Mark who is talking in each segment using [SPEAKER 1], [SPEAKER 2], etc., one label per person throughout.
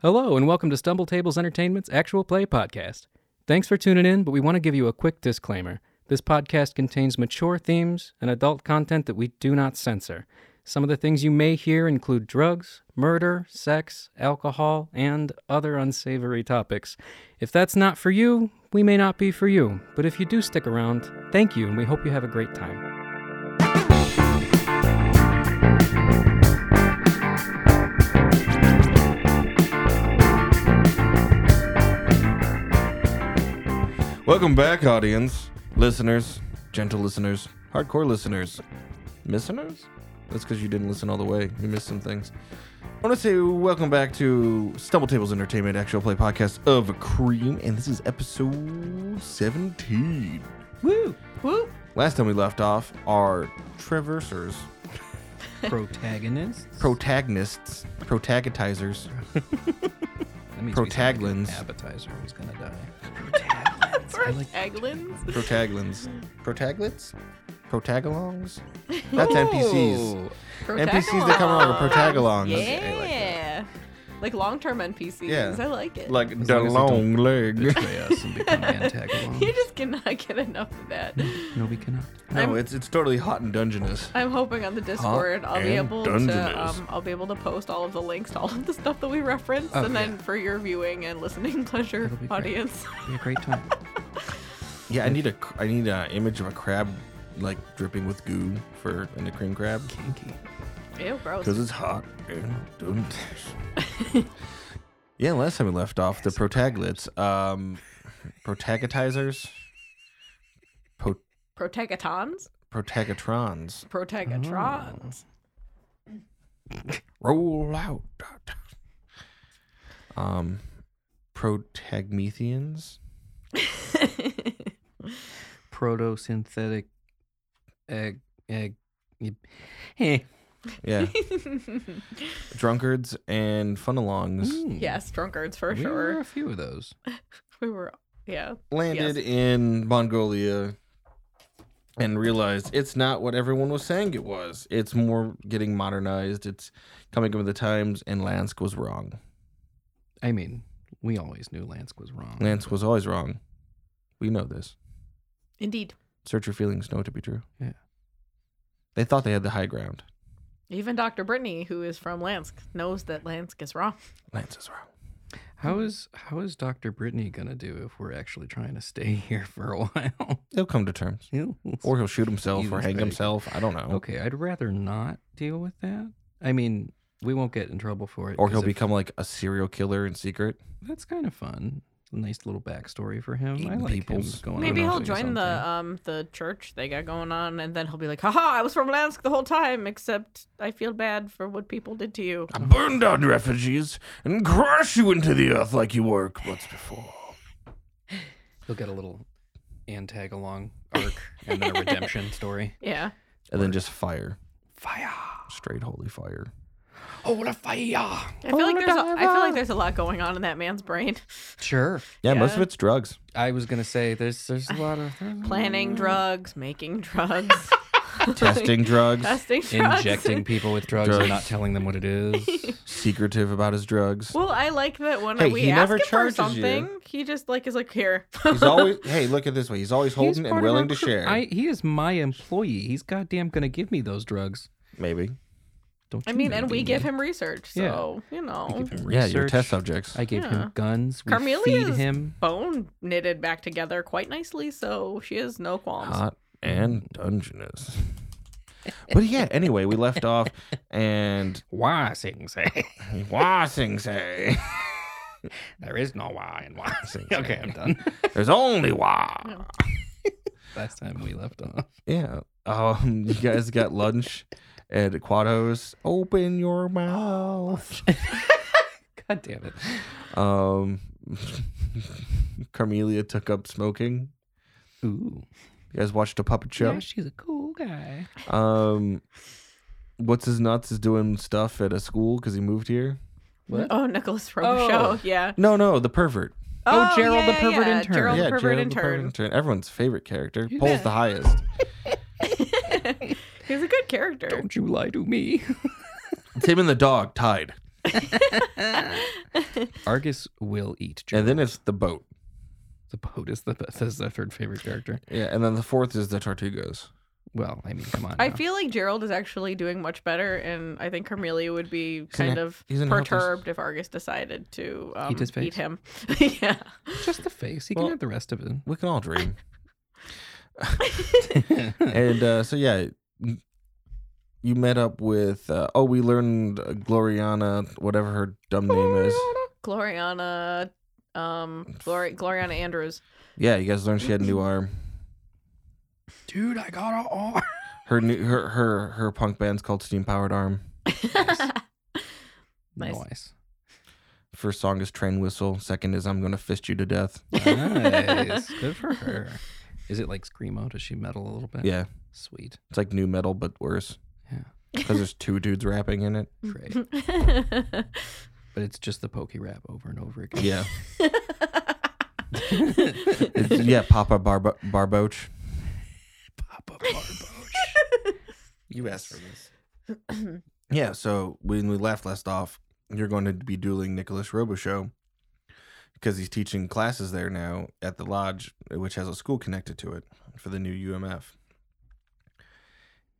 [SPEAKER 1] Hello, and welcome to Stumble Tables Entertainment's Actual Play Podcast. Thanks for tuning in, but we want to give you a quick disclaimer. This podcast contains mature themes and adult content that we do not censor. Some of the things you may hear include drugs, murder, sex, alcohol, and other unsavory topics. If that's not for you, we may not be for you, but if you do stick around, thank you, and we hope you have a great time.
[SPEAKER 2] Welcome back, audience, listeners, gentle listeners, hardcore listeners, listeners. That's because you didn't listen all the way. You missed some things. I want to say welcome back to Stumble Tables Entertainment Actual Play Podcast of Cream, and this is episode seventeen.
[SPEAKER 3] Woo! Woo!
[SPEAKER 2] Last time we left off, our traversers,
[SPEAKER 3] Protagonists.
[SPEAKER 2] protagonists, protagonizers, protaglins.
[SPEAKER 1] Appetizer was gonna die.
[SPEAKER 4] Protaglins?
[SPEAKER 2] protaglins, protaglets, protagalongs. That's NPCs.
[SPEAKER 1] Oh.
[SPEAKER 2] NPCs that come around are protagalongs.
[SPEAKER 4] Oh, Yeah.
[SPEAKER 2] Okay, I like that.
[SPEAKER 4] like long term NPCs.
[SPEAKER 2] Yeah.
[SPEAKER 4] I like it.
[SPEAKER 2] like
[SPEAKER 1] As
[SPEAKER 2] the
[SPEAKER 1] long as they
[SPEAKER 2] long leg.
[SPEAKER 1] and become antagonist.
[SPEAKER 4] you just cannot get enough of that.
[SPEAKER 1] No, we cannot.
[SPEAKER 2] No,
[SPEAKER 4] I'm-
[SPEAKER 2] it's it's totally hot and dungeness.
[SPEAKER 4] I'm hoping on the Discord I'll be
[SPEAKER 2] and
[SPEAKER 4] able to
[SPEAKER 2] dungeness.
[SPEAKER 4] um, I'll be able to post all of the links to all of the stuff that we reference
[SPEAKER 1] Oh,
[SPEAKER 4] and then
[SPEAKER 1] yeah.
[SPEAKER 4] for your viewing and listening pleasure
[SPEAKER 1] That'll be great.
[SPEAKER 4] audience.
[SPEAKER 1] be a great time.
[SPEAKER 2] Yeah, I need a cr- I need an image of a crab like dripping with goo for in the cream crab
[SPEAKER 1] Kinky.
[SPEAKER 4] Ew, gross.
[SPEAKER 2] because it's hot and dungeness. yeah, last time we left off the protagonists, um, protagonizers, pro-
[SPEAKER 4] Protagatons?
[SPEAKER 2] protagatrons.
[SPEAKER 1] Ah.
[SPEAKER 4] Protagatrons.
[SPEAKER 2] Roll out. Um, protagmethians.
[SPEAKER 1] Proto-synthetic egg egg. Eh. y- Hey.
[SPEAKER 2] Yeah, drunkards and funalongs.
[SPEAKER 1] Mm,
[SPEAKER 4] yes, drunkards for
[SPEAKER 1] Hmm. we
[SPEAKER 4] sure.
[SPEAKER 1] were a few of those.
[SPEAKER 4] We were yeah.
[SPEAKER 2] landed
[SPEAKER 4] Yes.
[SPEAKER 2] in Mongolia and realized it's not what everyone was saying it was. It's more getting modernized. It's coming up with the times, and Lansk was wrong.
[SPEAKER 1] I mean, we always knew Lansk was wrong.
[SPEAKER 2] Lansk was always wrong. We know this.
[SPEAKER 4] Indeed.
[SPEAKER 2] Search your feelings know it to be true.
[SPEAKER 1] Yeah.
[SPEAKER 2] They thought they had the high ground.
[SPEAKER 4] Even Dr. Brittany, who is from Lansk, knows that Lansk is wrong.
[SPEAKER 2] Lance is wrong.
[SPEAKER 1] How is how is Doctor Brittany gonna do if we're actually trying to stay here for a while?
[SPEAKER 2] He'll come to terms. Or he'll shoot himself
[SPEAKER 1] He
[SPEAKER 2] or
[SPEAKER 1] was
[SPEAKER 2] hang
[SPEAKER 1] vague.
[SPEAKER 2] himself. I don't know.
[SPEAKER 1] okay, I'd rather not deal with that. I mean, we won't get in trouble for it.
[SPEAKER 2] Or
[SPEAKER 1] 'cause
[SPEAKER 2] he'll
[SPEAKER 1] if-
[SPEAKER 2] become like a serial killer in secret.
[SPEAKER 1] That's kind of fun. A nice little backstory for him. I
[SPEAKER 2] Eating
[SPEAKER 1] like
[SPEAKER 2] peoples.
[SPEAKER 1] him going
[SPEAKER 4] Maybe
[SPEAKER 1] on
[SPEAKER 4] he'll
[SPEAKER 1] doing
[SPEAKER 4] join the
[SPEAKER 1] something.
[SPEAKER 4] um the church they got going on, and then he'll be like, "Haha, I was from Lansk the whole time, except I feel bad for what people did to you."
[SPEAKER 2] I burn down refugees and crush you into the earth like you were once before.
[SPEAKER 1] He'll get a little antag along arc and then a redemption story.
[SPEAKER 4] Yeah,
[SPEAKER 2] and then just fire,
[SPEAKER 1] Fire!
[SPEAKER 2] straight holy fire.
[SPEAKER 1] Oh, the fire!
[SPEAKER 4] I feel like there's a, I feel like there's a lot going on in that man's brain:
[SPEAKER 1] Sure.
[SPEAKER 2] Yeah, most
[SPEAKER 4] Yeah.
[SPEAKER 2] of it's drugs.
[SPEAKER 1] I was gonna say there's there's a lot of Mm.
[SPEAKER 4] planning drugs, making drugs,
[SPEAKER 2] Testing drugs,
[SPEAKER 4] testing drugs,
[SPEAKER 1] injecting people with drugs,
[SPEAKER 2] Drugs.
[SPEAKER 1] and not telling them what it is.
[SPEAKER 2] secretive about his drugs.
[SPEAKER 4] Well, I like that when
[SPEAKER 2] Hey,
[SPEAKER 4] we
[SPEAKER 2] he
[SPEAKER 4] ask
[SPEAKER 2] never
[SPEAKER 4] him for
[SPEAKER 2] charges you.
[SPEAKER 4] something, he just like is like, "Here."
[SPEAKER 2] He's always hey, look at this way. He's always
[SPEAKER 1] He's
[SPEAKER 2] holding
[SPEAKER 1] part
[SPEAKER 2] and
[SPEAKER 1] of
[SPEAKER 2] willing
[SPEAKER 1] our
[SPEAKER 2] to
[SPEAKER 1] crew.
[SPEAKER 2] share.
[SPEAKER 1] I, he is my employee. He's goddamn gonna give me those drugs.
[SPEAKER 2] Maybe.
[SPEAKER 1] Don't
[SPEAKER 4] I
[SPEAKER 1] you
[SPEAKER 4] mean,
[SPEAKER 1] know,
[SPEAKER 4] and we
[SPEAKER 1] Dean?
[SPEAKER 4] give him research,
[SPEAKER 1] Yeah.
[SPEAKER 4] so you
[SPEAKER 1] We
[SPEAKER 4] know,
[SPEAKER 1] give him
[SPEAKER 2] Yeah, your
[SPEAKER 1] research.
[SPEAKER 2] test subjects.
[SPEAKER 1] I gave
[SPEAKER 4] Yeah.
[SPEAKER 1] him guns. We feed
[SPEAKER 4] Carmelia's-
[SPEAKER 1] him.
[SPEAKER 4] bone knitted back together quite nicely, so she has no qualms.
[SPEAKER 2] Hot
[SPEAKER 1] Mm.
[SPEAKER 2] and dungeness. but yeah, anyway, we left off and
[SPEAKER 1] Why sing say?
[SPEAKER 2] wah sing say.
[SPEAKER 1] There is no why in why
[SPEAKER 2] Sing
[SPEAKER 1] Okay, I'm done.
[SPEAKER 2] There's only wah.
[SPEAKER 4] Yeah.
[SPEAKER 1] Last time we left off.
[SPEAKER 2] Yeah. Um, you guys got lunch at Quado's. Open your mouth.
[SPEAKER 1] God damn it.
[SPEAKER 2] Um, Carmelia took up smoking.
[SPEAKER 1] Ooh.
[SPEAKER 2] You guys watched a puppet show.
[SPEAKER 1] Yeah, she's a cool guy.
[SPEAKER 2] Um, what's his nuts is doing stuff at a school because he moved here.
[SPEAKER 1] What?
[SPEAKER 4] Oh, Nicholas from
[SPEAKER 1] Oh.
[SPEAKER 4] the show. Yeah.
[SPEAKER 2] No, no, the pervert.
[SPEAKER 1] Oh, Gerald the pervert intern.
[SPEAKER 4] Gerald
[SPEAKER 2] yeah,
[SPEAKER 4] Oh, the
[SPEAKER 2] Gerald
[SPEAKER 4] pervert
[SPEAKER 2] the pervert
[SPEAKER 4] intern.
[SPEAKER 2] intern. Everyone's favorite character.
[SPEAKER 1] Yeah.
[SPEAKER 2] Polls the highest.
[SPEAKER 4] He's a good character.
[SPEAKER 1] Don't you lie to me.
[SPEAKER 2] It's him and the dog tied.
[SPEAKER 1] Argus will eat.
[SPEAKER 2] And then it's the boat.
[SPEAKER 1] the boat is the best. That's the third favorite character.
[SPEAKER 2] Yeah, and then the fourth is the Tortugas.
[SPEAKER 1] Well, I mean, come on.
[SPEAKER 4] I
[SPEAKER 1] now.
[SPEAKER 4] feel like Gerald is actually doing much better, and I think Carmelia would be kind
[SPEAKER 2] a-
[SPEAKER 4] of
[SPEAKER 2] he's an helpless-
[SPEAKER 4] perturbed if Argus decided to um,
[SPEAKER 1] his face?
[SPEAKER 4] eat him. yeah.
[SPEAKER 1] just the face. He
[SPEAKER 2] Well-
[SPEAKER 1] can have the rest of it.
[SPEAKER 2] We can all dream. and uh, so yeah, you met up with. Uh, oh, we learned uh, Gloriana, whatever her dumb name is.
[SPEAKER 4] Gloriana, um, Glori- Gloriana Andrews.
[SPEAKER 2] Yeah, you guys learned she had a new arm.
[SPEAKER 1] Dude, I got an R.
[SPEAKER 2] Her new her her her punk band's called Steam Powered Arm.
[SPEAKER 4] Nice.
[SPEAKER 1] Nice.
[SPEAKER 2] First song is Train Whistle. Second is I'm gonna fist you to death.
[SPEAKER 1] Nice. Good for her. Is it like Screamo? Does she meddle a little bit?
[SPEAKER 2] Yeah,
[SPEAKER 1] Sweet.
[SPEAKER 2] it's like new metal but worse.
[SPEAKER 1] Yeah.
[SPEAKER 2] because there's two dudes rapping in it.
[SPEAKER 1] Great. But it's just the pokey rap over and over again.
[SPEAKER 2] Yeah, it's, yeah. Papa Barbo- Barboach.
[SPEAKER 1] Papa Barboach.
[SPEAKER 2] You asked for this. yeah, so when we left last off, you're going to be dueling Nicholas Robichaux because he's teaching classes there now at the lodge, which has a school connected to it for the new UMF.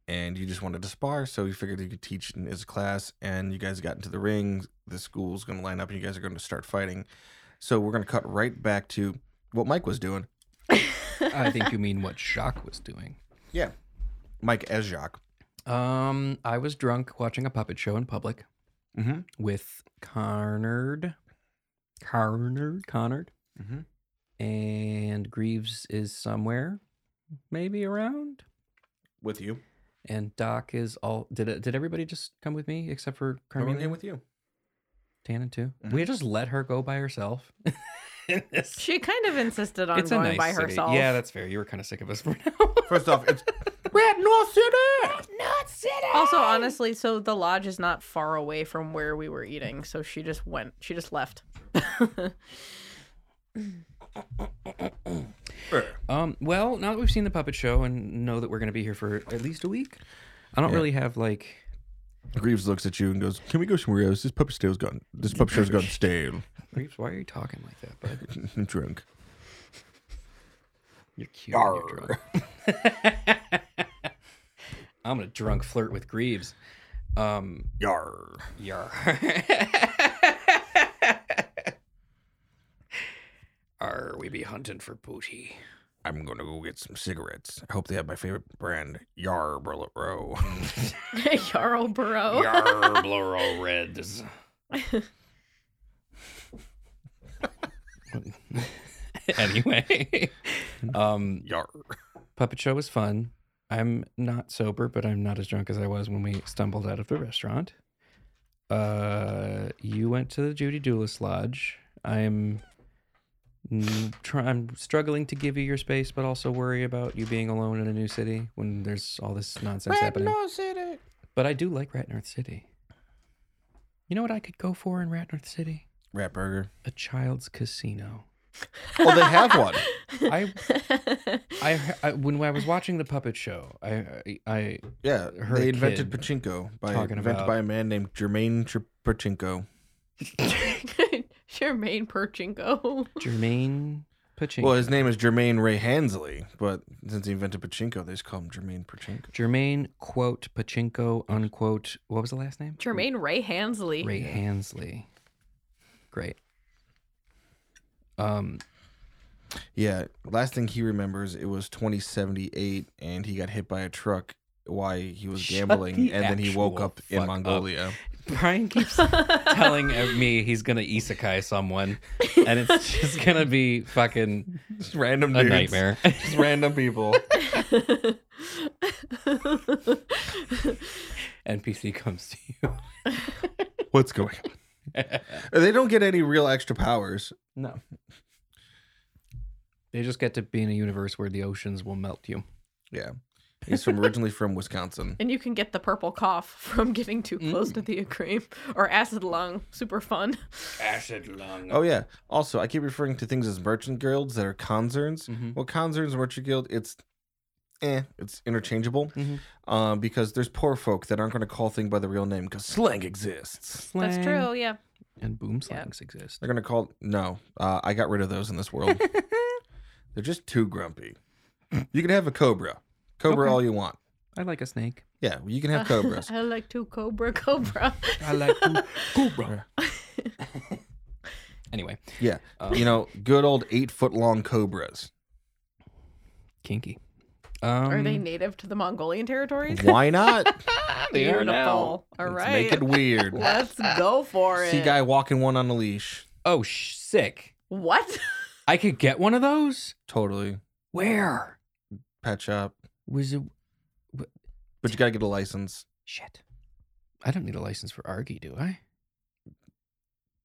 [SPEAKER 2] And you just wanted to spar, so you figured you could teach in his class, and you guys got into the ring. The school's going to line up, and you guys are going to start fighting. So we're going to cut right back to what Mike was doing.
[SPEAKER 1] I think you mean what Jacques was doing.
[SPEAKER 2] Yeah. Mike Ezjak.
[SPEAKER 1] Um, I was drunk watching a puppet show in public
[SPEAKER 2] Mm-hmm.
[SPEAKER 1] with Carnard. Carnard? Connard.
[SPEAKER 2] Mm-hmm.
[SPEAKER 1] And Greaves is somewhere, maybe around.
[SPEAKER 2] With you.
[SPEAKER 1] And Doc is all. Did it, did everybody just come with me except for
[SPEAKER 2] Everyone
[SPEAKER 1] Carmina?
[SPEAKER 2] came with you.
[SPEAKER 1] Tannen too.
[SPEAKER 2] Mhm.
[SPEAKER 1] We just let her go by herself. it's
[SPEAKER 4] she kind of insisted on going by
[SPEAKER 1] city.
[SPEAKER 4] herself.
[SPEAKER 1] Yeah, that's fair. You were kind of sick of us for now.
[SPEAKER 2] First off, it's Red North City.
[SPEAKER 4] also, honestly, so the lodge is not far away from where we were eating, so she just went. She just left.
[SPEAKER 1] um. Well, now that we've seen the puppet show and know that we're going to be here for at least a week, I don't really have like.
[SPEAKER 2] Greaves looks at you and goes, "Can we go somewhere else? This puppet show's gone. This puppet show's gone stale.
[SPEAKER 1] Reeves, why are you talking like that, bud?
[SPEAKER 2] I'm drunk."
[SPEAKER 1] You're cute. when You're drunk. I'm gonna drunk flirt with Greaves. Um.
[SPEAKER 2] Yar.
[SPEAKER 1] Yar. Are we be hunting for booty?
[SPEAKER 2] I'm gonna go get some cigarettes. I hope they have my favorite brand, Yar Bullet Row.
[SPEAKER 4] Jarl Burrow.
[SPEAKER 1] Yarbloro Reds. anyway, um,
[SPEAKER 2] Yar.
[SPEAKER 1] puppet show was fun. I'm not sober, but I'm not as drunk as I was when we stumbled out of the restaurant. Uh, you went to the Judy Doulis Lodge. I'm n- try- I'm struggling to give you your space, but also worry about you being alone in a new city when there's all this nonsense happening.
[SPEAKER 2] City.
[SPEAKER 1] But I do like Rat North City. You know what I could go for in Rat North City?
[SPEAKER 2] Rat burger.
[SPEAKER 1] A child's casino.
[SPEAKER 2] Oh, they have one.
[SPEAKER 1] I, I, I when I was watching the puppet show, I, I, I
[SPEAKER 2] Yeah,
[SPEAKER 1] Her
[SPEAKER 2] they invented
[SPEAKER 1] kid
[SPEAKER 2] pachinko by
[SPEAKER 1] talking
[SPEAKER 2] invented
[SPEAKER 1] about-
[SPEAKER 2] by a man named Jermaine Tr- Pachinko.
[SPEAKER 4] Charmaine Perchinko.
[SPEAKER 1] Jermaine Pachinko.
[SPEAKER 2] Well, his name is Jermaine Ray Hansley, but since he invented pachinko, they just call him Jermaine Pachinko.
[SPEAKER 1] Jermaine quote Pachinko unquote. What was the last name?
[SPEAKER 4] Jermaine Ray Hansley.
[SPEAKER 1] Ray Hansley. Great. Um,
[SPEAKER 2] Yeah, last thing he remembers it was 2078, and he got hit by a truck while he was
[SPEAKER 1] Shut
[SPEAKER 2] gambling,
[SPEAKER 1] the
[SPEAKER 2] and then he woke
[SPEAKER 1] actual
[SPEAKER 2] up
[SPEAKER 1] fuck
[SPEAKER 2] in
[SPEAKER 1] up.
[SPEAKER 2] Mongolia.
[SPEAKER 1] Brian keeps telling e, me he's gonna isekai someone, and it's just gonna be fucking
[SPEAKER 2] Just random
[SPEAKER 1] a
[SPEAKER 2] dudes,
[SPEAKER 1] nightmare.
[SPEAKER 2] Just random people.
[SPEAKER 1] NPC comes to you.
[SPEAKER 2] What's going on? they don't get any real extra powers.
[SPEAKER 1] No. They just get to be in a universe where the oceans will melt you.
[SPEAKER 2] Yeah, he's from originally from Wisconsin.
[SPEAKER 4] and you can get the purple cough from getting too close
[SPEAKER 1] Mm.
[SPEAKER 4] to the cream or acid lung. Super fun.
[SPEAKER 1] Acid lung.
[SPEAKER 2] Oh yeah. Also, I keep referring to things as merchant guilds that are concerns.
[SPEAKER 1] Mhm.
[SPEAKER 2] Well, concerns, merchant guild, it's eh, it's interchangeable. um,
[SPEAKER 1] Mhm.
[SPEAKER 2] Uh, because there's poor folk that aren't going to call thing by the real name because slang exists.
[SPEAKER 4] That's true. Yeah.
[SPEAKER 1] And boom
[SPEAKER 4] Yeah.
[SPEAKER 1] slings exist.
[SPEAKER 2] They're gonna call. No, uh, I got rid of those in this world. They're just too grumpy. You can have a cobra, cobra
[SPEAKER 1] Okay.
[SPEAKER 2] all you want.
[SPEAKER 1] I like a snake.
[SPEAKER 2] Yeah, you can have cobras.
[SPEAKER 4] I like to cobra cobra.
[SPEAKER 1] I like cobra. anyway,
[SPEAKER 2] Yeah, you know, good old eight foot long cobras.
[SPEAKER 1] kinky. Um,
[SPEAKER 4] Are they native to the Mongolian territories?
[SPEAKER 2] Why not?
[SPEAKER 1] They are now.
[SPEAKER 4] Beautiful. All
[SPEAKER 2] Let's
[SPEAKER 4] right.
[SPEAKER 2] Make it weird.
[SPEAKER 4] Let's go for it.
[SPEAKER 2] See guy walking one on a leash.
[SPEAKER 1] Oh, sh- sick!
[SPEAKER 4] What?
[SPEAKER 1] I could get one of those.
[SPEAKER 2] Totally.
[SPEAKER 1] Where
[SPEAKER 2] Pet shop.
[SPEAKER 1] was it?
[SPEAKER 2] But you gotta get a license.
[SPEAKER 1] Shit. I don't need a license for Argy, do I?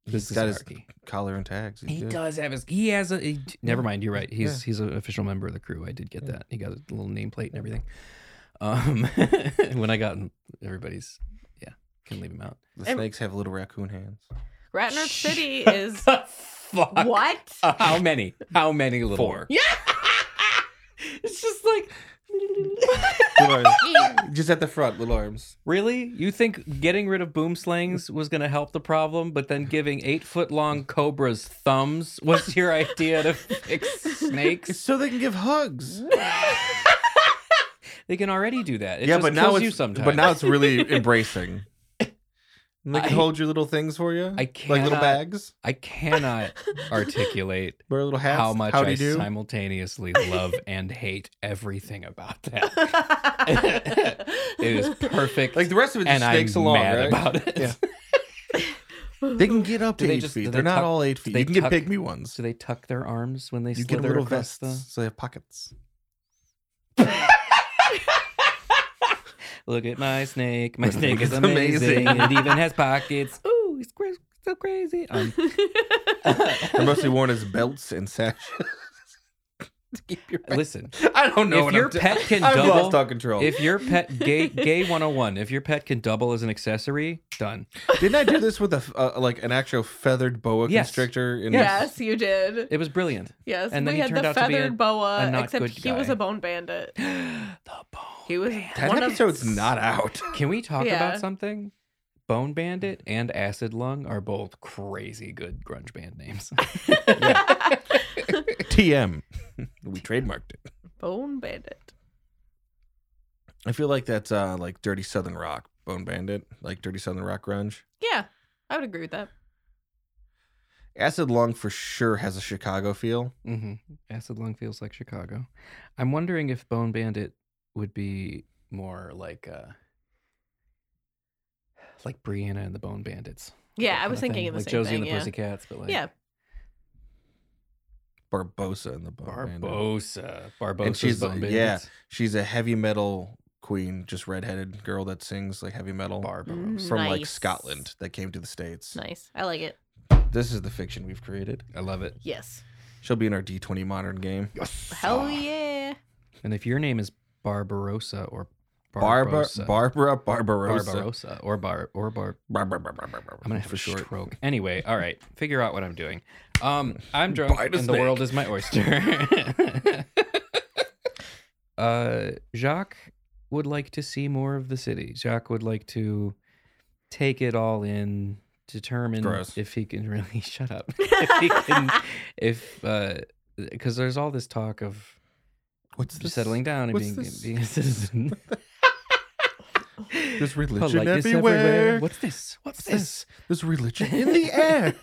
[SPEAKER 2] He's
[SPEAKER 1] This
[SPEAKER 2] got
[SPEAKER 1] is
[SPEAKER 2] his
[SPEAKER 1] Argy.
[SPEAKER 2] collar and tags. He's
[SPEAKER 1] He
[SPEAKER 2] good.
[SPEAKER 1] does have his. He has a. he- never mind. You're right. He's
[SPEAKER 2] Yeah.
[SPEAKER 1] he's an official member of the crew. I did get
[SPEAKER 2] Yeah.
[SPEAKER 1] that. He got a little nameplate and everything. Um, when I got him, everybody's yeah, can leave him out.
[SPEAKER 2] The
[SPEAKER 4] And-
[SPEAKER 2] snakes have little raccoon hands.
[SPEAKER 4] Ratner
[SPEAKER 1] Shut
[SPEAKER 4] City is
[SPEAKER 1] the fuck.
[SPEAKER 4] what?
[SPEAKER 1] Uh, how many? How many little?
[SPEAKER 2] Four.
[SPEAKER 1] Yeah. it's just like.
[SPEAKER 2] Little arms. Just at the front, little arms.
[SPEAKER 1] Really? You think getting rid of boom slings was going to help the problem, but then giving eight foot long cobras thumbs was your idea to fix snakes?
[SPEAKER 2] so they can give hugs.
[SPEAKER 1] They can already do that. It
[SPEAKER 2] yeah,
[SPEAKER 1] just
[SPEAKER 2] but now
[SPEAKER 1] kills
[SPEAKER 2] it's
[SPEAKER 1] you sometimes.
[SPEAKER 2] but now it's really embracing. And they can
[SPEAKER 1] I-
[SPEAKER 2] hold your little things for you.
[SPEAKER 1] I
[SPEAKER 2] like little
[SPEAKER 1] cannot-
[SPEAKER 2] bags.
[SPEAKER 1] I cannot articulate
[SPEAKER 2] Wear little hats.
[SPEAKER 1] how much
[SPEAKER 2] Howdy
[SPEAKER 1] I
[SPEAKER 2] do.
[SPEAKER 1] simultaneously love and hate everything about that. It is perfect,
[SPEAKER 2] Like the rest of it just
[SPEAKER 1] and I'm
[SPEAKER 2] snakes along,
[SPEAKER 1] mad
[SPEAKER 2] right?
[SPEAKER 1] about it.
[SPEAKER 2] Yeah. They can get up to
[SPEAKER 1] Do they
[SPEAKER 2] eight
[SPEAKER 1] just- do
[SPEAKER 2] feet.
[SPEAKER 1] they
[SPEAKER 2] They're not
[SPEAKER 1] tuck-
[SPEAKER 2] all eight feet.
[SPEAKER 1] they
[SPEAKER 2] You can get
[SPEAKER 1] tuck-
[SPEAKER 2] pygmy ones.
[SPEAKER 1] So they tuck their arms when they
[SPEAKER 2] You
[SPEAKER 1] slither
[SPEAKER 2] get little
[SPEAKER 1] across
[SPEAKER 2] vests, so they have pockets.
[SPEAKER 1] the. Look at my snake. My
[SPEAKER 2] Look at
[SPEAKER 1] snake
[SPEAKER 2] it.
[SPEAKER 1] is
[SPEAKER 2] It's amazing.
[SPEAKER 1] amazing. it even has pockets. Ooh, it's cra- so crazy. Um,
[SPEAKER 2] They're mostly worn as belts and sashes. To keep your pet-
[SPEAKER 1] listen,
[SPEAKER 2] I don't know.
[SPEAKER 1] if
[SPEAKER 2] what
[SPEAKER 1] your
[SPEAKER 2] I'm doing.
[SPEAKER 1] pet can
[SPEAKER 2] I've
[SPEAKER 1] double,
[SPEAKER 2] lost all control.
[SPEAKER 1] if your pet gay gay 101, if your pet can double as an accessory, done.
[SPEAKER 2] Didn't I do this with a f- uh, like an actual feathered boa
[SPEAKER 1] Yes.
[SPEAKER 2] constrictor? In
[SPEAKER 4] yes, you did.
[SPEAKER 1] It was brilliant.
[SPEAKER 4] Yes,
[SPEAKER 1] And
[SPEAKER 4] we
[SPEAKER 1] then he
[SPEAKER 4] had
[SPEAKER 1] turned
[SPEAKER 4] the
[SPEAKER 1] out to be a-
[SPEAKER 4] feathered boa,
[SPEAKER 1] a not
[SPEAKER 4] except
[SPEAKER 1] good
[SPEAKER 4] he was
[SPEAKER 1] guy.
[SPEAKER 4] a bone bandit.
[SPEAKER 1] the bone.
[SPEAKER 4] He was
[SPEAKER 2] that
[SPEAKER 4] one
[SPEAKER 2] episode's
[SPEAKER 4] of...
[SPEAKER 2] not out.
[SPEAKER 1] Can we talk
[SPEAKER 4] Yeah.
[SPEAKER 1] about something? Bone Bandit and Acid Lung are both crazy good grunge band names.
[SPEAKER 2] TM, we trademarked it.
[SPEAKER 4] bone bandit.
[SPEAKER 2] I feel like that's uh, like Dirty Southern Rock, Bone Bandit, like Dirty Southern Rock grunge.
[SPEAKER 4] Yeah, I would agree with that.
[SPEAKER 2] Acid Lung for sure has a Chicago feel.
[SPEAKER 1] hmm Acid Lung feels like Chicago. I'm wondering if Bone Bandit would be more like uh like Brianna and the Bone Bandits.
[SPEAKER 4] Yeah,
[SPEAKER 1] That
[SPEAKER 4] I was
[SPEAKER 1] kinda
[SPEAKER 4] thinking
[SPEAKER 1] thing.
[SPEAKER 4] of the
[SPEAKER 1] like
[SPEAKER 4] same
[SPEAKER 1] Josie
[SPEAKER 4] thing.
[SPEAKER 1] and the
[SPEAKER 4] yeah.
[SPEAKER 1] Pussycats, but like
[SPEAKER 4] yeah,
[SPEAKER 2] Barbosa in the Bone Bandit.
[SPEAKER 1] Barbosa, Barbosa,
[SPEAKER 2] And she's
[SPEAKER 1] Bone
[SPEAKER 2] like-
[SPEAKER 1] Bandits.
[SPEAKER 2] yeah. She's a heavy metal queen, just redheaded girl that sings like heavy metal
[SPEAKER 1] Barbarossa.
[SPEAKER 2] from like
[SPEAKER 4] Nice.
[SPEAKER 2] Scotland that came to the states.
[SPEAKER 4] nice. I like it.
[SPEAKER 2] This is the fiction we've created.
[SPEAKER 1] I love it.
[SPEAKER 4] Yes.
[SPEAKER 2] She'll be in our D20 modern game.
[SPEAKER 4] Hell yeah.
[SPEAKER 1] Ah. And if your name is Barbarossa or
[SPEAKER 2] Barbara,
[SPEAKER 1] Barbosa,
[SPEAKER 2] Barbara, Barbarossa.
[SPEAKER 1] Barbarossa or Bar or Bar
[SPEAKER 2] Bar- bar- bar- bar- bar- bar-
[SPEAKER 1] I'm gonna have
[SPEAKER 2] for
[SPEAKER 1] a
[SPEAKER 2] short.
[SPEAKER 1] stroke. Anyway, all right. Figure out what I'm doing. Um, I'm drunk,
[SPEAKER 2] Bite
[SPEAKER 1] and
[SPEAKER 2] a
[SPEAKER 1] the
[SPEAKER 2] snake.
[SPEAKER 1] world is my oyster. uh, Jacques would like to see more of the city. Jacques would like to take it all in, determine
[SPEAKER 2] Gross.
[SPEAKER 1] if he can really shut up. if he can, if because there's all this talk of
[SPEAKER 2] What's this?
[SPEAKER 1] settling down and
[SPEAKER 2] what's
[SPEAKER 1] being,
[SPEAKER 2] this?
[SPEAKER 1] being a citizen.
[SPEAKER 2] There's
[SPEAKER 1] Politeness
[SPEAKER 2] religion everywhere.
[SPEAKER 1] What's this? What's
[SPEAKER 2] this?
[SPEAKER 1] this?
[SPEAKER 2] There's religion in the air.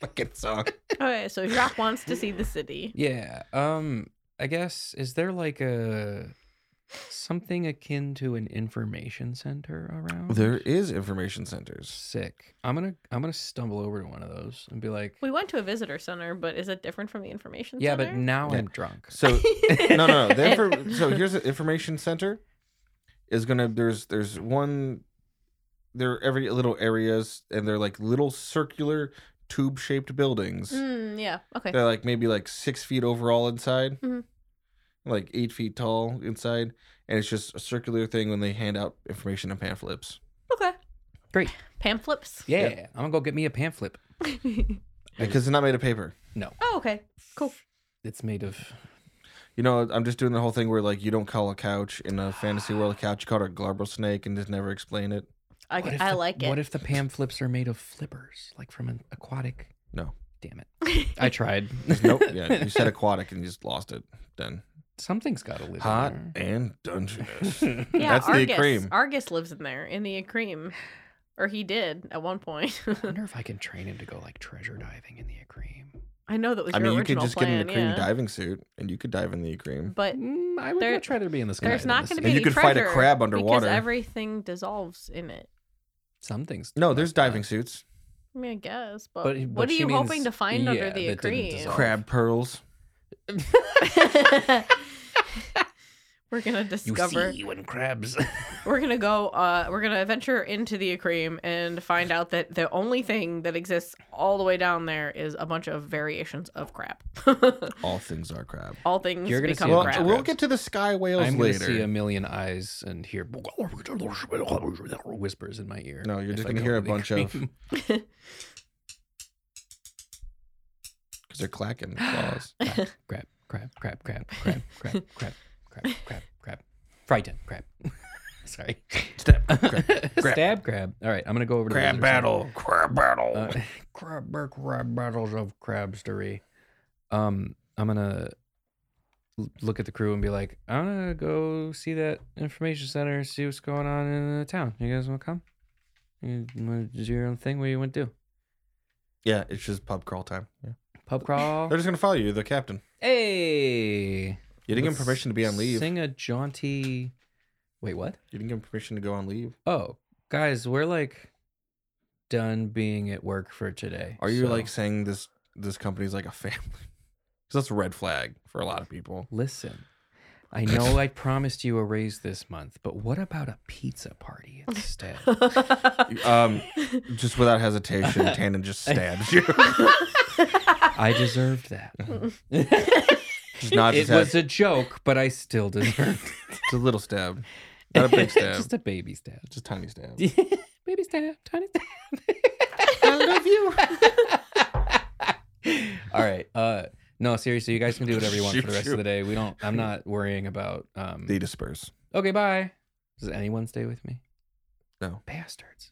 [SPEAKER 2] Fucking song.
[SPEAKER 4] Okay, so Jacques wants to see the city.
[SPEAKER 1] Yeah. Um I guess is there like a something akin to an information center around?
[SPEAKER 2] There is information centers.
[SPEAKER 1] sick. I'm going to I'm going to stumble over to one of those and be like,
[SPEAKER 4] We went to a visitor center, but is it different from the information
[SPEAKER 1] "Yeah, but
[SPEAKER 4] center?
[SPEAKER 1] now
[SPEAKER 2] Yeah.
[SPEAKER 1] I'm drunk."
[SPEAKER 2] So no, no, no. The infor- so here's the information center is gonna. There's there's one. There are every little areas, and they're like little circular tube shaped buildings.
[SPEAKER 4] Mm, yeah. Okay.
[SPEAKER 2] They're like maybe like six feet overall inside,
[SPEAKER 4] Mhm.
[SPEAKER 2] like eight feet tall inside, and it's just a circular thing when they hand out information and pamphlets.
[SPEAKER 4] Okay.
[SPEAKER 1] Great.
[SPEAKER 4] Pamphlets.
[SPEAKER 1] Yeah, I'm going to go get me a pamphlet.
[SPEAKER 2] Because they're not made of paper.
[SPEAKER 4] oh, okay. Cool.
[SPEAKER 1] It's made of
[SPEAKER 2] You know, I'm just doing the whole thing where like you don't call a couch in a fantasy world a couch, you call it a global snake and just never explain it.
[SPEAKER 4] I,
[SPEAKER 1] What if
[SPEAKER 4] I
[SPEAKER 1] the-
[SPEAKER 4] like
[SPEAKER 1] What
[SPEAKER 4] it.
[SPEAKER 1] if the Pam flips are made of flippers, like from an aquatic?
[SPEAKER 2] No.
[SPEAKER 1] Damn it. I tried.
[SPEAKER 2] nope. Yeah, you said aquatic and you just lost it. Then
[SPEAKER 1] Something's got to live in
[SPEAKER 2] hot
[SPEAKER 1] there.
[SPEAKER 2] and dungeness.
[SPEAKER 4] yeah,
[SPEAKER 2] That's the
[SPEAKER 4] Argus.
[SPEAKER 2] Akreem.
[SPEAKER 4] Argus lives in there in the Akreem. Or he did at one point.
[SPEAKER 1] I wonder if I can train him to go like treasure diving in the Akreem.
[SPEAKER 4] I know that was
[SPEAKER 2] I
[SPEAKER 4] your
[SPEAKER 2] mean, you could
[SPEAKER 4] original
[SPEAKER 2] just
[SPEAKER 4] plan.
[SPEAKER 2] get in the cream
[SPEAKER 4] yeah.
[SPEAKER 2] diving suit and you could dive in the cream.
[SPEAKER 4] But
[SPEAKER 1] Mm, I would
[SPEAKER 4] There-
[SPEAKER 1] much rather be in the sky.
[SPEAKER 4] there's
[SPEAKER 1] than
[SPEAKER 4] not
[SPEAKER 1] the
[SPEAKER 4] going to
[SPEAKER 1] sea.
[SPEAKER 4] be
[SPEAKER 2] And you
[SPEAKER 4] any
[SPEAKER 2] could fight a
[SPEAKER 4] treasure
[SPEAKER 2] crab
[SPEAKER 4] because
[SPEAKER 2] underwater.
[SPEAKER 4] everything dissolves in it.
[SPEAKER 1] some things.
[SPEAKER 2] No, there's
[SPEAKER 1] must not.
[SPEAKER 2] diving suits,
[SPEAKER 4] I mean, I guess. But,
[SPEAKER 1] But- but
[SPEAKER 4] what are
[SPEAKER 1] she
[SPEAKER 4] you hoping
[SPEAKER 1] means-
[SPEAKER 4] to find under
[SPEAKER 1] yeah,
[SPEAKER 4] the
[SPEAKER 1] that didn't
[SPEAKER 4] Akreem?
[SPEAKER 1] dissolve.
[SPEAKER 2] crab pearls.
[SPEAKER 4] we're gonna discover.
[SPEAKER 1] when crabs.
[SPEAKER 4] We're gonna go. Uh, we're gonna venture into the Akreem and find out that the only thing that exists all the way down there is a bunch of variations of crap.
[SPEAKER 2] All things are crab.
[SPEAKER 4] all things
[SPEAKER 1] You're gonna
[SPEAKER 4] become
[SPEAKER 1] see a
[SPEAKER 2] Well,
[SPEAKER 1] bunch
[SPEAKER 4] crap.
[SPEAKER 1] of
[SPEAKER 2] we'll
[SPEAKER 1] crabs.
[SPEAKER 2] get to the sky whales
[SPEAKER 1] I'm going to
[SPEAKER 2] later.
[SPEAKER 1] see a million eyes and hear whispers in my ear.
[SPEAKER 2] No, you're
[SPEAKER 1] if
[SPEAKER 2] just
[SPEAKER 1] I
[SPEAKER 2] gonna
[SPEAKER 1] go to
[SPEAKER 2] hear a
[SPEAKER 1] the
[SPEAKER 2] bunch of-
[SPEAKER 1] Akreem.
[SPEAKER 2] Because they're clacking claws.
[SPEAKER 1] crab, crab, crab, crab, crab, crab, crab, crab, crab, crab, frighten, crab. Sorry,
[SPEAKER 2] Step. Crab,
[SPEAKER 1] stab, crab. All right, I'm gonna go over to the
[SPEAKER 2] crab
[SPEAKER 1] lizard
[SPEAKER 2] battle. Crab battle.
[SPEAKER 1] side. Uh, crab, crab battles of crabstery. Um, I'm gonna l- look at the crew and be like, I'm gonna go see that information center, see what's going on in the town. You guys wanna come? You wanna do your own thing? What do you want to do?
[SPEAKER 2] yeah, it's just pub crawl time. Yeah.
[SPEAKER 1] Pub crawl.
[SPEAKER 2] They're just going to follow you, the captain.
[SPEAKER 1] Hey.
[SPEAKER 2] You didn't give
[SPEAKER 1] Let's
[SPEAKER 2] him permission to be on leave.
[SPEAKER 1] Sing a jaunty. Wait, what?
[SPEAKER 2] You didn't give him permission to go on leave.
[SPEAKER 1] Oh, guys, we're like done being at work for today.
[SPEAKER 2] Are you
[SPEAKER 1] so
[SPEAKER 2] like saying this this company's like a family? Because that's a red flag for a lot of people.
[SPEAKER 1] Listen, I know I promised you a raise this month, but what about a pizza party instead?
[SPEAKER 2] Um, just without hesitation, Tannen just stabs you.
[SPEAKER 1] I deserved that.
[SPEAKER 2] just nods his
[SPEAKER 1] it
[SPEAKER 2] head.
[SPEAKER 1] was a joke, but I still deserved it.
[SPEAKER 2] It's a little stab, not a big stab,
[SPEAKER 1] Just a baby stab.
[SPEAKER 2] just tiny stab.
[SPEAKER 1] baby stab, tiny stab. I love you. All right. Uh, no, seriously, you guys can do whatever you want for the
[SPEAKER 2] Shoot
[SPEAKER 1] rest
[SPEAKER 2] you.
[SPEAKER 1] of the day. We don't. I'm not worrying about. Um,
[SPEAKER 2] They disperse.
[SPEAKER 1] Okay, bye. Does anyone stay with me?
[SPEAKER 2] No.
[SPEAKER 1] Bastards.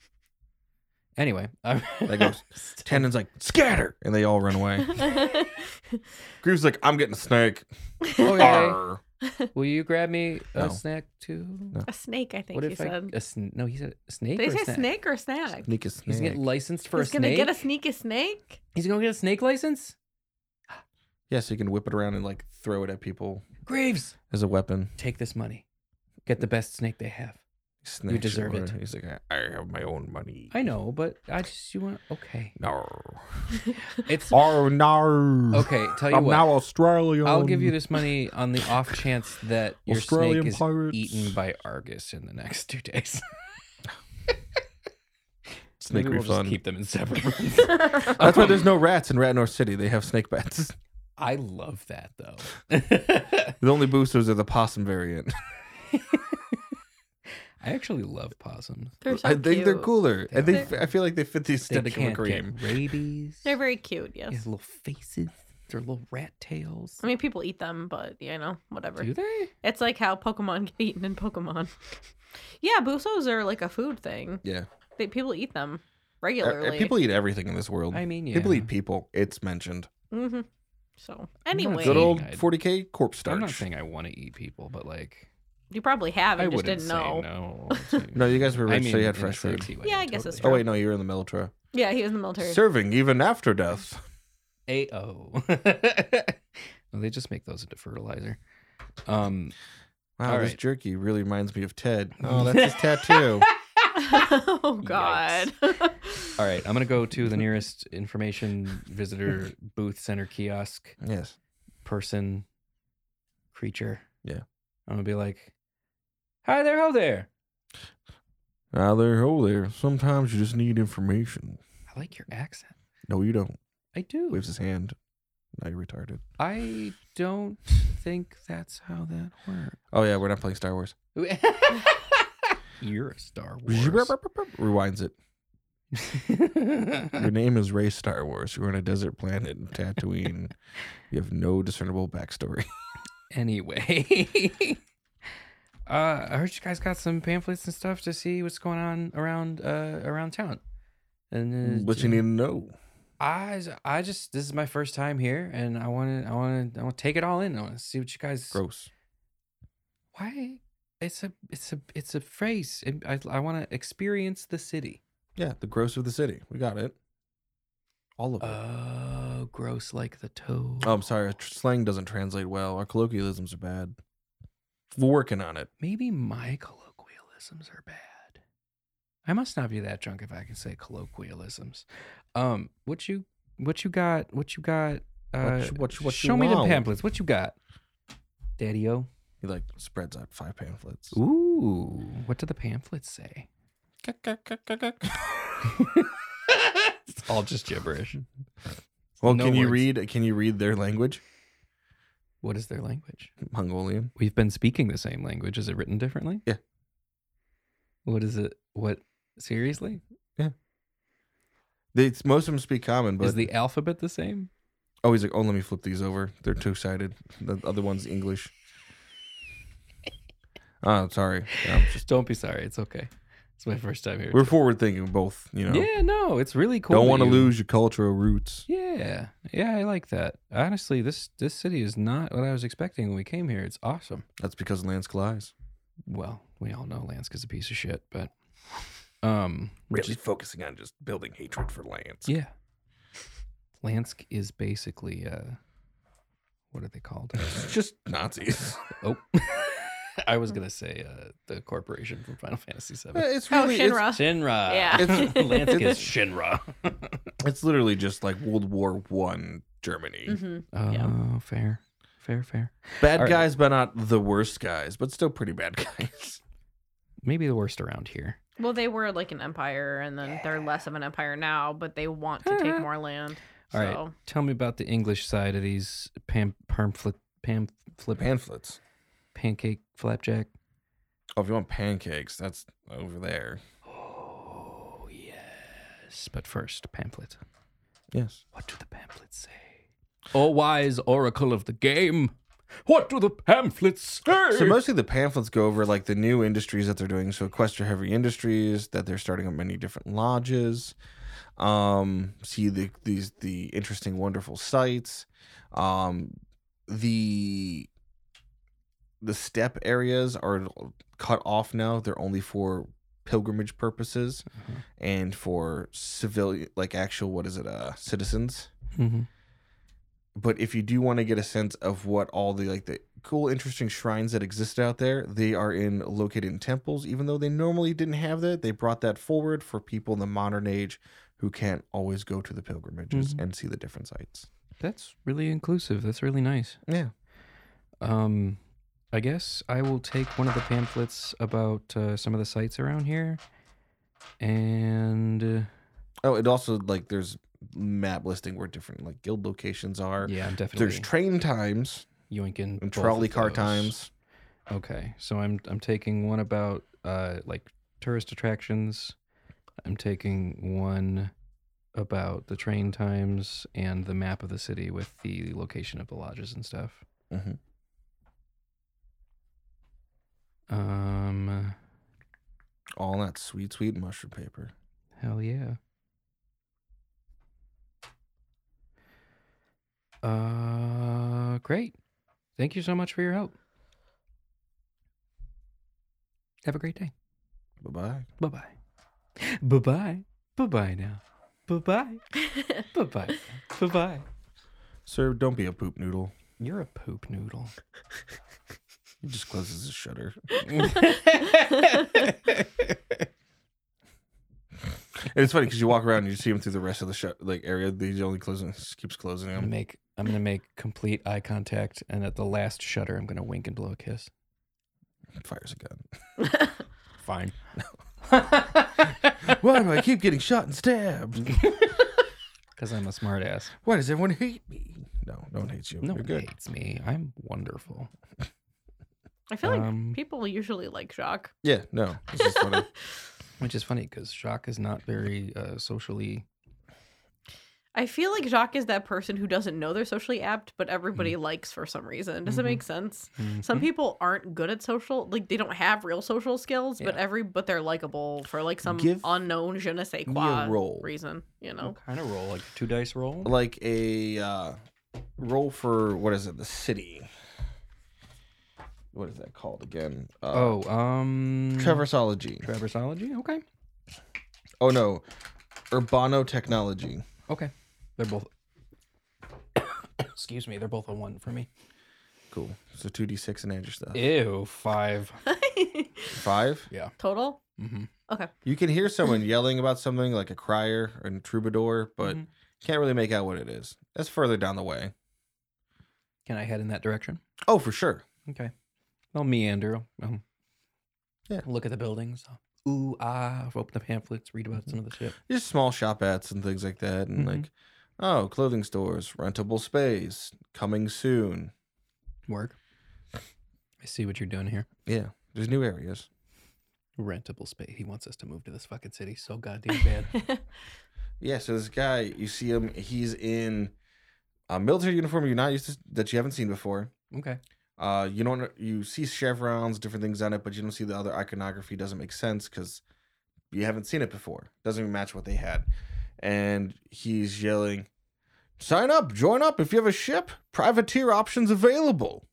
[SPEAKER 1] Anyway, I
[SPEAKER 2] That goes. Tannen's like scatter, and they all run away. Groove's like, I'm getting a snake.
[SPEAKER 1] Okay.
[SPEAKER 2] Arr.
[SPEAKER 1] Will you grab me a
[SPEAKER 2] No.
[SPEAKER 1] snack too?
[SPEAKER 4] a snake, I think
[SPEAKER 1] What
[SPEAKER 4] he
[SPEAKER 1] if I
[SPEAKER 4] said.
[SPEAKER 1] a sn- no? He said a snake.
[SPEAKER 4] They
[SPEAKER 1] or
[SPEAKER 4] say
[SPEAKER 1] snack?
[SPEAKER 4] snake or snack.
[SPEAKER 2] Sneak a
[SPEAKER 1] He's gonna
[SPEAKER 2] snake.
[SPEAKER 1] get licensed for
[SPEAKER 4] He's
[SPEAKER 1] a
[SPEAKER 4] gonna
[SPEAKER 1] snake.
[SPEAKER 4] get a sneaky snake.
[SPEAKER 1] He's gonna get a snake license.
[SPEAKER 2] yeah, so you can whip it around and like throw it at people
[SPEAKER 1] Graves,
[SPEAKER 2] as a weapon.
[SPEAKER 1] take this money. Get the best snake they have.
[SPEAKER 2] Snatch
[SPEAKER 1] deserve
[SPEAKER 2] over.
[SPEAKER 1] it.
[SPEAKER 2] He's like, I I have my own money.
[SPEAKER 1] I know, but I just you want okay.
[SPEAKER 2] No.
[SPEAKER 1] It's
[SPEAKER 2] Oh no.
[SPEAKER 1] okay. Tell you
[SPEAKER 2] I'm
[SPEAKER 1] what,
[SPEAKER 2] now Australian.
[SPEAKER 1] I'll give you this money on the off chance that your
[SPEAKER 2] Australian
[SPEAKER 1] snake is
[SPEAKER 2] pirates.
[SPEAKER 1] eaten by Argus in the next two days.
[SPEAKER 2] snake
[SPEAKER 1] Maybe we'll just
[SPEAKER 2] refund.
[SPEAKER 1] keep them in separate rooms.
[SPEAKER 2] That's why there's no rats in Rat North City. They have snake bats.
[SPEAKER 1] I love that though.
[SPEAKER 2] The only boosters are the possum variant.
[SPEAKER 1] I actually love possums.
[SPEAKER 4] They're so
[SPEAKER 2] I think they're
[SPEAKER 1] E
[SPEAKER 4] cute.
[SPEAKER 2] cooler, and they.
[SPEAKER 4] They're-
[SPEAKER 2] I feel like they fit the
[SPEAKER 1] They
[SPEAKER 2] aesthetic of a
[SPEAKER 1] can't
[SPEAKER 2] cream.
[SPEAKER 1] get rabies.
[SPEAKER 4] They're very cute.
[SPEAKER 1] They
[SPEAKER 4] Yes.
[SPEAKER 1] have little faces. They're little rat tails.
[SPEAKER 4] I mean, people eat them, but you know, whatever.
[SPEAKER 1] Do they?
[SPEAKER 4] It's like how Pokemon get eaten in Pokemon. yeah, busos are like a food thing.
[SPEAKER 2] Yeah,
[SPEAKER 4] They, people eat them
[SPEAKER 2] Uh,
[SPEAKER 4] regularly.
[SPEAKER 2] people eat everything in this world.
[SPEAKER 1] I mean, yeah.
[SPEAKER 2] People eat people. It's mentioned.
[SPEAKER 4] hmm So
[SPEAKER 1] not
[SPEAKER 4] anyway,
[SPEAKER 2] Good
[SPEAKER 1] Wait.
[SPEAKER 2] old
[SPEAKER 1] I'd-
[SPEAKER 2] 40k corpse starch.
[SPEAKER 1] I'm not saying I want to eat people, but like
[SPEAKER 4] you probably have.
[SPEAKER 1] I,
[SPEAKER 4] and just
[SPEAKER 1] wouldn't
[SPEAKER 4] didn't
[SPEAKER 1] say
[SPEAKER 4] know.
[SPEAKER 1] no.
[SPEAKER 2] No, you guys were
[SPEAKER 1] I
[SPEAKER 2] rich,
[SPEAKER 1] mean,
[SPEAKER 2] so you had
[SPEAKER 1] in a
[SPEAKER 2] fresh food.
[SPEAKER 1] sexy way,
[SPEAKER 4] Yeah, I guess
[SPEAKER 1] totally.
[SPEAKER 4] that's
[SPEAKER 2] Oh
[SPEAKER 4] true.
[SPEAKER 2] wait, no, you were in the military.
[SPEAKER 4] Yeah, he was in the military.
[SPEAKER 2] Serving even after death.
[SPEAKER 1] AO. well, they just make those into fertilizer. Um,
[SPEAKER 2] Wow,
[SPEAKER 1] All
[SPEAKER 2] this
[SPEAKER 1] right.
[SPEAKER 2] jerky really reminds me of Ted. Oh, that's his tattoo.
[SPEAKER 4] oh God.
[SPEAKER 1] all right, I'm gonna go to the nearest information visitor booth center kiosk
[SPEAKER 2] Yes.
[SPEAKER 1] person creature.
[SPEAKER 2] Yeah.
[SPEAKER 1] I'm gonna be like, "Hi there, ho there."
[SPEAKER 2] Ah, there, oh there. Sometimes you just need information.
[SPEAKER 1] I like your accent.
[SPEAKER 2] No, you don't.
[SPEAKER 1] I do.
[SPEAKER 2] Waves his hand. Now you're retarded.
[SPEAKER 1] I don't think that's how that works.
[SPEAKER 2] Oh yeah, we're not playing Star Wars.
[SPEAKER 1] You're a Star Wars.
[SPEAKER 2] Rewinds it. Your name is Ray Star Wars. You're on a desert planet in Tatooine. you have no discernible backstory.
[SPEAKER 1] anyway, Uh, I heard you guys got some pamphlets and stuff to see what's going on around uh around town. And uh,
[SPEAKER 2] What you need to know.
[SPEAKER 1] I I just this is my first time here, and I want to I want to I want to take it all in. I want to see what you guys.
[SPEAKER 2] Gross.
[SPEAKER 1] Why? It's a it's a it's a phrase. and I I want to experience the city.
[SPEAKER 2] Yeah, the gross of the city. We got it. All of it.
[SPEAKER 1] Oh, gross like the toad.
[SPEAKER 2] oh, I'm sorry. Our tr- slang doesn't translate well. Our colloquialisms are bad. We're working on it.
[SPEAKER 1] Maybe my colloquialisms are bad. I must not be that drunk if I can say colloquialisms. Um, what you what you got? What you got? Uh,
[SPEAKER 2] you- what you- what you
[SPEAKER 1] show me the
[SPEAKER 2] want?
[SPEAKER 1] pamphlets. What you got, Daddy O?
[SPEAKER 2] He like spreads out five pamphlets.
[SPEAKER 1] Ooh, what do the pamphlets say? It's all just gibberish.
[SPEAKER 2] well,
[SPEAKER 1] No
[SPEAKER 2] can you
[SPEAKER 1] words.
[SPEAKER 2] read? Can you read their language?
[SPEAKER 1] What is their language?
[SPEAKER 2] Mongolian.
[SPEAKER 1] We've been speaking the same language. Is it written differently?
[SPEAKER 2] Yeah.
[SPEAKER 1] What is it? What? Seriously?
[SPEAKER 2] They, most of them speak common, but
[SPEAKER 1] is the alphabet the same?
[SPEAKER 2] oh, he's like, oh, let me flip these over. They're two sided. The other one's English. Oh, sorry. Yeah, I'm just-
[SPEAKER 1] Don't be sorry. It's okay. It's my first time here.
[SPEAKER 2] we're forward thinking, both. You know,
[SPEAKER 1] Yeah, no, it's really cool.
[SPEAKER 2] don't
[SPEAKER 1] that
[SPEAKER 2] want to
[SPEAKER 1] you-
[SPEAKER 2] lose your cultural roots.
[SPEAKER 1] Yeah, yeah, I like that. Honestly, this this city is not what I was expecting when we came here. It's awesome.
[SPEAKER 2] That's because Lance collides.
[SPEAKER 1] Well, we all know Lance is a piece of shit, but um, which
[SPEAKER 2] Really focusing on just building hatred for Lance.
[SPEAKER 1] Yeah. Lansk is basically uh what are they called?
[SPEAKER 2] It's just Nazis.
[SPEAKER 1] oh. I was gonna say uh the corporation from Final Fantasy
[SPEAKER 2] Uh,
[SPEAKER 1] VII.
[SPEAKER 2] it's
[SPEAKER 4] Oh,
[SPEAKER 2] really it's-
[SPEAKER 4] Shinra.
[SPEAKER 1] Shinra.
[SPEAKER 4] Yeah.
[SPEAKER 2] It's-
[SPEAKER 1] Lansk is
[SPEAKER 2] it's-
[SPEAKER 1] Shinra.
[SPEAKER 2] It's, literally just like World War One Germany.
[SPEAKER 4] hmm
[SPEAKER 1] Oh,
[SPEAKER 4] Yeah.
[SPEAKER 1] fair. Fair, fair.
[SPEAKER 2] Bad
[SPEAKER 1] All right.
[SPEAKER 2] guys, but not the worst guys, but still pretty bad guys.
[SPEAKER 1] Maybe the worst around here.
[SPEAKER 4] Well, they were like an empire, and then they're less of an empire now, but they want to take more land.
[SPEAKER 1] All right.
[SPEAKER 4] so
[SPEAKER 1] Tell me about the English side of these pam pamphlet pam flip
[SPEAKER 2] Pamphlets.
[SPEAKER 1] pancake flapjack.
[SPEAKER 2] Oh, if you want pancakes, that's over there.
[SPEAKER 1] Oh yes. But first, pamphlet.
[SPEAKER 2] Yes.
[SPEAKER 1] What do the pamphlets say? O wise oracle of the game, what do the pamphlets say?
[SPEAKER 2] So mostly the pamphlets go over like the new industries that they're doing. So Quest for Heavy Industries that they're starting up many different lodges. Um, see the these the interesting wonderful sites. Um, the the step areas are cut off now. They're only for pilgrimage purposes and for civilian like actual what is it uh citizens
[SPEAKER 1] Mhm.
[SPEAKER 2] but if you do want to get a sense of what all the like the cool interesting shrines that exist out there they are in located in temples even though they normally didn't have that they brought that forward for people in the modern age who can't always go to the pilgrimages
[SPEAKER 1] Mhm.
[SPEAKER 2] and see the different sites
[SPEAKER 1] That's really inclusive. That's really nice.
[SPEAKER 2] yeah
[SPEAKER 1] Um, I guess I will take one of the pamphlets about uh, some of the sites around here, and uh,
[SPEAKER 2] oh it also like there's map listing where different like guild locations are
[SPEAKER 1] yeah, I'm definitely
[SPEAKER 2] there's train times
[SPEAKER 1] yoinking both
[SPEAKER 2] and trolley
[SPEAKER 1] of
[SPEAKER 2] car
[SPEAKER 1] those.
[SPEAKER 2] times
[SPEAKER 1] Okay, so I'm I'm taking one about uh like tourist attractions. I'm taking one about the train times and the map of the city with the location of the lodges and stuff.
[SPEAKER 2] hmm
[SPEAKER 1] Um,
[SPEAKER 2] all that sweet sweet mushroom paper
[SPEAKER 1] hell yeah. Uh, great. Thank you so much for your help. Have a great day.
[SPEAKER 2] bye-bye
[SPEAKER 1] Bye bye. Bye bye. Bye bye now. Bye bye. Bye bye. Bye bye.
[SPEAKER 2] sir don't be a poop noodle
[SPEAKER 1] You're a poop noodle.
[SPEAKER 2] he just closes his shutter And it's funny because you walk around and you see him through the rest of the show, like area. He's only closing, just keeps closing
[SPEAKER 1] I'm gonna
[SPEAKER 2] him.
[SPEAKER 1] make I'm gonna make complete eye contact, and at the last shutter, I'm gonna wink and blow a kiss.
[SPEAKER 2] Fires a gun.
[SPEAKER 1] Fine.
[SPEAKER 2] Why do I keep getting shot and stabbed?
[SPEAKER 1] Because I'm a smart ass.
[SPEAKER 2] Why does everyone hate me? No, no one hates you.
[SPEAKER 1] No
[SPEAKER 2] You're
[SPEAKER 1] one
[SPEAKER 2] good.
[SPEAKER 1] hates me. I'm wonderful.
[SPEAKER 4] I feel like
[SPEAKER 1] Um,
[SPEAKER 4] people usually like Jacques.
[SPEAKER 2] Yeah, no. It's just funny.
[SPEAKER 1] Which is funny because Shock is not very uh, socially
[SPEAKER 4] I feel like Jacques is that person who doesn't know they're socially apt, but everybody
[SPEAKER 1] Mm.
[SPEAKER 4] likes for some reason. Does it
[SPEAKER 1] Mm-hmm.
[SPEAKER 4] make sense? Some people aren't good at social, like they don't have real social skills, but
[SPEAKER 2] Yeah.
[SPEAKER 4] every but they're likable for like some
[SPEAKER 2] Give
[SPEAKER 4] unknown je ne sais
[SPEAKER 2] me a
[SPEAKER 4] quoi
[SPEAKER 2] roll.
[SPEAKER 4] reason. You know,
[SPEAKER 3] What kind of roll? Like a two dice roll?
[SPEAKER 2] Like a uh, roll for what is it? The city. What is that called again? Uh,
[SPEAKER 1] Oh, um.
[SPEAKER 2] traversology.
[SPEAKER 1] Traversology? Okay.
[SPEAKER 2] oh no, urbano technology.
[SPEAKER 1] Okay. They're both. Excuse me. They're both a one for me.
[SPEAKER 2] Cool. So two d six and add your stuff.
[SPEAKER 1] Ew, five.
[SPEAKER 2] Five.
[SPEAKER 4] total.
[SPEAKER 1] Mm-hmm.
[SPEAKER 4] Okay,
[SPEAKER 2] You can hear someone yelling about something like a crier or a troubadour, but
[SPEAKER 1] Mhm.
[SPEAKER 2] can't really make out what it is. That's further down the way.
[SPEAKER 1] Can I head in that direction?
[SPEAKER 2] Oh, for sure.
[SPEAKER 1] Okay. I'll meander. Um,
[SPEAKER 2] Yeah.
[SPEAKER 1] Look at the buildings. Ooh, ah. Open the pamphlets. Read about some of the shit.
[SPEAKER 2] Just small shop ads and things like that,
[SPEAKER 1] Mhm.
[SPEAKER 2] and like, oh, clothing stores, rentable space, coming soon.
[SPEAKER 1] Work. I see what you're doing here.
[SPEAKER 2] Yeah, there's new areas.
[SPEAKER 1] Rentable space. He wants us to move to this fucking city so goddamn bad.
[SPEAKER 2] Yeah, so this guy, you see him, he's in a military uniform you're not used to, that you haven't seen before.
[SPEAKER 1] okay.
[SPEAKER 2] Uh, you don't you see chevrons, different things on it, but you don't see the other iconography. Doesn't make sense because you haven't seen it before. Doesn't even match what they had. And he's yelling, "Sign up, join up if you have a ship. Privateer options available.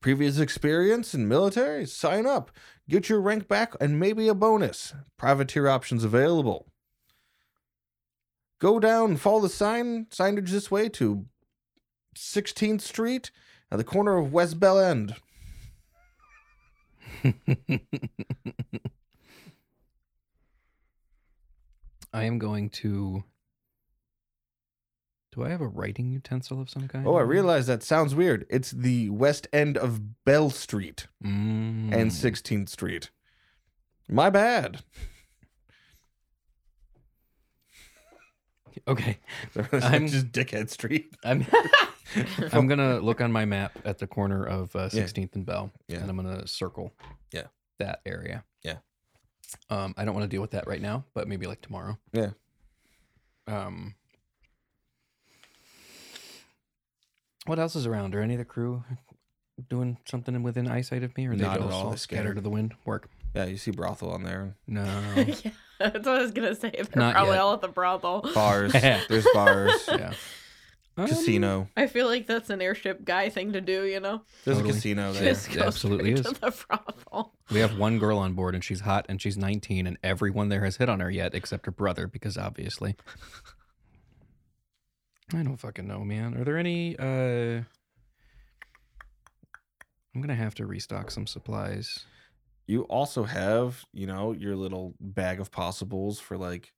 [SPEAKER 2] Previous experience in military, sign up, get your rank back, and maybe a bonus. Privateer options available. Go down, follow the sign signage this way to 16th Street." at the corner of West Bell End.
[SPEAKER 1] I am going to. Do I have a writing utensil of some kind?
[SPEAKER 2] Oh, I realize that sounds weird. It's the West End of Bell Street
[SPEAKER 1] Mm.
[SPEAKER 2] and 16th Street. My bad.
[SPEAKER 1] Okay. I'm-
[SPEAKER 2] I'm just Dickhead Street.
[SPEAKER 1] I'm I'm gonna look on my map at the corner of uh,
[SPEAKER 2] Yeah.
[SPEAKER 1] 16th and Bell,
[SPEAKER 2] Yeah.
[SPEAKER 1] and I'm gonna circle.
[SPEAKER 2] Yeah.
[SPEAKER 1] That area.
[SPEAKER 2] Yeah.
[SPEAKER 1] Um, I don't want to deal with that right now, but maybe like tomorrow.
[SPEAKER 2] Yeah.
[SPEAKER 1] Um. What else is around? Are any of the crew doing something within eyesight of me, or are they
[SPEAKER 2] Not at
[SPEAKER 1] just
[SPEAKER 2] all. They're
[SPEAKER 1] scattered to the wind? Work.
[SPEAKER 2] Yeah, you see brothel on there.
[SPEAKER 1] No.
[SPEAKER 4] yeah, that's what I was gonna say. They're
[SPEAKER 1] Not
[SPEAKER 4] probably
[SPEAKER 1] yet.
[SPEAKER 4] all at the brothel.
[SPEAKER 2] Bars. There's bars.
[SPEAKER 1] yeah. Um,
[SPEAKER 2] Casino.
[SPEAKER 4] I feel like that's an airship guy thing to do. You know,
[SPEAKER 2] There's
[SPEAKER 1] Totally.
[SPEAKER 2] a casino there.
[SPEAKER 4] just
[SPEAKER 1] it
[SPEAKER 4] go
[SPEAKER 1] Oh, absolutely is.
[SPEAKER 4] straight
[SPEAKER 1] Oh,
[SPEAKER 4] to the brothel.
[SPEAKER 1] We have one girl on board, and she's hot, and she's 19, and everyone there has hit on her yet, except her brother, because obviously. I don't fucking know, man. Are there any? uh I'm gonna have to restock some supplies.
[SPEAKER 2] You also have, you know, your little bag of possibles for like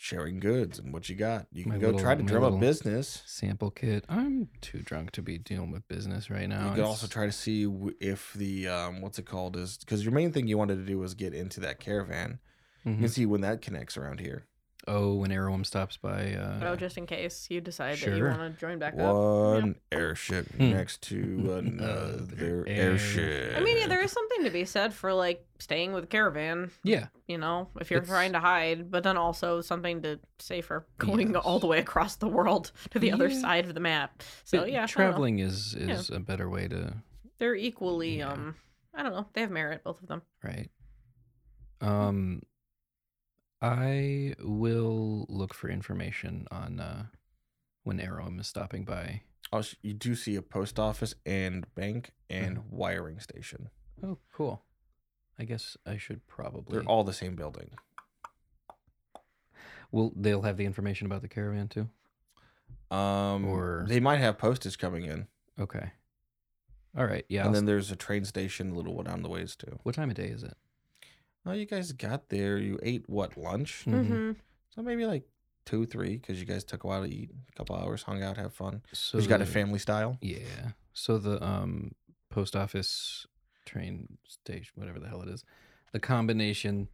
[SPEAKER 2] sharing goods and what you got. You can
[SPEAKER 1] My
[SPEAKER 2] go
[SPEAKER 1] little-
[SPEAKER 2] try to
[SPEAKER 1] my
[SPEAKER 2] drum
[SPEAKER 1] little-
[SPEAKER 2] up business.
[SPEAKER 1] Sample kit. I'm too drunk to be dealing with business right now.
[SPEAKER 2] you could
[SPEAKER 1] Oh, It's-
[SPEAKER 2] also try to see w- if the um, what's it called is because your main thing you wanted to do was get into that caravan. You can
[SPEAKER 1] Mhm.
[SPEAKER 2] see when that connects around here.
[SPEAKER 1] Oh, when Arrowum stops by.
[SPEAKER 4] Oh,
[SPEAKER 1] Uh,
[SPEAKER 4] just in case you decide that you
[SPEAKER 1] Sure.
[SPEAKER 4] want to join back up.
[SPEAKER 2] One airship
[SPEAKER 1] Hmm.
[SPEAKER 2] next to another
[SPEAKER 1] Another
[SPEAKER 2] airship.
[SPEAKER 4] I mean, yeah, there is something to be said for like staying with a caravan,
[SPEAKER 1] yeah.
[SPEAKER 4] you know, if you're
[SPEAKER 1] It's-
[SPEAKER 4] trying to hide, but then also something to say for going
[SPEAKER 1] Yes.
[SPEAKER 4] all the way across the world to the other
[SPEAKER 1] Yeah.
[SPEAKER 4] side of the map. So
[SPEAKER 1] But
[SPEAKER 4] yeah, I don't know.
[SPEAKER 1] Traveling is is a better way to
[SPEAKER 4] they're equally
[SPEAKER 1] Yeah.
[SPEAKER 4] um I don't know, they have merit both of them.
[SPEAKER 1] Right. Um I will look for information on uh when Arrowham is stopping by.
[SPEAKER 2] Oh, sh- you do see a post office and bank and
[SPEAKER 1] Mm-hmm.
[SPEAKER 2] wiring station.
[SPEAKER 1] Oh, cool. I guess I should probably
[SPEAKER 2] They're all the same building.
[SPEAKER 1] Will they'll have the information about the caravan too?
[SPEAKER 2] Um,
[SPEAKER 1] Or-
[SPEAKER 2] they might have postage coming in,
[SPEAKER 1] Okay. All right. Yeah. I'll
[SPEAKER 2] and
[SPEAKER 1] s-
[SPEAKER 2] then there's a train station a little one on the ways too.
[SPEAKER 1] what time of day is it?
[SPEAKER 2] Oh, you guys got there. You ate what lunch?
[SPEAKER 4] Mm-hmm.
[SPEAKER 2] So maybe like two, three, because you guys took a while to eat, a couple hours, hung out, have fun.
[SPEAKER 1] So
[SPEAKER 2] Because you got a
[SPEAKER 1] the-
[SPEAKER 2] family style.
[SPEAKER 1] Yeah. So the um post office train station whatever the hell it is. The combination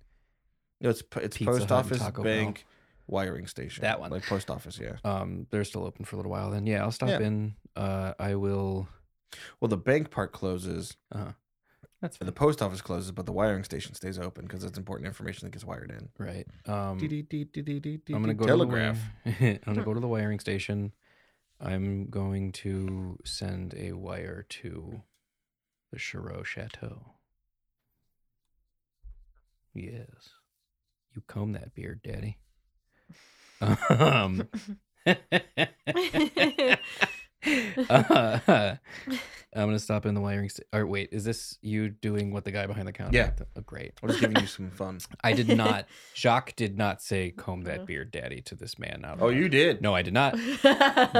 [SPEAKER 2] No, it's p- it's
[SPEAKER 1] Pizza
[SPEAKER 2] post
[SPEAKER 1] Hut and
[SPEAKER 2] office,
[SPEAKER 1] Taco Bell.
[SPEAKER 2] bank, wiring station.
[SPEAKER 1] That one.
[SPEAKER 2] like post office. Yeah.
[SPEAKER 1] um they're still open for a little while then. Yeah, I'll stop
[SPEAKER 2] Yeah.
[SPEAKER 1] in. Uh I will
[SPEAKER 2] Well, the bank part closes.
[SPEAKER 1] Uh-huh.
[SPEAKER 3] That's
[SPEAKER 2] The post office closes, but the wiring station stays open because it's important information that gets wired in.
[SPEAKER 1] Right. Um,
[SPEAKER 2] I'm
[SPEAKER 1] I'm gonna go
[SPEAKER 2] telegraph.
[SPEAKER 1] To the wire- I'm gonna go to the wiring station. I'm going to send a wire to the Chereau Chateau. Yes, you comb that beard, Daddy. Um, uh, I'm gonna stop in the wiring. St- or wait, is this you doing what the guy behind the counter?
[SPEAKER 2] Yeah.
[SPEAKER 1] Oh, great.
[SPEAKER 2] I'm just giving you some fun.
[SPEAKER 1] I did not. Jacques did not say comb that
[SPEAKER 4] No.
[SPEAKER 1] beard, Daddy, to this man. out
[SPEAKER 2] Mm-hmm. Oh,
[SPEAKER 1] loud.
[SPEAKER 2] you did.
[SPEAKER 1] No, I did not.
[SPEAKER 4] no,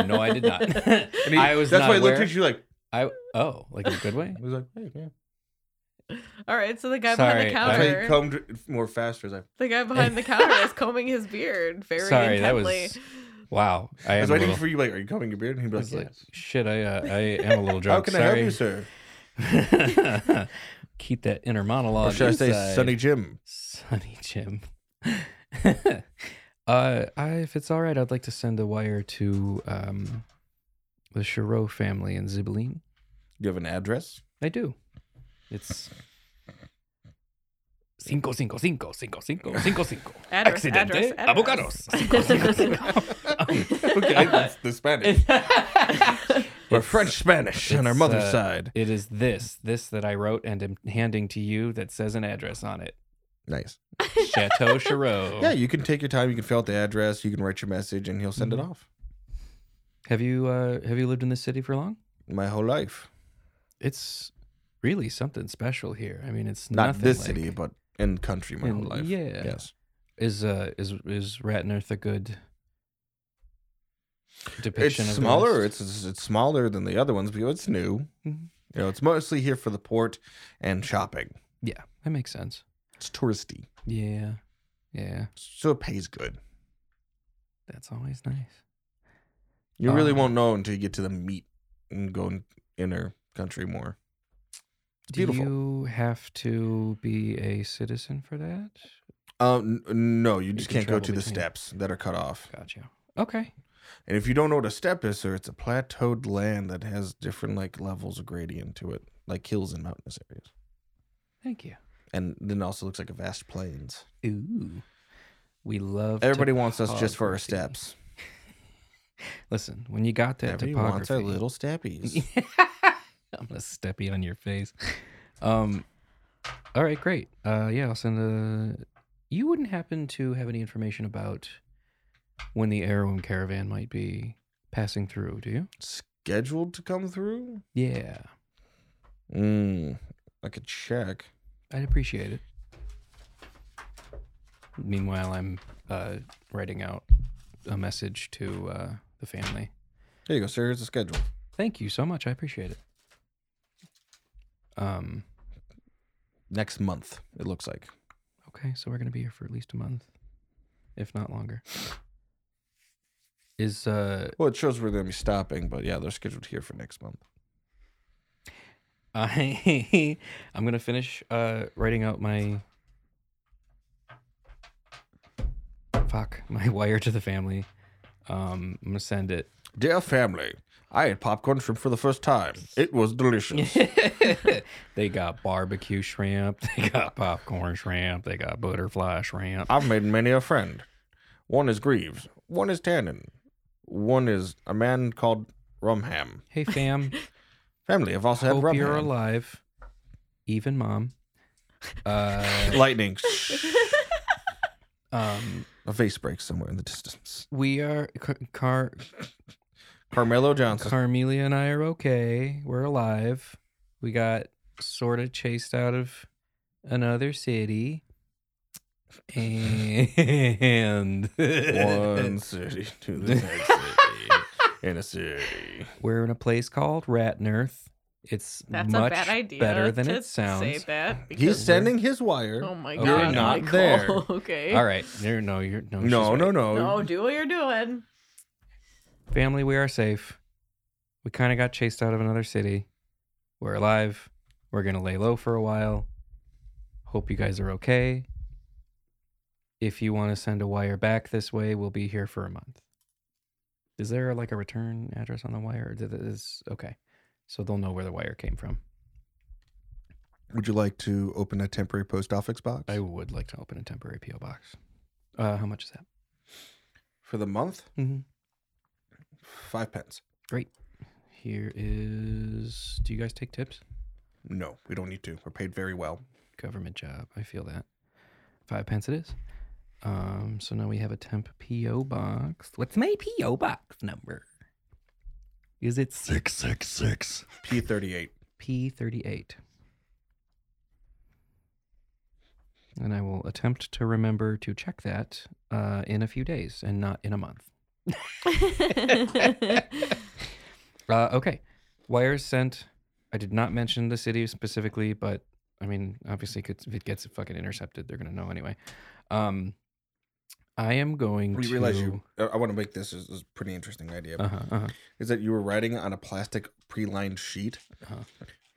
[SPEAKER 1] No, I did not.
[SPEAKER 2] And he-
[SPEAKER 1] I was
[SPEAKER 2] That's
[SPEAKER 1] not
[SPEAKER 2] why he
[SPEAKER 1] aware.
[SPEAKER 2] looked at you like.
[SPEAKER 1] I oh, like in a good way.
[SPEAKER 2] He was like, hey, yeah.
[SPEAKER 4] All right, so the guy
[SPEAKER 1] Sorry,
[SPEAKER 4] behind
[SPEAKER 2] That's why
[SPEAKER 4] the
[SPEAKER 2] he
[SPEAKER 4] counter,
[SPEAKER 2] combed it more faster. As I,
[SPEAKER 4] the guy behind the counter is combing his beard very
[SPEAKER 1] Sorry, that was.
[SPEAKER 4] intently.
[SPEAKER 1] Wow, I am
[SPEAKER 2] was
[SPEAKER 1] a
[SPEAKER 2] waiting
[SPEAKER 1] little,
[SPEAKER 2] for you. Like, are you combing your beard? And he'd be
[SPEAKER 1] I
[SPEAKER 2] like,
[SPEAKER 1] was like,
[SPEAKER 2] yes.
[SPEAKER 1] shit. I uh, I am a little drunk.
[SPEAKER 2] How can I
[SPEAKER 1] Sorry.
[SPEAKER 2] help you, sir?
[SPEAKER 1] Keep that inner monologue.
[SPEAKER 2] Or should I say,
[SPEAKER 1] inside.
[SPEAKER 2] Sunny Jim?
[SPEAKER 1] Sunny Jim. uh, I, if it's all right, I'd like to send a wire to um, the Chereau family in Zibeline.
[SPEAKER 2] You have an address?
[SPEAKER 1] I do. It's cinco cinco cinco cinco cinco cinco cinco.
[SPEAKER 4] Address,
[SPEAKER 1] Accidente,
[SPEAKER 4] address, address.
[SPEAKER 1] avocados. Cinco cinco cinco.
[SPEAKER 2] Okay, that's the Spanish. We're
[SPEAKER 1] It's-
[SPEAKER 2] French Spanish on our
[SPEAKER 1] it's,
[SPEAKER 2] mother's
[SPEAKER 1] uh,
[SPEAKER 2] side.
[SPEAKER 1] It is this, this that I wrote and am handing to you that says an address on it.
[SPEAKER 2] Nice.
[SPEAKER 1] Chateau Chereau.
[SPEAKER 2] Yeah, you can take your time. You can fill out the address. You can write your message, and he'll send it off.
[SPEAKER 1] Have you uh, have you lived in this city for long?
[SPEAKER 2] My whole life,
[SPEAKER 1] It's really something special here. I mean, it's
[SPEAKER 2] not
[SPEAKER 1] nothing
[SPEAKER 2] this
[SPEAKER 1] like-
[SPEAKER 2] city, but in country, my
[SPEAKER 1] In-
[SPEAKER 2] whole life.
[SPEAKER 1] yeah.
[SPEAKER 2] Yes.
[SPEAKER 1] Is uh is is Ratnerth a good
[SPEAKER 2] It's
[SPEAKER 1] depiction? of the
[SPEAKER 2] smaller.
[SPEAKER 1] West?
[SPEAKER 2] It's, it's it's smaller than the other ones because it's new.
[SPEAKER 1] Mhm.
[SPEAKER 2] You know, it's mostly here for the port and shopping.
[SPEAKER 1] yeah, that makes sense.
[SPEAKER 2] It's touristy,
[SPEAKER 1] Yeah, yeah,
[SPEAKER 2] so it pays good.
[SPEAKER 1] that's always nice.
[SPEAKER 2] You really
[SPEAKER 1] Um,
[SPEAKER 2] won't know until you get to the meat and go in inner country more. It's
[SPEAKER 1] Do
[SPEAKER 2] beautiful.
[SPEAKER 1] you have to be a citizen for that?
[SPEAKER 2] Um, n- no, you just
[SPEAKER 1] can
[SPEAKER 2] can't go
[SPEAKER 1] travel
[SPEAKER 2] to the
[SPEAKER 1] between.
[SPEAKER 2] steps that are cut off.
[SPEAKER 1] Gotcha. Okay.
[SPEAKER 2] And if you don't know what a step is, sir, it's a plateaued land that has different like levels of gradient to it, like hills and mountainous areas,
[SPEAKER 1] Thank you.
[SPEAKER 2] and then also looks like a vast plains.
[SPEAKER 1] Ooh. We love
[SPEAKER 2] Everybody wants us just for our
[SPEAKER 1] topography.
[SPEAKER 2] steps.
[SPEAKER 1] Listen, when you got that
[SPEAKER 2] Everybody wants
[SPEAKER 1] topography,
[SPEAKER 2] our little steppies.
[SPEAKER 1] I'm gonna steppy on your face. Um, all right, great. Uh, yeah, I'll send a. You wouldn't happen to have any information about when the Arrowham caravan might be passing through, do you?
[SPEAKER 2] scheduled to come through?
[SPEAKER 1] Yeah,
[SPEAKER 2] Mm, I could check.
[SPEAKER 1] I'd appreciate it. Meanwhile, I'm uh, writing out a message to uh, the family.
[SPEAKER 2] Here you go, sir. Here's the schedule.
[SPEAKER 1] Thank you so much. I appreciate it. Um.
[SPEAKER 2] Next month, it looks like.
[SPEAKER 1] Okay, so we're gonna be here for at least a month, if not longer. Is uh,
[SPEAKER 2] Well, it shows we're going to be stopping, but yeah, they're scheduled here for next month.
[SPEAKER 1] I I'm gonna finish uh writing out my fuck my wire to the family. Um, I'm gonna send it.
[SPEAKER 2] Dear family, I ate popcorn shrimp for the first time. It was delicious.
[SPEAKER 1] they got barbecue shrimp. They got popcorn shrimp. They got butterfly shrimp.
[SPEAKER 2] I've made many a friend. One is Greaves, one is Tannen, one is a man called Rumham.
[SPEAKER 1] Hey fam,
[SPEAKER 2] Family, I've also had
[SPEAKER 1] hope you're
[SPEAKER 2] Rumham.
[SPEAKER 1] alive. Even mom. Uh,
[SPEAKER 2] Lightning. Shh.
[SPEAKER 1] um,
[SPEAKER 2] a face breaks somewhere in the distance.
[SPEAKER 1] we are Car- Car
[SPEAKER 2] Carmelo Johnson.
[SPEAKER 1] Carmelia and I are okay. We're alive. We got sort of chased out of another city. And
[SPEAKER 2] One city to the next city in a city.
[SPEAKER 1] we're in a place called Ratnerth. It's
[SPEAKER 4] That's
[SPEAKER 1] much
[SPEAKER 4] a bad idea.
[SPEAKER 1] better than
[SPEAKER 4] to
[SPEAKER 1] it sounds.
[SPEAKER 4] Say that
[SPEAKER 2] He's
[SPEAKER 4] because-
[SPEAKER 2] sending his wire.
[SPEAKER 4] Oh my
[SPEAKER 1] You're
[SPEAKER 4] god!
[SPEAKER 1] not
[SPEAKER 4] Michael.
[SPEAKER 2] there.
[SPEAKER 4] okay.
[SPEAKER 1] All right. You're, no, you're no. she's
[SPEAKER 2] no,
[SPEAKER 1] right.
[SPEAKER 2] no, no,
[SPEAKER 4] No, do what you're doing.
[SPEAKER 1] Family, we are safe. We kind of got chased out of another city. We're alive. We're going to lay low for a while. Hope you guys are okay. If you want to send a wire back this way, we'll be here for a month. Is there like a return address on the wire? Or did it- is okay. So they'll know where the wire came from.
[SPEAKER 2] Would you like to open a temporary post office box
[SPEAKER 1] I would like to open a temporary PO box. Uh, how much is that?
[SPEAKER 2] for the month?
[SPEAKER 1] Mm-hmm.
[SPEAKER 2] Five pence.
[SPEAKER 1] Here is. Do you guys take tips?
[SPEAKER 2] No, we don't need to. We're paid very well.
[SPEAKER 1] Government job. I feel that. Five pence it is. Um, so now we have a temp PO box. What's my PO box number? Is it six six six
[SPEAKER 2] P thirty eight.
[SPEAKER 1] P thirty eight? And I will attempt to remember to check that uh, in a few days and not in a month. Uh, okay. Wires sent. I did not mention the city specifically, but I mean, obviously, it gets- if it gets fucking intercepted, they're gonna know anyway. Um, I am going
[SPEAKER 2] We
[SPEAKER 1] to
[SPEAKER 2] realize you. I, I want to make this is, is a pretty interesting idea.
[SPEAKER 1] Uh huh. Uh-huh.
[SPEAKER 2] Is that you were writing on a plastic pre-lined sheet
[SPEAKER 1] Uh-huh.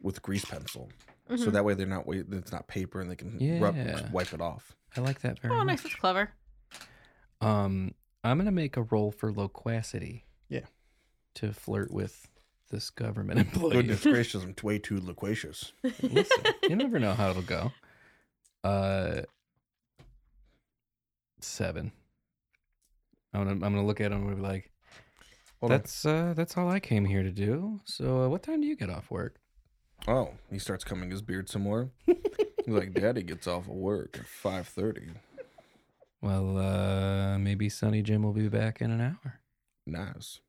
[SPEAKER 2] with grease pencil, so
[SPEAKER 4] Mhm.
[SPEAKER 2] that way they're not. wa- It's not paper, and they can rub,
[SPEAKER 1] Yeah.
[SPEAKER 2] wipe it off.
[SPEAKER 1] I like that very
[SPEAKER 4] oh,
[SPEAKER 1] much.
[SPEAKER 4] nice. That's clever.
[SPEAKER 1] Um, I'm gonna make a roll for loquacity.
[SPEAKER 2] Yeah.
[SPEAKER 1] To flirt with this government employee.
[SPEAKER 2] Goodness gracious, I'm way too loquacious.
[SPEAKER 1] Listen, you never know how it'll go. Uh, seven. I'm gonna, I'm gonna look at him and be like,
[SPEAKER 2] Hold on.
[SPEAKER 1] that's uh, that's all I came here to do. So, uh, what time do you get off work?
[SPEAKER 2] Oh, he starts combing his beard some more. He's like, Daddy gets off of work at five thirty.
[SPEAKER 1] Well, uh, maybe Sonny Jim will be back in an hour.
[SPEAKER 2] Nice,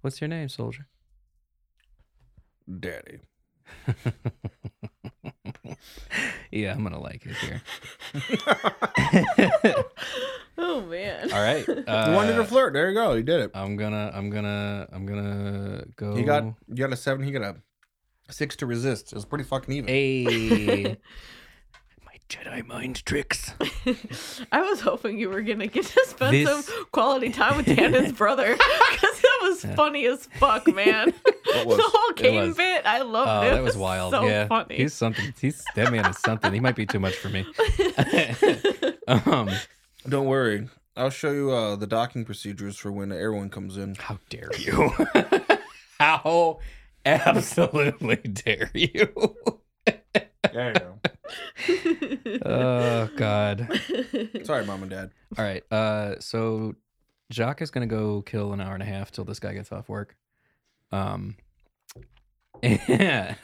[SPEAKER 1] What's your name, soldier?
[SPEAKER 2] Daddy.
[SPEAKER 1] yeah, I'm gonna like it here.
[SPEAKER 4] Oh man.
[SPEAKER 1] all right.
[SPEAKER 2] You wanted to
[SPEAKER 1] Uh,
[SPEAKER 2] flirt. There you go. He did it.
[SPEAKER 1] I'm gonna, I'm gonna, I'm gonna go.
[SPEAKER 2] He got you got a seven. He got a six to resist. It was pretty fucking even.
[SPEAKER 1] a my Jedi mind tricks.
[SPEAKER 4] I was hoping you were gonna get to spend
[SPEAKER 1] This-
[SPEAKER 4] some quality time with Dan and his brother because that was funny as fuck, man.
[SPEAKER 2] was.
[SPEAKER 4] the whole
[SPEAKER 1] It
[SPEAKER 4] game
[SPEAKER 1] was.
[SPEAKER 4] bit, I loved
[SPEAKER 1] Oh,
[SPEAKER 4] it.
[SPEAKER 1] that
[SPEAKER 4] It
[SPEAKER 1] was wild.
[SPEAKER 4] So
[SPEAKER 1] yeah,
[SPEAKER 4] funny.
[SPEAKER 1] he's something. He's that man is something. He might be too much for me. um,
[SPEAKER 2] Don't worry. I'll show you uh, the docking procedures for when everyone comes in.
[SPEAKER 1] How dare you? How absolutely dare you?
[SPEAKER 2] There you go.
[SPEAKER 1] oh God.
[SPEAKER 2] Sorry, mom and dad.
[SPEAKER 1] All right. Uh so Jacques is gonna go kill an hour and a half till this guy gets off work. Um and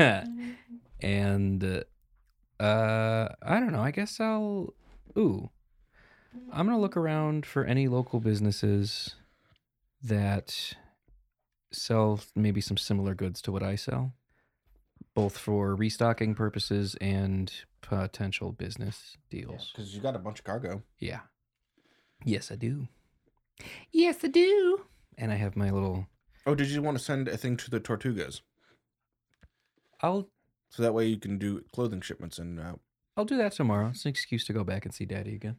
[SPEAKER 1] uh I don't know, I guess I'll ooh. I'm gonna look around for any local businesses that sell maybe some similar goods to what I sell, both for restocking purposes and potential business deals.
[SPEAKER 2] Because you got a bunch of cargo.
[SPEAKER 1] Yeah. Yes, I do. Yes, I do. And I have my little.
[SPEAKER 2] Oh, did you want to send a thing to the Tortugas?
[SPEAKER 1] I'll
[SPEAKER 2] So that way you can do clothing shipments and out.
[SPEAKER 1] I'll do that tomorrow. It's an excuse to go back and see Daddy again.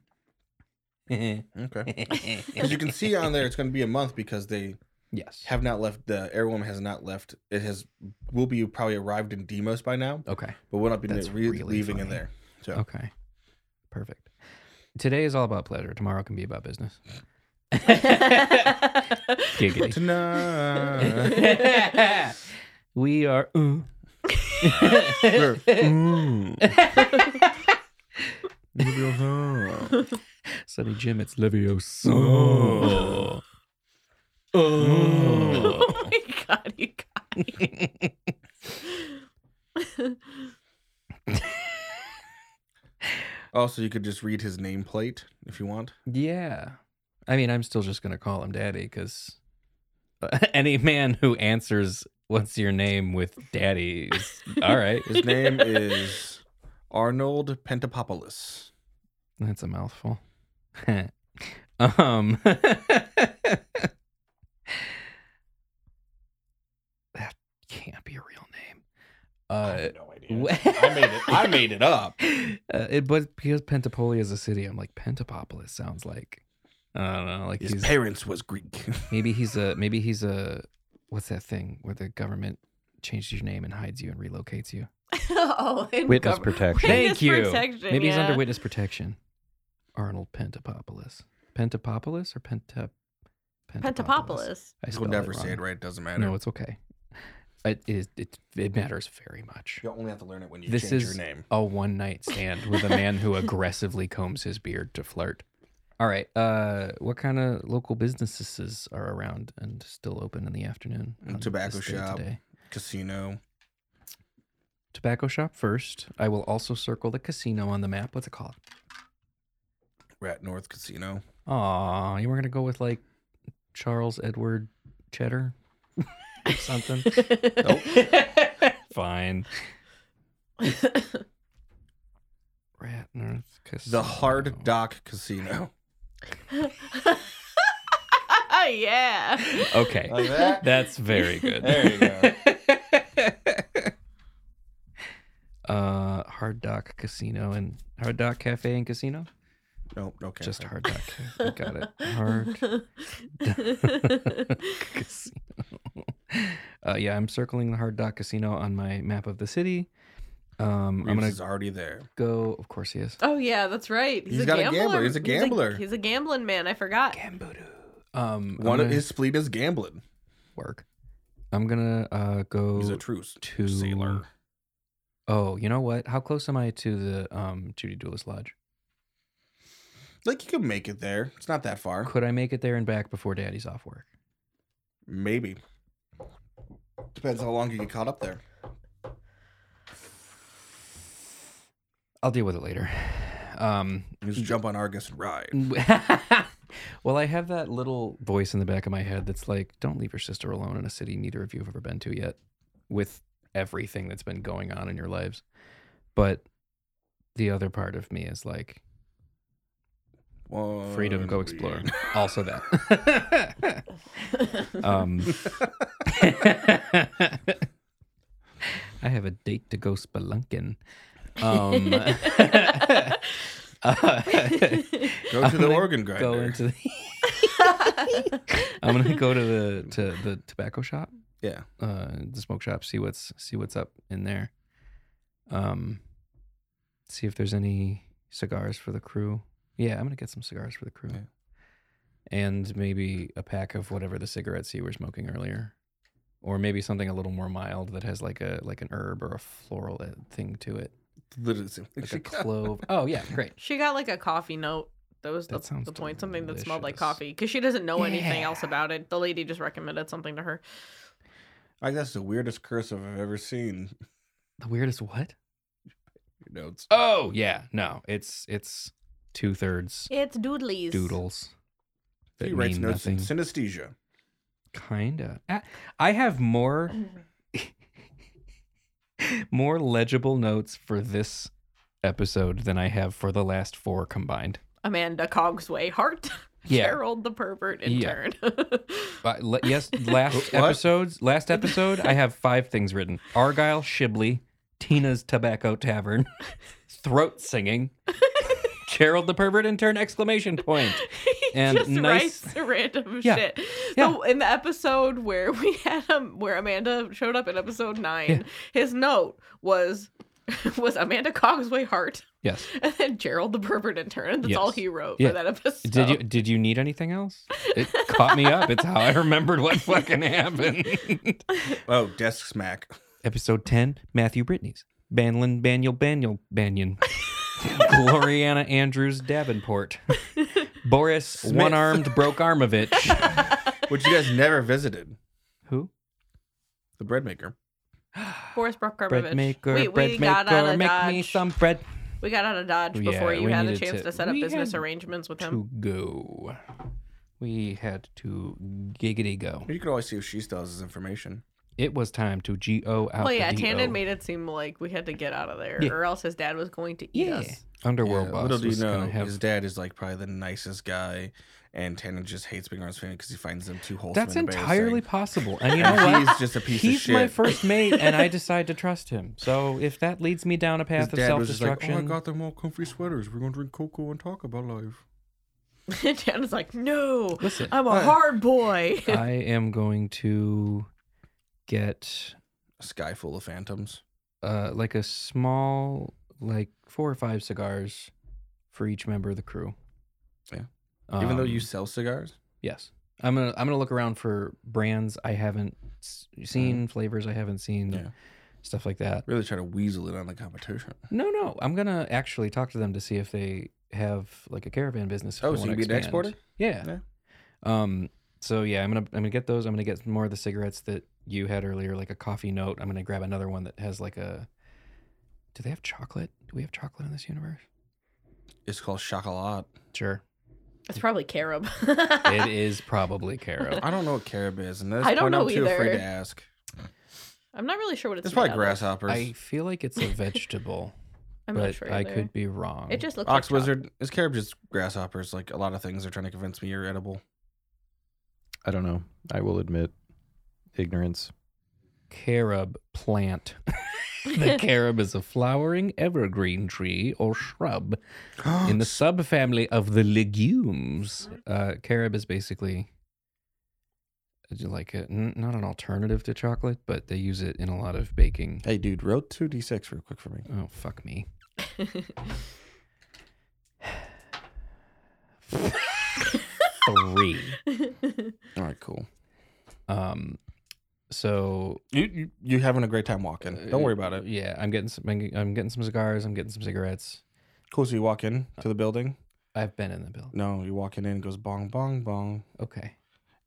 [SPEAKER 2] Okay. Because you can see on there, it's going to be a month because they
[SPEAKER 1] yes.
[SPEAKER 2] have not left. The airwoman has not left. It has will be probably arrived in Demos by now,
[SPEAKER 1] Okay.
[SPEAKER 2] but will not be
[SPEAKER 1] That's
[SPEAKER 2] re-
[SPEAKER 1] really
[SPEAKER 2] leaving in
[SPEAKER 1] funny.
[SPEAKER 2] there. So
[SPEAKER 1] Okay. Perfect. Today is all about pleasure. Tomorrow can be about business. Giggity.
[SPEAKER 2] tonight.
[SPEAKER 1] we are. uh,
[SPEAKER 2] Sure. Leviosa.
[SPEAKER 1] Sonny Jim, it's Leviosa. Oh.
[SPEAKER 4] oh my god, you guys.
[SPEAKER 2] Also, you could just read his nameplate if you want.
[SPEAKER 1] Yeah. I mean, I'm still just going to call him daddy because any man who answers, What's your name with daddy? Is, all right.
[SPEAKER 2] His name is Arnold Pentapopoulos.
[SPEAKER 1] That's a mouthful. um. that can't be a real name. Uh,
[SPEAKER 2] no
[SPEAKER 1] I
[SPEAKER 2] made it- I made it up.
[SPEAKER 1] Uh, it, but because Pentapolia is a city, I'm like Pentapopolis sounds like I don't know, like
[SPEAKER 2] His
[SPEAKER 1] he's
[SPEAKER 2] parents was Greek.
[SPEAKER 1] Maybe he's a maybe he's a what's that thing where the government changes your name and hides you and relocates you?
[SPEAKER 4] oh, and
[SPEAKER 5] Witness
[SPEAKER 4] cover-
[SPEAKER 5] protection.
[SPEAKER 4] Witness
[SPEAKER 1] Thank you.
[SPEAKER 4] protection,
[SPEAKER 1] Maybe he's under
[SPEAKER 4] yeah.
[SPEAKER 1] witness protection. Arnold Pentapopoulos. Pentapopoulos or Penta Pentapopoulos?
[SPEAKER 4] Pentapopolis.
[SPEAKER 1] I
[SPEAKER 2] We'll
[SPEAKER 1] spelled
[SPEAKER 2] never
[SPEAKER 1] it
[SPEAKER 2] say
[SPEAKER 1] wrong.
[SPEAKER 2] it right. Doesn't matter.
[SPEAKER 1] No, it's okay. It is it, it matters very much.
[SPEAKER 2] You only have to learn it when you
[SPEAKER 1] This
[SPEAKER 2] change
[SPEAKER 1] is-
[SPEAKER 2] your name.
[SPEAKER 1] A one night stand with a man who aggressively combs his beard to flirt. All right. Uh, what kind of local businesses are around and still open in the afternoon?
[SPEAKER 2] Mm,
[SPEAKER 1] on
[SPEAKER 2] tobacco
[SPEAKER 1] this day
[SPEAKER 2] shop. Casino.
[SPEAKER 1] Tobacco shop first. I will also circle the casino on the map. What's it called?
[SPEAKER 2] Rat North Casino.
[SPEAKER 1] Aw, you were gonna go with like Charles Edward Cheddar or something.
[SPEAKER 4] Oh.
[SPEAKER 1] Fine. Rat North Casino.
[SPEAKER 2] The Hard Dock Casino.
[SPEAKER 4] yeah.
[SPEAKER 1] Okay,
[SPEAKER 2] Like that?
[SPEAKER 1] that's very good.
[SPEAKER 2] There you go.
[SPEAKER 1] Uh, Hard Dock Casino and Hard Dock Cafe and Casino.
[SPEAKER 2] Nope, no cafe.
[SPEAKER 1] Just Hard Dock. Cafe. Got it. Hard Casino. Uh, yeah, I'm circling the Hard Dock Casino on my map of the city. Um, I'm
[SPEAKER 2] Reeves
[SPEAKER 1] gonna
[SPEAKER 2] is already there.
[SPEAKER 1] go. Of course, he is.
[SPEAKER 4] oh yeah, that's right. He's,
[SPEAKER 2] He's
[SPEAKER 4] a
[SPEAKER 2] got a
[SPEAKER 4] gambler.
[SPEAKER 2] gambler. He's a gambler.
[SPEAKER 4] He's a, gambling man. I forgot.
[SPEAKER 1] Gambudu. Um, I'm
[SPEAKER 2] One of
[SPEAKER 1] gonna-
[SPEAKER 2] his fleet is gambling.
[SPEAKER 1] work. I'm gonna uh go
[SPEAKER 2] He's a truce
[SPEAKER 1] to
[SPEAKER 2] sailor.
[SPEAKER 1] Oh, you know what? How close am I to the um Judy Doolist Lodge?
[SPEAKER 2] Like you could make it there. It's not that far.
[SPEAKER 1] Could I make it there and back before Daddy's off work?
[SPEAKER 2] Maybe. Depends how long you get caught up there.
[SPEAKER 1] I'll deal with it later. Um,
[SPEAKER 2] You just jump on Argus and ride.
[SPEAKER 1] well, I have that little voice in the back of my head that's like, "Don't leave your sister alone in a city neither of you have ever been to yet, with everything that's been going on in your lives." But the other part of me is like, "Freedom, go
[SPEAKER 2] One
[SPEAKER 1] explore."
[SPEAKER 2] week.
[SPEAKER 1] Also that. Um, I have a date to go spelunking. Um, uh,
[SPEAKER 2] Go to
[SPEAKER 1] I'm
[SPEAKER 2] the
[SPEAKER 1] gonna
[SPEAKER 2] organ grinder.
[SPEAKER 1] go into the. I'm gonna go to the to the tobacco shop,
[SPEAKER 2] yeah.
[SPEAKER 1] uh, the smoke shop. See what's see what's up in there. Um, see if there's any cigars for the crew. Yeah, I'm gonna get some cigars for the crew,
[SPEAKER 2] Yeah.
[SPEAKER 1] and maybe a pack of whatever the cigarettes you were smoking earlier, or maybe something a little more mild that has like a like an herb or a floral uh, thing to it,
[SPEAKER 2] Literally. same thing
[SPEAKER 1] like
[SPEAKER 2] she
[SPEAKER 1] a
[SPEAKER 2] got.
[SPEAKER 1] clove. Oh yeah, great.
[SPEAKER 4] she got like a coffee note. That was
[SPEAKER 1] That
[SPEAKER 4] the,
[SPEAKER 1] sounds
[SPEAKER 4] the point. Something that smelled like
[SPEAKER 1] delicious.
[SPEAKER 4] coffee because she doesn't know anything else
[SPEAKER 1] Yeah.
[SPEAKER 4] about it. The lady just recommended something to her.
[SPEAKER 2] I think that's the weirdest cursive I've ever seen.
[SPEAKER 1] The weirdest what?
[SPEAKER 2] Your notes.
[SPEAKER 1] Oh yeah, no, it's it's two thirds
[SPEAKER 4] It's doodlies.
[SPEAKER 1] doodles. That
[SPEAKER 2] He writes
[SPEAKER 1] mean
[SPEAKER 2] notes
[SPEAKER 1] nothing.
[SPEAKER 2] in synesthesia.
[SPEAKER 1] Kinda. I- I have more more legible notes for this episode than I have for the last four combined.
[SPEAKER 4] Amanda Cogsway Hart.
[SPEAKER 1] Yeah.
[SPEAKER 4] Gerald the pervert
[SPEAKER 1] Yeah.
[SPEAKER 4] intern.
[SPEAKER 1] Uh, le- yes, last
[SPEAKER 2] What?
[SPEAKER 1] episodes. Last episode, I have five things written: Argyle Shibley, Tina's Tobacco Tavern, throat singing, Gerald the pervert intern! Exclamation point. And
[SPEAKER 4] just
[SPEAKER 1] nice-
[SPEAKER 4] writes random
[SPEAKER 1] Yeah.
[SPEAKER 4] shit.
[SPEAKER 1] Yeah.
[SPEAKER 4] So in the episode where we had him, where Amanda showed up in episode nine, his note was was Amanda Cogsway Hart
[SPEAKER 1] Yes.
[SPEAKER 4] and then Gerald the pervert intern. That's all
[SPEAKER 1] Yes.
[SPEAKER 4] he wrote
[SPEAKER 1] Yeah.
[SPEAKER 4] for that episode.
[SPEAKER 1] Did you did you need anything else? It caught me up. It's how I remembered what fucking happened.
[SPEAKER 2] Oh, desk smack.
[SPEAKER 1] Episode 10, Matthew Brittany's. Banlin, Baniel, Baniel, Banyan. Gloriana Andrews Davenport. Boris, one armed, broke Armovich.
[SPEAKER 2] Which you guys never visited.
[SPEAKER 1] Who?
[SPEAKER 2] The bread maker.
[SPEAKER 4] Boris Brockovich.
[SPEAKER 1] Bread maker,
[SPEAKER 4] we,
[SPEAKER 1] bread
[SPEAKER 4] we got out
[SPEAKER 1] maker,
[SPEAKER 4] of
[SPEAKER 1] make
[SPEAKER 4] Dodge.
[SPEAKER 1] me some bread
[SPEAKER 4] We got out of Dodge
[SPEAKER 1] Yeah,
[SPEAKER 4] before you
[SPEAKER 1] we
[SPEAKER 4] had a
[SPEAKER 1] needed
[SPEAKER 4] chance
[SPEAKER 1] to-
[SPEAKER 4] to, set up
[SPEAKER 1] we
[SPEAKER 4] business
[SPEAKER 1] had
[SPEAKER 4] arrangements with him.
[SPEAKER 1] to go. We had to giggity go.
[SPEAKER 2] You could always see if she still has his information.
[SPEAKER 1] It was time to G-O out
[SPEAKER 4] Well, yeah,
[SPEAKER 1] the D-O.
[SPEAKER 4] Tannen made it seem like we had to get out of there, or else his dad was going to eat
[SPEAKER 1] Yeah.
[SPEAKER 4] us.
[SPEAKER 1] Underworld
[SPEAKER 2] Yeah,
[SPEAKER 1] boss
[SPEAKER 2] Little do you
[SPEAKER 1] was
[SPEAKER 2] know,
[SPEAKER 1] gonna have
[SPEAKER 2] his dad is like probably the nicest guy, and Tannen just hates being around his family because he finds them too wholesome.
[SPEAKER 1] That's
[SPEAKER 2] and
[SPEAKER 1] entirely
[SPEAKER 2] embarrassing.
[SPEAKER 1] possible. And you know
[SPEAKER 2] And
[SPEAKER 1] what?
[SPEAKER 2] he's just a piece of
[SPEAKER 1] He's
[SPEAKER 2] shit.
[SPEAKER 1] my first mate, and I decide to trust him. So if that leads me down a
[SPEAKER 2] His
[SPEAKER 1] path of
[SPEAKER 2] dad was just like,
[SPEAKER 1] self-destruction,
[SPEAKER 2] "Oh, I got them all comfy sweaters. We're gonna drink cocoa and talk about life."
[SPEAKER 4] Tannen's like, no,
[SPEAKER 1] Listen.
[SPEAKER 4] I'm a hard boy.
[SPEAKER 1] I am going to get
[SPEAKER 2] A sky full of phantoms.
[SPEAKER 1] uh, like a small, like four or five cigars for each member of the crew.
[SPEAKER 2] Yeah. Even though
[SPEAKER 1] Um,
[SPEAKER 2] you sell cigars,
[SPEAKER 1] yes, I'm gonna I'm gonna look around for brands I haven't s- seen, flavors I haven't seen,
[SPEAKER 2] Mm-hmm. Yeah.
[SPEAKER 1] stuff like that.
[SPEAKER 2] Really try to weasel it on the competition.
[SPEAKER 1] No, no, I'm gonna actually talk to them to see if they have like a caravan business. if
[SPEAKER 2] Oh,
[SPEAKER 1] they
[SPEAKER 2] so
[SPEAKER 1] wanna
[SPEAKER 2] you'd be an
[SPEAKER 1] expand.
[SPEAKER 2] exporter?
[SPEAKER 1] Yeah.
[SPEAKER 2] Yeah.
[SPEAKER 1] Um. So yeah, I'm gonna I'm gonna get those. I'm gonna get more of the cigarettes that you had earlier, like a coffee note. I'm gonna grab another one that has like a. Do they have chocolate? Do we have chocolate in this universe?
[SPEAKER 2] It's called chocolat.
[SPEAKER 1] Sure.
[SPEAKER 4] It's probably carob.
[SPEAKER 1] It is probably carob.
[SPEAKER 2] I don't know what carob is, and that's
[SPEAKER 4] I don't
[SPEAKER 2] point I'm
[SPEAKER 4] know
[SPEAKER 2] too afraid
[SPEAKER 4] either.
[SPEAKER 2] to ask.
[SPEAKER 4] I'm not really sure what it's.
[SPEAKER 2] It's, probably
[SPEAKER 4] made out of.
[SPEAKER 2] grasshoppers.
[SPEAKER 1] I feel like it's a vegetable,
[SPEAKER 4] I'm
[SPEAKER 1] but
[SPEAKER 4] not sure.
[SPEAKER 1] I
[SPEAKER 4] either.
[SPEAKER 1] could be wrong.
[SPEAKER 4] It just looks
[SPEAKER 2] Ox
[SPEAKER 4] like
[SPEAKER 2] wizard. Is carob just grasshoppers? Like a lot of things they're trying to convince me are edible.
[SPEAKER 6] I don't know. I will admit ignorance.
[SPEAKER 1] carob plant. the carob is a flowering evergreen tree or shrub in the subfamily of the legumes. Uh, carob is basically uh, like a, n- not an alternative to chocolate, but they use it in a lot of baking.
[SPEAKER 2] hey, dude, roll two d six real quick for me.
[SPEAKER 1] Oh fuck me! Three.
[SPEAKER 2] All right, cool.
[SPEAKER 1] Um, so uh,
[SPEAKER 2] You, you you're having a great time walking. Don't worry about it.
[SPEAKER 1] yeah, I'm getting some. I'm getting some cigars. I'm getting some cigarettes.
[SPEAKER 2] Cool. So you walk in to the building.
[SPEAKER 1] I've been in the building.
[SPEAKER 2] No, you're walking in. It goes bong bong bong,
[SPEAKER 1] Okay.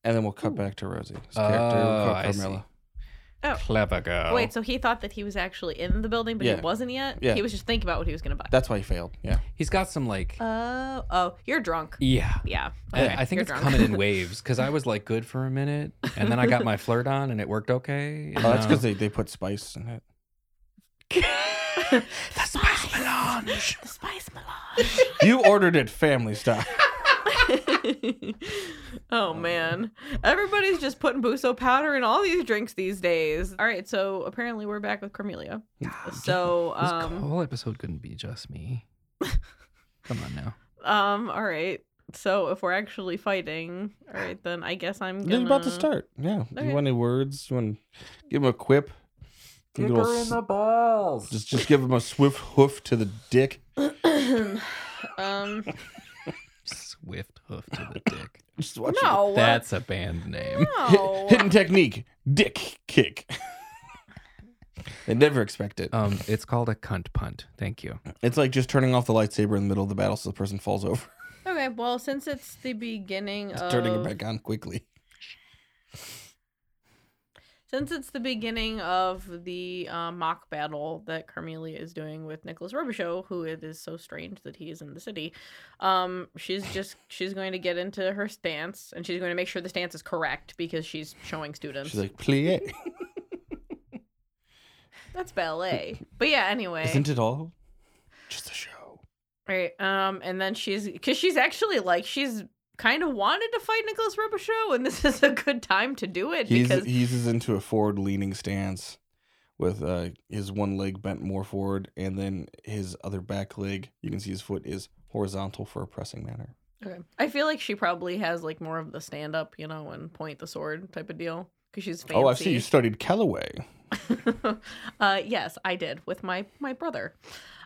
[SPEAKER 2] and then we'll cut back to Rosie. This
[SPEAKER 1] Oh,
[SPEAKER 2] called
[SPEAKER 1] I see.
[SPEAKER 2] Carmilla.
[SPEAKER 4] Oh.
[SPEAKER 1] Clever girl.
[SPEAKER 4] Wait, so he thought that he was actually in the building, but
[SPEAKER 2] Yeah.
[SPEAKER 4] he wasn't yet.
[SPEAKER 2] Yeah.
[SPEAKER 4] He was just thinking about what he was gonna buy.
[SPEAKER 2] That's why you failed. Yeah.
[SPEAKER 1] He's got some like.
[SPEAKER 4] Oh, oh, you're drunk.
[SPEAKER 1] yeah.
[SPEAKER 4] Yeah,
[SPEAKER 1] I-
[SPEAKER 4] okay,
[SPEAKER 1] I think
[SPEAKER 4] you're
[SPEAKER 1] it's
[SPEAKER 4] drunk.
[SPEAKER 1] coming in waves because I was like good for a minute and then I got my flirt on and it worked okay.
[SPEAKER 2] Oh, that's because they, they put spice in it.
[SPEAKER 1] the spice melange.
[SPEAKER 4] the spice
[SPEAKER 2] You ordered it family style.
[SPEAKER 4] melange. oh man, everybody's just putting buso powder in all these drinks these days. All right, so apparently we're back with Cornelia. So
[SPEAKER 1] This
[SPEAKER 4] um,
[SPEAKER 1] whole episode couldn't be just me. Come on now.
[SPEAKER 4] um, all right. So if we're actually fighting, all right, then I guess I'm
[SPEAKER 2] You're
[SPEAKER 4] gonna...
[SPEAKER 2] about to start. Yeah.
[SPEAKER 4] Okay.
[SPEAKER 2] You want any words? You want to give him a quip? Give him the balls. Just, just give him a swift hoof to the dick.
[SPEAKER 4] um,
[SPEAKER 1] Swift hoof to the dick.
[SPEAKER 2] Just watch it.
[SPEAKER 4] no,
[SPEAKER 1] That's a band name.
[SPEAKER 4] no.
[SPEAKER 2] Hidden technique, dick kick. they never expect it.
[SPEAKER 1] Um, it's called a cunt punt. Thank you.
[SPEAKER 2] It's like just turning off the lightsaber in the middle of the battle so the person falls over.
[SPEAKER 4] Okay, well, since it's the beginning of
[SPEAKER 2] Turning it back on quickly.
[SPEAKER 4] since it's the beginning of the uh, mock battle that Carmelia is doing with Nicholas Robichaux, who it is so strange that he is in the city, um, she's just she's going to get into her stance and she's going to make sure the stance is correct because she's showing students
[SPEAKER 2] She's like, plie.
[SPEAKER 4] that's ballet. But yeah, anyway,
[SPEAKER 2] Isn't it all just a show?
[SPEAKER 4] right? Um, and then she's because she's actually like she's kind of wanted to fight Nicholas Robichaux, and this is a good time to do it
[SPEAKER 2] He's
[SPEAKER 4] because
[SPEAKER 2] he's is into a forward leaning stance with uh, his one leg bent more forward and then his other back leg, you can see his foot is horizontal for a pressing manner.
[SPEAKER 4] Okay. I feel like she probably has like more of the stand up, you know, and point the sword type of deal because she's fancy.
[SPEAKER 2] Oh, I see you studied Callaway.
[SPEAKER 4] uh, yes, I did with my my brother.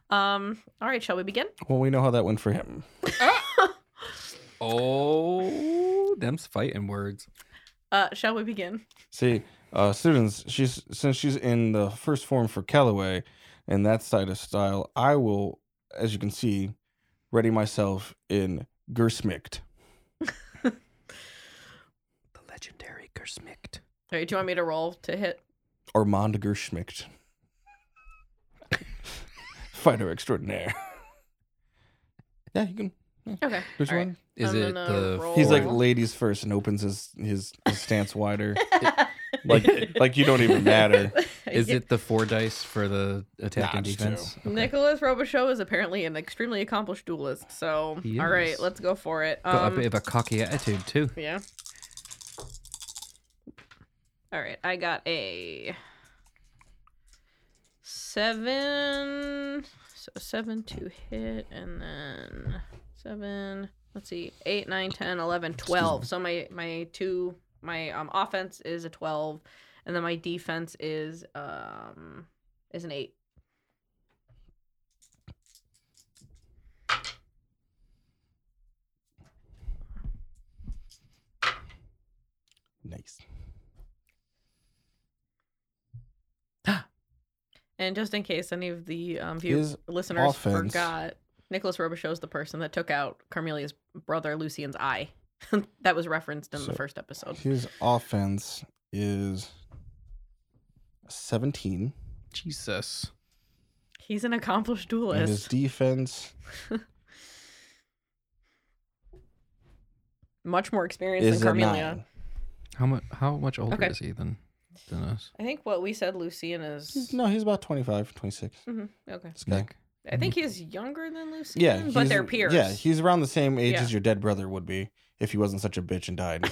[SPEAKER 4] Um, all right, shall we begin?
[SPEAKER 2] Well, we know how that went for him.
[SPEAKER 1] Oh, them's fighting words.
[SPEAKER 4] Uh, shall we begin?
[SPEAKER 2] See, uh, students, she's since she's in the first form for Callaway and that side of style, I will, as you can see, ready myself in Gersmicht.
[SPEAKER 1] The legendary Gersmicht.
[SPEAKER 4] All right, do you want me to roll to hit?
[SPEAKER 2] Armand Gerschmicht. Fighter extraordinaire. yeah, you can.
[SPEAKER 4] Okay.
[SPEAKER 2] Which
[SPEAKER 4] all right.
[SPEAKER 2] one?
[SPEAKER 1] Is
[SPEAKER 4] I'm
[SPEAKER 1] it
[SPEAKER 4] gonna
[SPEAKER 1] the
[SPEAKER 4] roll.
[SPEAKER 2] He's like
[SPEAKER 4] Four.
[SPEAKER 2] ladies first and opens his his, his stance wider. like like you don't even matter.
[SPEAKER 1] Is it the four dice for the attack
[SPEAKER 2] Nah,
[SPEAKER 1] and
[SPEAKER 2] just
[SPEAKER 1] defense? Okay.
[SPEAKER 4] Nicholas Robichaux is apparently an extremely accomplished duelist, so
[SPEAKER 1] He
[SPEAKER 4] all right,
[SPEAKER 1] is.
[SPEAKER 4] let's go for it.
[SPEAKER 1] Got
[SPEAKER 4] Um,
[SPEAKER 1] a bit of a cocky attitude too.
[SPEAKER 4] Yeah. All right, I got a seven. So seven to hit, and then seven. Let's see, eight, nine, ten, eleven, twelve. So my my two my um offense is a twelve, and then my defense is um is an eight.
[SPEAKER 2] Nice.
[SPEAKER 4] And just in case any of the um, view
[SPEAKER 2] His
[SPEAKER 4] listeners
[SPEAKER 2] offense-
[SPEAKER 4] forgot, Nicholas Robichaux is the person that took out Carmelia's brother Lucian's eye. that was referenced in
[SPEAKER 2] So-
[SPEAKER 4] the first episode.
[SPEAKER 2] His offense is 17.
[SPEAKER 7] Jesus.
[SPEAKER 4] He's an accomplished
[SPEAKER 2] And his
[SPEAKER 4] duelist.
[SPEAKER 2] defense
[SPEAKER 4] Much more experienced
[SPEAKER 2] is
[SPEAKER 4] than
[SPEAKER 2] a
[SPEAKER 4] Carmelia.
[SPEAKER 2] 9.
[SPEAKER 3] How much? How much older
[SPEAKER 4] Okay.
[SPEAKER 3] is he than than us?
[SPEAKER 4] I think what we said Lucian is.
[SPEAKER 2] He's- no, he's about 25, 26.
[SPEAKER 4] Mhm, Okay.
[SPEAKER 2] This guy.
[SPEAKER 3] Nick?
[SPEAKER 4] I think he's younger than Lucian,
[SPEAKER 2] Yeah.
[SPEAKER 4] but they're
[SPEAKER 2] he's-
[SPEAKER 4] peers.
[SPEAKER 2] Yeah, he's around the same age
[SPEAKER 4] Yeah.
[SPEAKER 2] as your dead brother would be if he wasn't such a bitch and died.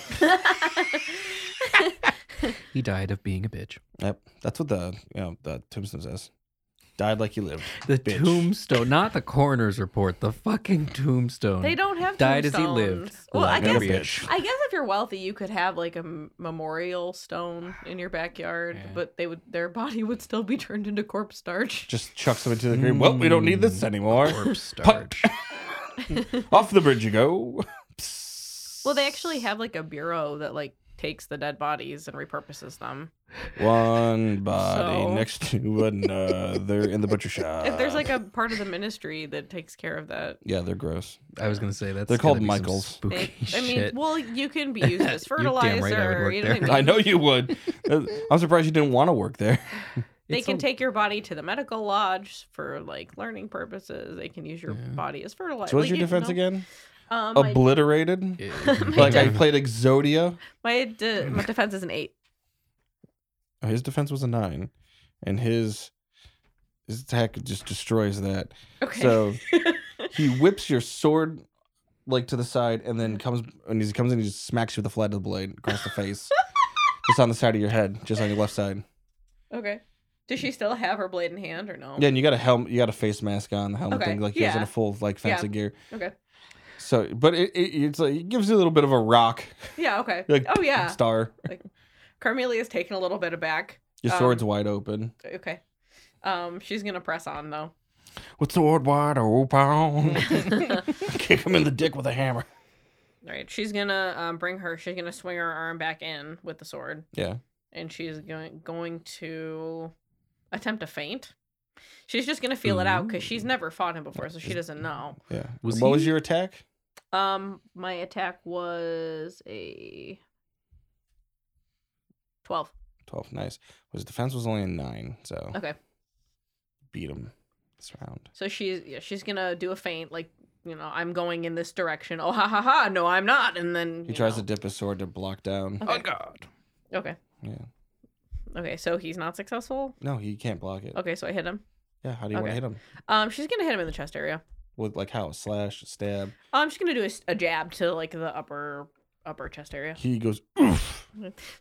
[SPEAKER 3] He died of being a bitch.
[SPEAKER 2] yep. That's what the you know the tombstone says. Died like he lived.
[SPEAKER 3] The
[SPEAKER 2] Bitch.
[SPEAKER 3] tombstone, not the coroner's report. The fucking tombstone.
[SPEAKER 4] they don't have
[SPEAKER 3] Died as he lived,
[SPEAKER 4] tombstones. Well, I
[SPEAKER 3] like a
[SPEAKER 4] guess
[SPEAKER 3] bitch.
[SPEAKER 4] I guess if you're wealthy, you could have like a m- memorial stone in your backyard,
[SPEAKER 3] Yeah.
[SPEAKER 4] but they would their body would still be turned into corpse starch.
[SPEAKER 2] Just chucks him into the grave. Well, we don't need this anymore.
[SPEAKER 3] Corpse
[SPEAKER 2] Punt.
[SPEAKER 3] starch.
[SPEAKER 2] Off the bridge you go.
[SPEAKER 4] Well, they actually have like a bureau that like takes the dead bodies and repurposes them.
[SPEAKER 2] One body
[SPEAKER 4] So-
[SPEAKER 2] next to another in the butcher shop.
[SPEAKER 4] If
[SPEAKER 3] Uh.
[SPEAKER 4] there's like a part of the ministry that takes care of that.
[SPEAKER 2] yeah, they're gross.
[SPEAKER 3] I was gonna say that's.
[SPEAKER 2] They're called
[SPEAKER 3] gonna be some
[SPEAKER 2] Michaels.
[SPEAKER 3] Spooky
[SPEAKER 4] They, I mean,
[SPEAKER 3] shit.
[SPEAKER 4] well, you can be used as
[SPEAKER 3] You're damn right I would
[SPEAKER 4] fertilizer.
[SPEAKER 3] work
[SPEAKER 4] you know
[SPEAKER 3] there.
[SPEAKER 4] what I mean?
[SPEAKER 2] I know you would. I'm surprised you didn't want to work there.
[SPEAKER 4] They
[SPEAKER 3] It's
[SPEAKER 4] can
[SPEAKER 3] a-
[SPEAKER 4] take your body to the medical lodge for like learning purposes. They can use your
[SPEAKER 3] Yeah.
[SPEAKER 4] body as fertilizer.
[SPEAKER 2] So what's
[SPEAKER 4] Uh, Like,
[SPEAKER 2] your
[SPEAKER 4] you
[SPEAKER 2] defense
[SPEAKER 4] know,
[SPEAKER 2] again?
[SPEAKER 4] Um, my-
[SPEAKER 2] Obliterated.
[SPEAKER 3] Yeah.
[SPEAKER 2] Like I played Exodia.
[SPEAKER 4] my, de- my defense is an eight.
[SPEAKER 2] Oh, His defense was a nine, and his his attack just destroys that.
[SPEAKER 4] Okay.
[SPEAKER 2] So he whips your sword like to the side, and then comes and he comes in and he just smacks you with the flat of the blade across the face, just on the side of your head, just on your left side.
[SPEAKER 4] okay. Does she still have her blade in hand or no?
[SPEAKER 2] Yeah, and you got a helm, you got a face mask on, the helmet
[SPEAKER 4] Okay,
[SPEAKER 2] thing, like he was in
[SPEAKER 4] yeah.
[SPEAKER 2] a full like
[SPEAKER 4] Yeah.
[SPEAKER 2] fencing gear.
[SPEAKER 4] Okay.
[SPEAKER 2] So, but it, it it's like it gives you a little bit of a rock,
[SPEAKER 4] Yeah. Okay.
[SPEAKER 2] like
[SPEAKER 4] oh yeah.
[SPEAKER 2] star.
[SPEAKER 4] Carmelia's taking a little bit aback.
[SPEAKER 2] Your
[SPEAKER 4] Um,
[SPEAKER 2] sword's wide open.
[SPEAKER 4] Okay. Um, she's gonna press on though.
[SPEAKER 2] With sword wide open,
[SPEAKER 4] All
[SPEAKER 2] kick him in the dick with a hammer.
[SPEAKER 4] right. She's gonna um, bring her. She's gonna swing her arm back in with the sword.
[SPEAKER 2] Yeah.
[SPEAKER 4] and she's going going to attempt to faint. She's just gonna feel it out because she's never fought him before, so she doesn't know.
[SPEAKER 2] Yeah.
[SPEAKER 7] Was
[SPEAKER 2] what was
[SPEAKER 7] he-
[SPEAKER 2] your attack?
[SPEAKER 4] Um, my attack was a twelve.
[SPEAKER 2] 12. Nice. His defense was only a 9, so
[SPEAKER 4] Okay,
[SPEAKER 2] beat him this round.
[SPEAKER 4] so she's yeah, she's gonna do a faint, like you know, I'm going in this direction. Oh ha ha ha! No, I'm not. And then
[SPEAKER 2] He
[SPEAKER 4] you
[SPEAKER 2] tries
[SPEAKER 4] know.
[SPEAKER 2] to dip his sword to block down.
[SPEAKER 4] Okay.
[SPEAKER 7] God.
[SPEAKER 4] Okay,
[SPEAKER 2] Yeah.
[SPEAKER 4] okay. So he's not successful.
[SPEAKER 2] No, he can't block it.
[SPEAKER 4] Okay, so I hit him.
[SPEAKER 2] Yeah, how do you want to
[SPEAKER 4] Okay.
[SPEAKER 2] hit him?
[SPEAKER 4] Um, she's gonna hit him in the chest area.
[SPEAKER 2] With like how? A slash, a stab.
[SPEAKER 4] I'm just gonna do a s a a jab to like the upper upper chest area.
[SPEAKER 2] He goes, oof.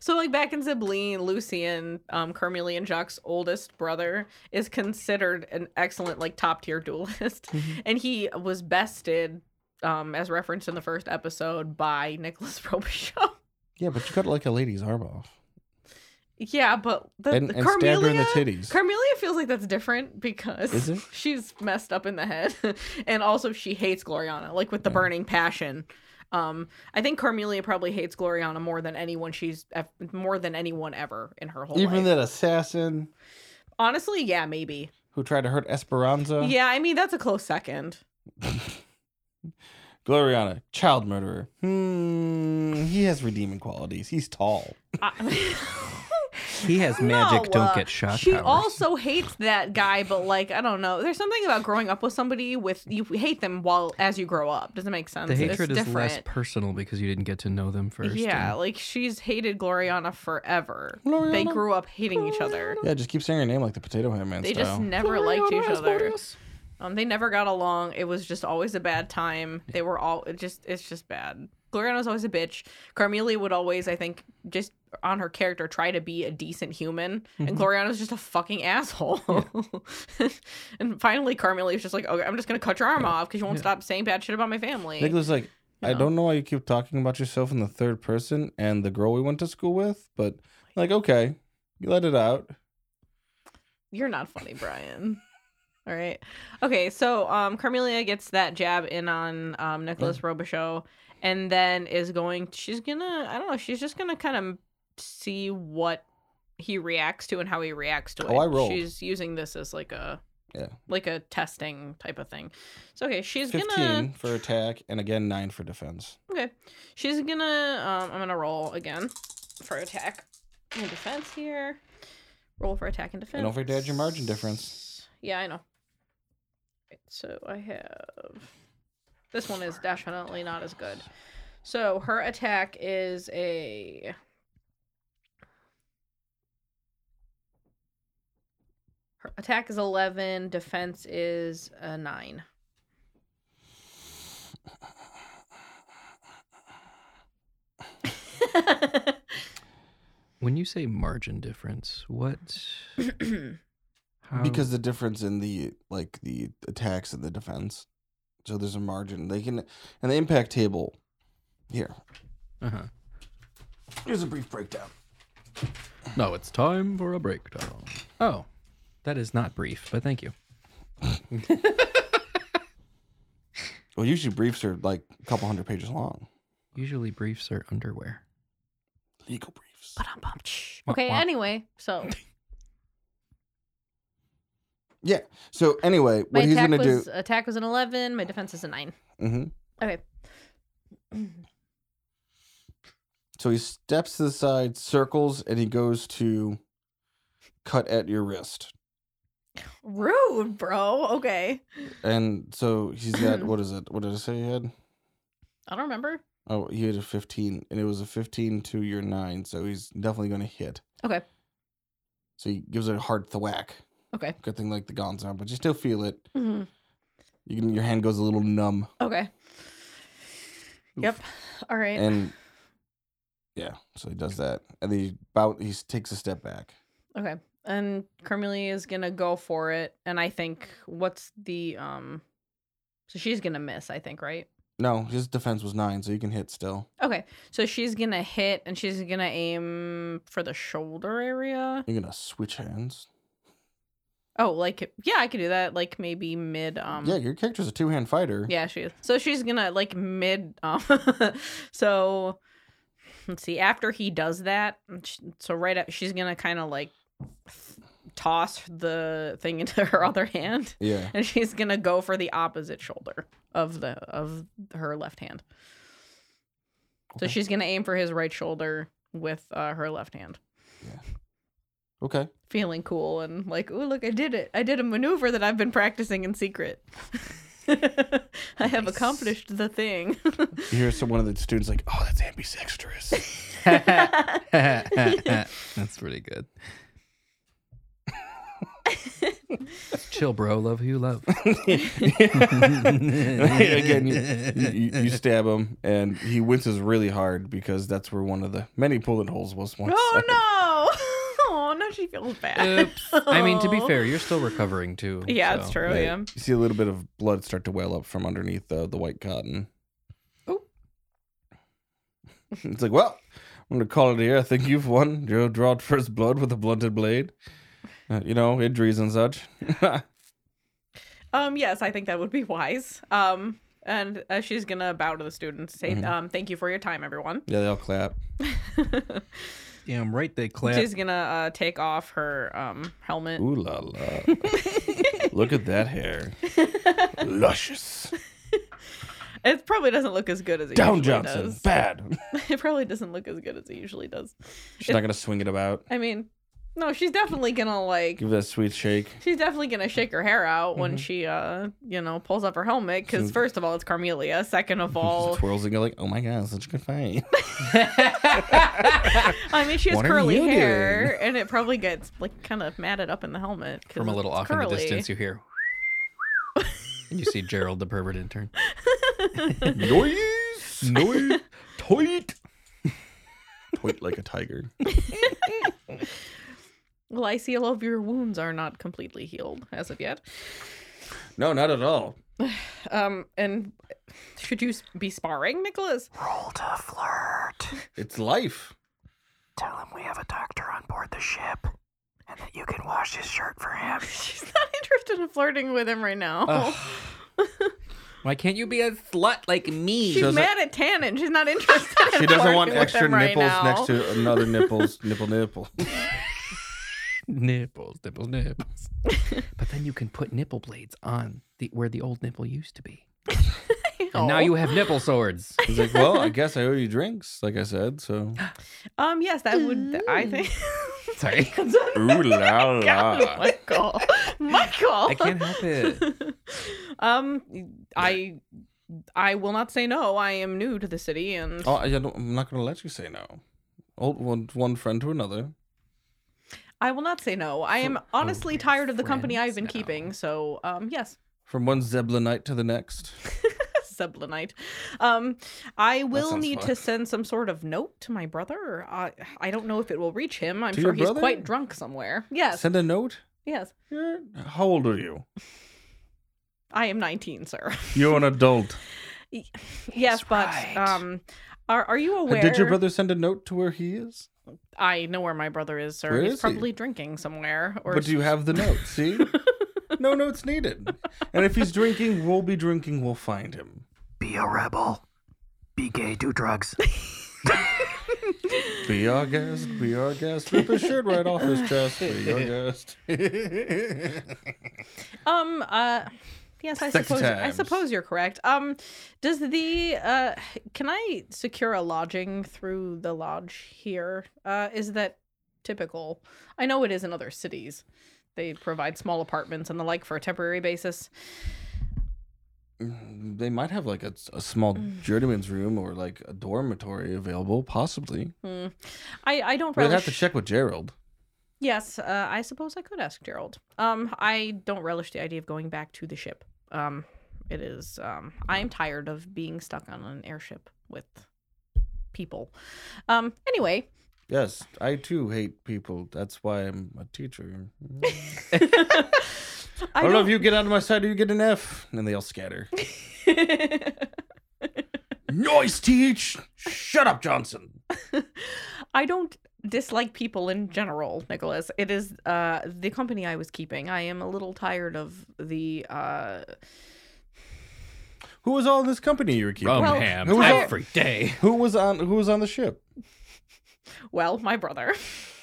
[SPEAKER 4] So like back in Zibline, Lucian, um, Carmelian Jacques' oldest brother is considered an excellent like top tier duelist,
[SPEAKER 2] Mm-hmm.
[SPEAKER 4] and he was bested, um, as referenced in the first episode by Nicholas Robichaud.
[SPEAKER 2] Yeah, but you got like a lady's arm off.
[SPEAKER 4] yeah, but the,
[SPEAKER 2] And,
[SPEAKER 4] the
[SPEAKER 2] and stabbed her in the
[SPEAKER 4] Carmelia-
[SPEAKER 2] titties.
[SPEAKER 4] Carmelia feels like that's different because
[SPEAKER 2] Is it?
[SPEAKER 4] she's messed up in the head, and also she hates Gloriana like with the
[SPEAKER 2] Yeah.
[SPEAKER 4] burning passion. Um, I think Carmelia probably hates Gloriana more than anyone she's ev- more than anyone ever in her whole
[SPEAKER 2] Even
[SPEAKER 4] life.
[SPEAKER 2] that assassin
[SPEAKER 4] Honestly, yeah, maybe.
[SPEAKER 2] who tried to hurt Esperanza.
[SPEAKER 4] yeah, I mean that's a close second.
[SPEAKER 2] Gloriana, child murderer. Hmm. He has redeeming qualities. He's tall.
[SPEAKER 4] I-
[SPEAKER 3] He has magic.
[SPEAKER 4] No, uh,
[SPEAKER 3] don't get shot.
[SPEAKER 4] She
[SPEAKER 3] powers.
[SPEAKER 4] also hates that guy, but like I don't know. There's something about growing up with somebody with you hate them while as you grow up. Doesn't make sense.
[SPEAKER 3] the
[SPEAKER 4] It's
[SPEAKER 3] hatred is less
[SPEAKER 4] different.
[SPEAKER 3] personal because you didn't get to know them first.
[SPEAKER 4] Yeah,
[SPEAKER 3] and-
[SPEAKER 4] like she's hated Gloriana forever. They grew up hating each other.
[SPEAKER 2] Yeah, just keep saying her name like the Potato Head Man
[SPEAKER 4] They
[SPEAKER 2] style.
[SPEAKER 4] just never liked each other. Um, they never got along. It was just always a bad time. They were all it just it's just bad. Gloriana was always a bitch. Carmelia would always, I think, just on her character try to be a decent human,
[SPEAKER 3] Mm-hmm.
[SPEAKER 4] and Gloriana was just a fucking asshole. and finally, Carmelia was just like, "Okay, I'm just gonna cut your arm off because you won't stop saying bad shit about my family."
[SPEAKER 2] Nicholas, like, I don't know why you keep talking about yourself in the third person and the girl we went to school with, but like, okay, you let it out.
[SPEAKER 4] You're not funny, Brian. All right. Okay, so um Carmelia gets that jab in on um Nicholas
[SPEAKER 2] Mm.
[SPEAKER 4] Robichaux and then is going she's gonna I don't know, she's just gonna kind of see what he reacts to and how he reacts to it.
[SPEAKER 2] Oh, I rolled.
[SPEAKER 4] She's using this as like a
[SPEAKER 2] Yeah.
[SPEAKER 4] like a testing type of thing. So okay, she's
[SPEAKER 2] 15
[SPEAKER 4] gonna
[SPEAKER 2] for attack and again 9 for defense.
[SPEAKER 4] okay, she's gonna um I'm gonna roll again for attack and defense here. Roll for attack and defense.
[SPEAKER 2] And don't forget to add your margin difference.
[SPEAKER 4] Yeah, I know. Right, so I have this one is definitely not as good. So her attack is a her attack is eleven, defense is a nine.
[SPEAKER 3] When you say margin difference, what? How,
[SPEAKER 2] Because the difference in the like the attacks and the defense. So there's a margin. They can and the impact table here.
[SPEAKER 3] uh-huh.
[SPEAKER 2] Here's a brief breakdown.
[SPEAKER 3] now it's time for a breakdown. Oh, that is not brief, but thank you.
[SPEAKER 2] Well, usually briefs are like a couple hundred pages long.
[SPEAKER 3] Usually briefs are underwear.
[SPEAKER 2] Legal briefs.
[SPEAKER 4] okay, anyway, so
[SPEAKER 2] Yeah. So anyway,
[SPEAKER 4] my
[SPEAKER 2] what he's
[SPEAKER 4] attack
[SPEAKER 2] gonna
[SPEAKER 4] was
[SPEAKER 2] do?
[SPEAKER 4] attack was an eleven, my defense is a nine.
[SPEAKER 2] hmm
[SPEAKER 4] Okay.
[SPEAKER 2] So he steps to the side, circles, and he goes to cut at your wrist.
[SPEAKER 4] Rude, bro. Okay.
[SPEAKER 2] And so he's got what is it? What did I say he had?
[SPEAKER 4] I don't remember.
[SPEAKER 2] Oh, he had a fifteen, and it was a fifteen to your nine, so he's definitely gonna hit.
[SPEAKER 4] Okay.
[SPEAKER 2] So he gives it a hard thwack.
[SPEAKER 4] Okay.
[SPEAKER 2] Good thing like the gon's on, but you still feel it.
[SPEAKER 4] Mhm.
[SPEAKER 2] You can, your hand goes a little numb,
[SPEAKER 4] Okay. Yep. All right.
[SPEAKER 2] and yeah, so he does that, and then he bout he takes a step back.
[SPEAKER 4] okay. And Carmelia is gonna go for it, and I think what's the um, so she's gonna miss, I think, right?
[SPEAKER 2] No, his defense was nine, so you can hit still.
[SPEAKER 4] Okay. So she's gonna hit, and she's gonna aim for the shoulder area.
[SPEAKER 2] You're gonna switch hands.
[SPEAKER 4] Oh, like yeah, I could do that. Like maybe mid um.
[SPEAKER 2] yeah, your character's a two hand fighter.
[SPEAKER 4] Yeah, she is. So she's gonna like mid. Um, so let's see. After he does that, sh- so right up, she's gonna kind of like th- toss the thing into her other hand,
[SPEAKER 2] Yeah.
[SPEAKER 4] and she's gonna go for the opposite shoulder of the of her left hand. So
[SPEAKER 2] Okay.
[SPEAKER 4] she's gonna aim for his right shoulder with uh, her left hand.
[SPEAKER 2] Okay.
[SPEAKER 4] Feeling cool and like, oh look, I did it! I did a maneuver that I've been practicing in secret. I have accomplished the thing.
[SPEAKER 2] You hear some one of the students like, "Oh, that's ambidextrous."
[SPEAKER 3] That's pretty good. Chill, bro. Love who you love.
[SPEAKER 2] Again, you, you, you stab him, and he winces really hard because that's where one of the many bullet holes was once.
[SPEAKER 4] Oh no! Oh, now she feels bad.
[SPEAKER 3] Oops. I mean, to be
[SPEAKER 4] Oh.
[SPEAKER 3] fair, you're still recovering too.
[SPEAKER 4] Yeah, that's
[SPEAKER 3] so-
[SPEAKER 4] true.
[SPEAKER 2] Like,
[SPEAKER 4] Yeah.
[SPEAKER 2] You see a little bit of blood start to well up from underneath uh, the, the white cotton.
[SPEAKER 4] Oh.
[SPEAKER 2] it's like, well, I'm going to call it here. I think you've won. You drawed first blood with a blunted blade. Uh, you know, injuries and such.
[SPEAKER 4] Um. Yes, I think that would be wise. Um. And uh, she's gonna bow to the students. Say,
[SPEAKER 2] Mhm.
[SPEAKER 4] um, thank you for your time, everyone.
[SPEAKER 2] Yeah, they all clap.
[SPEAKER 3] Damn right they clap.
[SPEAKER 4] she's gonna uh, take off her um helmet.
[SPEAKER 2] Ooh la la. Look at that hair. Luscious.
[SPEAKER 4] It probably doesn't look as good as it
[SPEAKER 2] Down
[SPEAKER 4] usually
[SPEAKER 2] Johnson.
[SPEAKER 4] does.
[SPEAKER 2] Bad.
[SPEAKER 4] It probably doesn't look as good as it usually does.
[SPEAKER 2] She's not going to swing it about.
[SPEAKER 4] I mean, no, she's definitely gonna like.
[SPEAKER 2] Give that sweet shake.
[SPEAKER 4] She's definitely gonna shake her hair out
[SPEAKER 3] Mm-hmm.
[SPEAKER 4] when she, uh, you know, pulls up her helmet. Because
[SPEAKER 2] She's-
[SPEAKER 4] first of all, it's Carmelia. Second of
[SPEAKER 2] She
[SPEAKER 4] all,
[SPEAKER 2] twirls and go like, oh my god, such a good fight.
[SPEAKER 4] I mean, she has
[SPEAKER 2] What are
[SPEAKER 4] curly
[SPEAKER 2] you
[SPEAKER 4] hair, and it probably gets like kind of matted up in the helmet 'cause
[SPEAKER 3] From a little
[SPEAKER 4] it's
[SPEAKER 3] off in the
[SPEAKER 4] curly.
[SPEAKER 3] distance, you hear. and you see Gerald, the pervert intern.
[SPEAKER 2] Noise! Noise! Toit! Toit like a tiger.
[SPEAKER 4] Well, I see all of your wounds are not completely healed as of yet.
[SPEAKER 2] No, not at all.
[SPEAKER 4] Um, and should you s- be sparring, Nicholas?
[SPEAKER 2] It's life.
[SPEAKER 4] She's not interested in flirting with him right now.
[SPEAKER 3] Why can't you be a slut like me?
[SPEAKER 4] She's
[SPEAKER 2] doesn't-
[SPEAKER 4] mad at Tannen. She's not interested. In
[SPEAKER 2] She doesn't
[SPEAKER 4] flirting
[SPEAKER 2] want
[SPEAKER 4] with
[SPEAKER 2] extra
[SPEAKER 4] him right
[SPEAKER 2] nipples
[SPEAKER 4] now.
[SPEAKER 2] next to another nipples, nipple, nipple.
[SPEAKER 3] nipples, nipples, nipples. but then you can put nipple blades on the where the old nipple used to be. And now you have nipple swords.
[SPEAKER 2] He's like, well, I guess I owe you drinks, like I said. So,
[SPEAKER 4] Um. Yes, that would. th- I think.
[SPEAKER 3] Sorry.
[SPEAKER 2] ooh la
[SPEAKER 4] God,
[SPEAKER 2] la.
[SPEAKER 4] Michael. Michael.
[SPEAKER 3] I can't help it.
[SPEAKER 4] um. I. I will not say no. I am new to the city, and
[SPEAKER 2] Oh, I don't, I'm not gonna let you say no. Old one, one friend to another.
[SPEAKER 4] I will not say no. I am honestly tired of the company I've been keeping. So, um, yes,
[SPEAKER 2] From one Zebulonite to the next.
[SPEAKER 4] Zebulonite. Um, I will
[SPEAKER 2] sounds
[SPEAKER 4] need
[SPEAKER 2] fun.
[SPEAKER 4] to send some sort of note to my brother. I I don't know if it will reach him. I'm
[SPEAKER 2] To
[SPEAKER 4] sure
[SPEAKER 2] your
[SPEAKER 4] he's
[SPEAKER 2] brother?
[SPEAKER 4] quite drunk somewhere. Yes,
[SPEAKER 2] Send a note.
[SPEAKER 4] yes.
[SPEAKER 2] You're, how old are you?
[SPEAKER 4] I am 19, sir.
[SPEAKER 2] You're an adult.
[SPEAKER 4] yes, but
[SPEAKER 3] right.
[SPEAKER 4] um, are are you
[SPEAKER 2] And
[SPEAKER 4] aware?
[SPEAKER 2] Did your brother send a note to where he is?
[SPEAKER 4] I know where my brother is, sir.
[SPEAKER 2] Where
[SPEAKER 4] he's
[SPEAKER 2] is he?
[SPEAKER 4] probably drinking somewhere. Or
[SPEAKER 2] But do you have the note? See? no notes needed. And if he's drinking, we'll be drinking. We'll find him.
[SPEAKER 7] Be a rebel. Be gay, do drugs.
[SPEAKER 2] Be our guest. Be our guest. Rip his shirt right off his chest. Be our guest.
[SPEAKER 4] Um. Uh. Yes, I
[SPEAKER 2] Sexy
[SPEAKER 4] suppose. I
[SPEAKER 2] times.
[SPEAKER 4] suppose you're correct. Um. Does the uh? Can I secure a lodging through the lodge here? Uh. Is that typical? I know it is in other cities. They provide small apartments and the like for a temporary basis.
[SPEAKER 2] they might have like a, a small
[SPEAKER 4] Mm.
[SPEAKER 2] journeyman's room or like a dormitory available, possibly.
[SPEAKER 4] Hmm. I I don't
[SPEAKER 2] We'll
[SPEAKER 4] relish.
[SPEAKER 2] have to check with Gerald.
[SPEAKER 4] Yes. Uh. I suppose I could ask Gerald. Um. I don't relish the idea of going back to the ship. Um. It is. Um. I am tired of being stuck on an airship with people. Um. Anyway.
[SPEAKER 2] Yes, I too hate people. That's why I'm a teacher. I
[SPEAKER 4] I
[SPEAKER 2] don't know if you get out of my sight or you get an F. And they all scatter. Noise teach! Shut up, Johnson!
[SPEAKER 4] I don't dislike people in general, Nicholas. It is uh, the company I was keeping. I am a little tired of the. Uh,
[SPEAKER 2] Who was all in this company you were keeping?
[SPEAKER 3] Rum
[SPEAKER 4] Well,
[SPEAKER 3] ham
[SPEAKER 2] who was all-
[SPEAKER 3] every day.
[SPEAKER 2] Who was on who was on the ship?
[SPEAKER 4] well, my brother.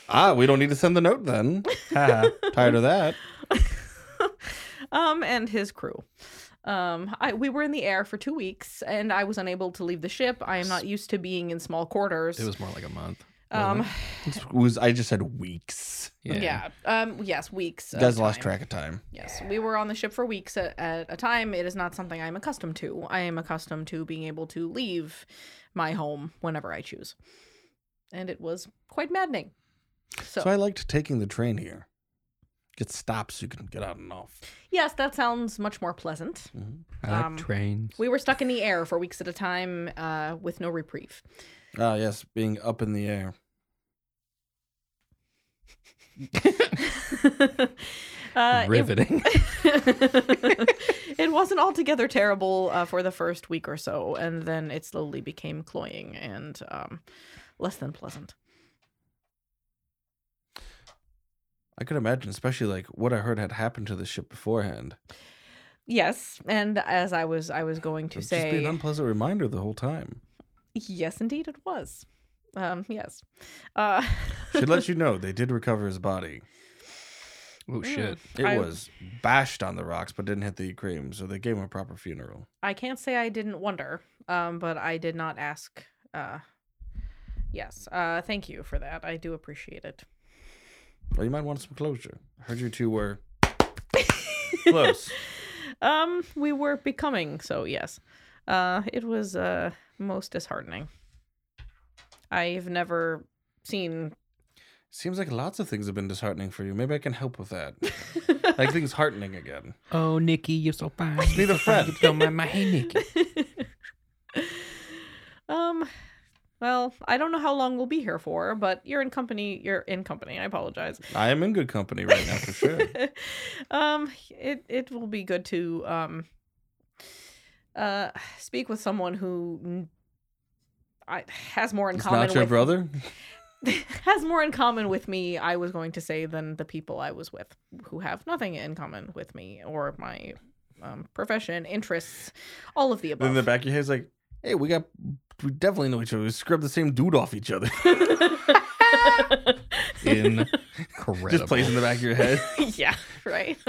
[SPEAKER 2] Ah, we don't need to send the note then. Ha, Tired of that.
[SPEAKER 4] um, and his crew. Um, I, we were in the air for two weeks, and I was unable to leave the ship. I am not used to being in small quarters.
[SPEAKER 3] It was more like a month.
[SPEAKER 4] um,
[SPEAKER 2] It was I just said weeks.
[SPEAKER 4] yeah. Um, yes, weeks.
[SPEAKER 2] You
[SPEAKER 4] of
[SPEAKER 2] guys lost
[SPEAKER 4] time.
[SPEAKER 2] track of time.
[SPEAKER 4] Yes, we were on the ship for weeks at, at a time. It is not something I'm accustomed to. I am accustomed to being able to leave my home whenever I choose. And it was quite maddening. So,
[SPEAKER 2] So, I liked taking the train here. Get stops you can get out and off.
[SPEAKER 4] yes, that sounds much more pleasant.
[SPEAKER 1] Mm-hmm.
[SPEAKER 3] I like
[SPEAKER 4] Um,
[SPEAKER 3] trains.
[SPEAKER 4] We were stuck in the air for weeks at a time uh, with no reprieve.
[SPEAKER 2] Ah, yes, being up in the air.
[SPEAKER 4] Uh, it
[SPEAKER 3] Riveting.
[SPEAKER 4] it wasn't altogether terrible uh, for the first week or so, and then it slowly became cloying and um, less than pleasant.
[SPEAKER 2] I could imagine, especially like what I heard had happened to the ship beforehand.
[SPEAKER 4] Yes, and as I was, I was going to
[SPEAKER 2] It'd just be
[SPEAKER 4] say,
[SPEAKER 2] an unpleasant reminder the whole time.
[SPEAKER 4] yes, indeed, it was. Um, yes, uh,
[SPEAKER 2] Should let you know they did recover his body.
[SPEAKER 3] oh shit.
[SPEAKER 2] It
[SPEAKER 4] I-
[SPEAKER 2] was bashed on the rocks, but didn't hit the cream, so they gave him a proper funeral.
[SPEAKER 4] I can't say I didn't wonder, um, but I did not ask. Uh, yes, uh, thank you for that. I do appreciate it.
[SPEAKER 2] Well, you might want some closure. I heard you two were close.
[SPEAKER 4] Um, we were becoming so. Yes, uh, it was uh most disheartening. I've never seen.
[SPEAKER 2] Seems like lots of things have been disheartening for you. Maybe I can help with that. like things heartening again.
[SPEAKER 3] Oh, Nikki, you're so fine.
[SPEAKER 2] Be the friend.
[SPEAKER 3] Don't mind my hey, Nikki.
[SPEAKER 4] Um, well, I don't know how long we'll be here for, but you're in company. You're in company. I apologize.
[SPEAKER 2] I am in good company right now for sure.
[SPEAKER 4] um, it it will be good to um uh speak with someone who mm, I, has more in
[SPEAKER 2] It's
[SPEAKER 4] common
[SPEAKER 2] not your
[SPEAKER 4] with
[SPEAKER 2] brother.
[SPEAKER 4] has more in common with me. I was going to say than the people I was with who have nothing in common with me or my um, profession, interests, all of the
[SPEAKER 2] Then
[SPEAKER 4] above.
[SPEAKER 2] in the back of your head's like, hey, we got we definitely know each other. We scrubbed the same dude off each other. incredible. Just plays in the back of your head.
[SPEAKER 4] yeah, right.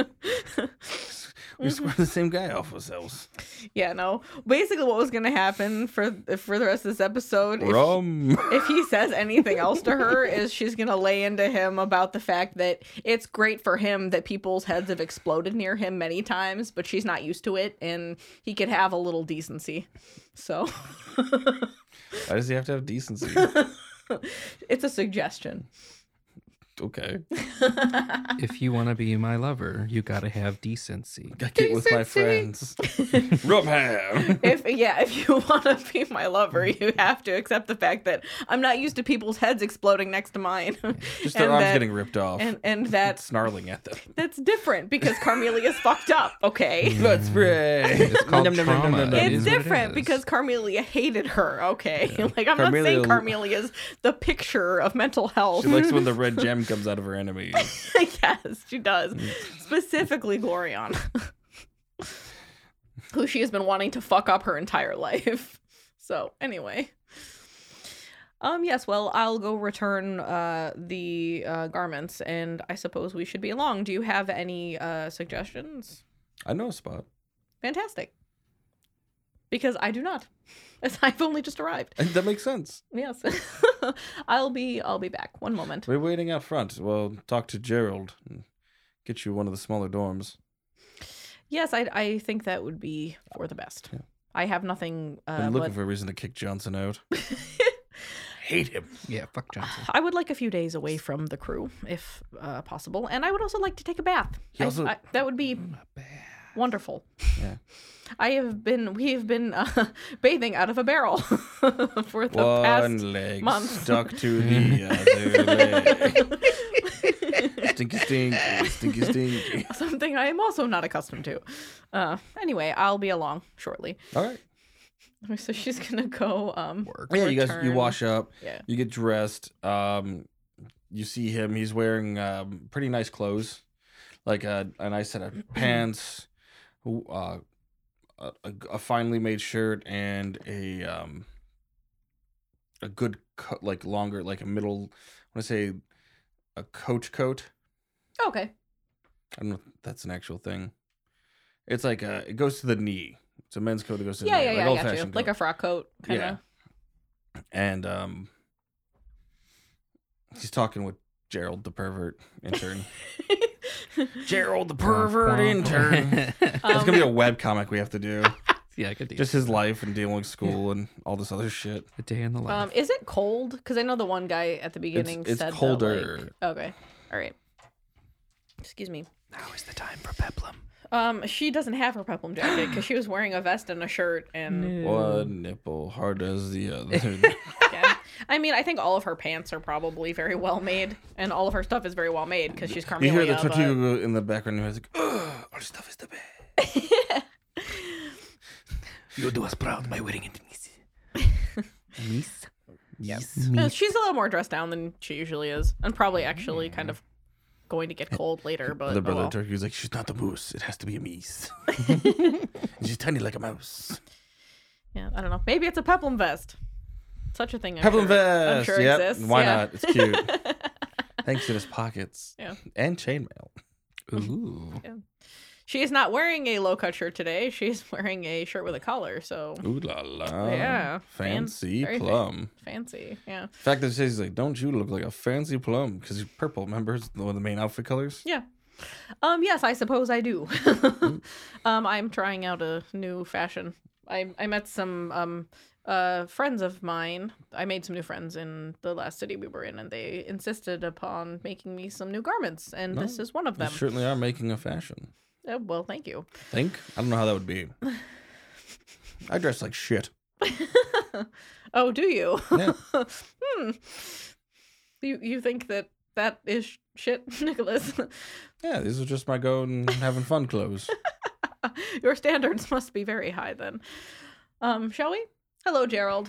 [SPEAKER 2] We swear the same guy off ourselves.
[SPEAKER 4] yeah, no. Basically, what was gonna happen for for the rest of this episode, if
[SPEAKER 2] Rum.
[SPEAKER 4] if he says anything else to her is she's gonna lay into him about the fact that it's great for him that people's heads have exploded near him many times but she's not used to it and he could have a little decency so
[SPEAKER 2] Why does he have to have decency?
[SPEAKER 4] it's a suggestion
[SPEAKER 2] Okay.
[SPEAKER 3] if you want to be my lover, you gotta have decency.
[SPEAKER 2] I get with my friends. Rum ham.
[SPEAKER 4] if yeah if you want to be my lover you have to accept the fact that i'm not used to people's heads exploding next to mine
[SPEAKER 2] Just their
[SPEAKER 4] And
[SPEAKER 2] arms
[SPEAKER 4] that-
[SPEAKER 2] getting ripped off.
[SPEAKER 4] and and that's
[SPEAKER 2] snarling at them.
[SPEAKER 4] that's different because carmelia's fucked up okay
[SPEAKER 2] Blood spray.
[SPEAKER 3] It's called trauma. It
[SPEAKER 4] it's
[SPEAKER 3] is what it
[SPEAKER 4] different
[SPEAKER 3] is.
[SPEAKER 4] because Carmelia hated her. Okay, like
[SPEAKER 2] Carmelia-
[SPEAKER 4] I'm not saying Carmelia's the picture of mental health.
[SPEAKER 2] She likes when the red gem comes out of her enemies.
[SPEAKER 4] yes, she does. Specifically, Glorion, who she has been wanting to fuck up her entire life. So anyway, um, yes. Well, I'll go return uh the uh, garments, and I suppose we should be along. Do you have any uh suggestions?
[SPEAKER 2] I know a spot.
[SPEAKER 4] Fantastic. Because I do not, as I've only just arrived.
[SPEAKER 2] That makes sense.
[SPEAKER 4] Yes. I'll be I'll be back. One moment.
[SPEAKER 2] We're waiting out front. Well, talk to Gerald. and Get you one of the smaller dorms.
[SPEAKER 4] Yes, I I think that would be for the best.
[SPEAKER 2] Yeah.
[SPEAKER 4] I have nothing uh
[SPEAKER 2] I'm
[SPEAKER 4] but
[SPEAKER 2] looking for a reason to kick Johnson out. Hate him.
[SPEAKER 3] Yeah, fuck Johnson.
[SPEAKER 4] I would like a few days away from the crew if uh, possible, and I would also like to take a bath.
[SPEAKER 2] He
[SPEAKER 4] I-
[SPEAKER 2] also- Mm,
[SPEAKER 4] I- that would be wonderful.
[SPEAKER 2] Yeah.
[SPEAKER 4] I have been we have been uh, bathing out of a barrel for the
[SPEAKER 2] One
[SPEAKER 4] past
[SPEAKER 2] leg
[SPEAKER 4] month.
[SPEAKER 2] stuck to the other leg. Stinky, stinky, stinky, stinky.
[SPEAKER 4] something I am also not accustomed to. Uh, anyway, I'll be along shortly.
[SPEAKER 2] All right.
[SPEAKER 4] So she's gonna go. Um,
[SPEAKER 2] Yeah, you guys, you
[SPEAKER 4] Return.
[SPEAKER 2] wash up.
[SPEAKER 4] yeah.
[SPEAKER 2] You get dressed. Um, you see him. He's wearing um, pretty nice clothes, like a, a nice set of pants, w- uh, a, a g- a finely made shirt, and a um, a good co- like longer like a middle. I want to say a coach coat.
[SPEAKER 4] Okay.
[SPEAKER 2] I don't know if that's an actual thing. It's like a it goes to the knee. It's a men's coat that goes to the
[SPEAKER 4] Yeah,
[SPEAKER 2] knee,
[SPEAKER 4] yeah,
[SPEAKER 2] like
[SPEAKER 4] yeah.
[SPEAKER 2] old
[SPEAKER 4] I got you.
[SPEAKER 2] fashioned
[SPEAKER 4] Like
[SPEAKER 2] coat.
[SPEAKER 4] a frock coat, kind of.
[SPEAKER 2] and um he's talking with Gerald the pervert intern. Gerald the pervert intern. It's
[SPEAKER 4] Um,
[SPEAKER 2] gonna be a web comic we have to do.
[SPEAKER 3] yeah, good deal.
[SPEAKER 2] Just his life and dealing with school and all this other shit.
[SPEAKER 3] a day in the life.
[SPEAKER 4] um, is it cold? Because I know the one guy at the beginning
[SPEAKER 2] it's
[SPEAKER 4] said that, like-
[SPEAKER 2] colder.
[SPEAKER 4] okay. All right. Excuse me.
[SPEAKER 3] now is the time for peplum.
[SPEAKER 4] Um, she doesn't have her peplum jacket because she was wearing a vest and a shirt, and
[SPEAKER 2] One nipple hard as the other.
[SPEAKER 4] yeah. I mean, I think all of her pants are probably very well made, and all of her stuff is very well made because she's
[SPEAKER 2] you
[SPEAKER 4] Carmelia.
[SPEAKER 2] hear the
[SPEAKER 4] but-
[SPEAKER 2] tortilla go in the background and he's like, Ugh, our stuff is the best.
[SPEAKER 7] You do us proud by wearing it.
[SPEAKER 4] Uh, she's a little more dressed down than she usually is, and probably actually kind of going to get cold later. But
[SPEAKER 2] Mm. the
[SPEAKER 4] oh
[SPEAKER 2] brother
[SPEAKER 4] well.
[SPEAKER 2] turkey was like, She's not a moose, it has to be a meese. She's tiny like a mouse.
[SPEAKER 4] yeah, I don't know. Maybe it's a peplum vest. Such a thing. I'm
[SPEAKER 2] Peplum
[SPEAKER 4] sure-
[SPEAKER 2] vest.
[SPEAKER 4] I'm sure
[SPEAKER 2] yep.
[SPEAKER 4] exists.
[SPEAKER 2] Why
[SPEAKER 4] yeah.
[SPEAKER 2] not? It's cute. Thanks to his pockets.
[SPEAKER 4] Yeah.
[SPEAKER 2] And chainmail.
[SPEAKER 3] Ooh.
[SPEAKER 4] She is not wearing a low cut shirt today. She's wearing a shirt with a collar, so
[SPEAKER 2] Ooh la la.
[SPEAKER 4] Yeah, fan-
[SPEAKER 2] Fancy
[SPEAKER 4] very fan-
[SPEAKER 2] plum.
[SPEAKER 4] fancy. Yeah.
[SPEAKER 2] In fact, that says he's like, don't you look like a fancy plum? Because he's purple. Remember, it's one of the main outfit colors.
[SPEAKER 4] Yeah. Um yes, I suppose I do. um I'm trying out a new fashion. I I met some um uh friends of mine. I made some new friends in the last city we were in and they insisted upon making me some new garments and this is one of
[SPEAKER 2] They
[SPEAKER 4] them.
[SPEAKER 2] certainly are making a fashion.
[SPEAKER 4] Uh, well, thank you.
[SPEAKER 2] Think? I don't know how that would be. I dress like shit.
[SPEAKER 4] Oh, do you?
[SPEAKER 2] Yeah.
[SPEAKER 4] hmm. You you think that that is sh- shit, Nicholas?
[SPEAKER 2] yeah, these are just my going having fun clothes.
[SPEAKER 4] Your standards must be very high then. Um, shall we? Hello, Gerald.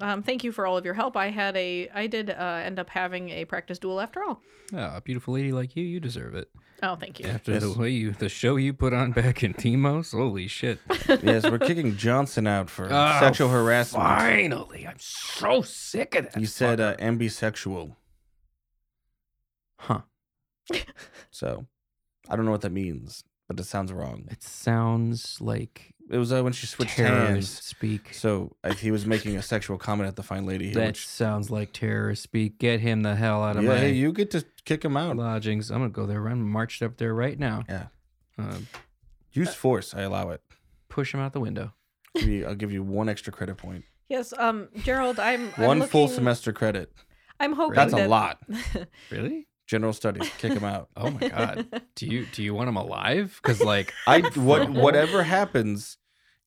[SPEAKER 4] Um, thank you for all of your help. I had a, I did uh, end up having a practice duel after all.
[SPEAKER 3] Yeah, Ah, a beautiful lady like you, you deserve it.
[SPEAKER 4] Oh, thank you.
[SPEAKER 2] After
[SPEAKER 3] The
[SPEAKER 2] this-
[SPEAKER 3] way you, the show you put on back in Timos, holy shit!
[SPEAKER 2] yes, we're kicking Johnson out for
[SPEAKER 3] Oh,
[SPEAKER 2] sexual harassment.
[SPEAKER 7] Finally, I'm so sick of that.
[SPEAKER 2] You said uh, ambisexual. So I don't know what that means, but it sounds wrong.
[SPEAKER 1] It sounds like
[SPEAKER 2] It was uh, when she switched
[SPEAKER 1] terrorist
[SPEAKER 2] hands.
[SPEAKER 1] speak.
[SPEAKER 2] So I, he was making a sexual comment at the fine lady. here,
[SPEAKER 1] that
[SPEAKER 2] which-
[SPEAKER 1] sounds like terrorist speak. Get him the hell out of
[SPEAKER 2] yeah,
[SPEAKER 1] my
[SPEAKER 2] hey, you get to kick him out.
[SPEAKER 1] lodgings. I'm gonna go there. I'm marched up there right now.
[SPEAKER 2] Yeah.
[SPEAKER 1] Uh,
[SPEAKER 2] Use force. I allow it.
[SPEAKER 1] push him out the window.
[SPEAKER 2] Give you- I'll give you one extra credit point.
[SPEAKER 4] Yes, um, Gerald, I'm I'm
[SPEAKER 2] One full
[SPEAKER 4] looking-
[SPEAKER 2] semester credit.
[SPEAKER 4] I'm hoping
[SPEAKER 2] That's a
[SPEAKER 4] that-
[SPEAKER 2] lot.
[SPEAKER 1] Really?
[SPEAKER 2] General studies. Kick him out.
[SPEAKER 1] Oh my god. do you do you want him alive? Because like,
[SPEAKER 2] I what whatever happens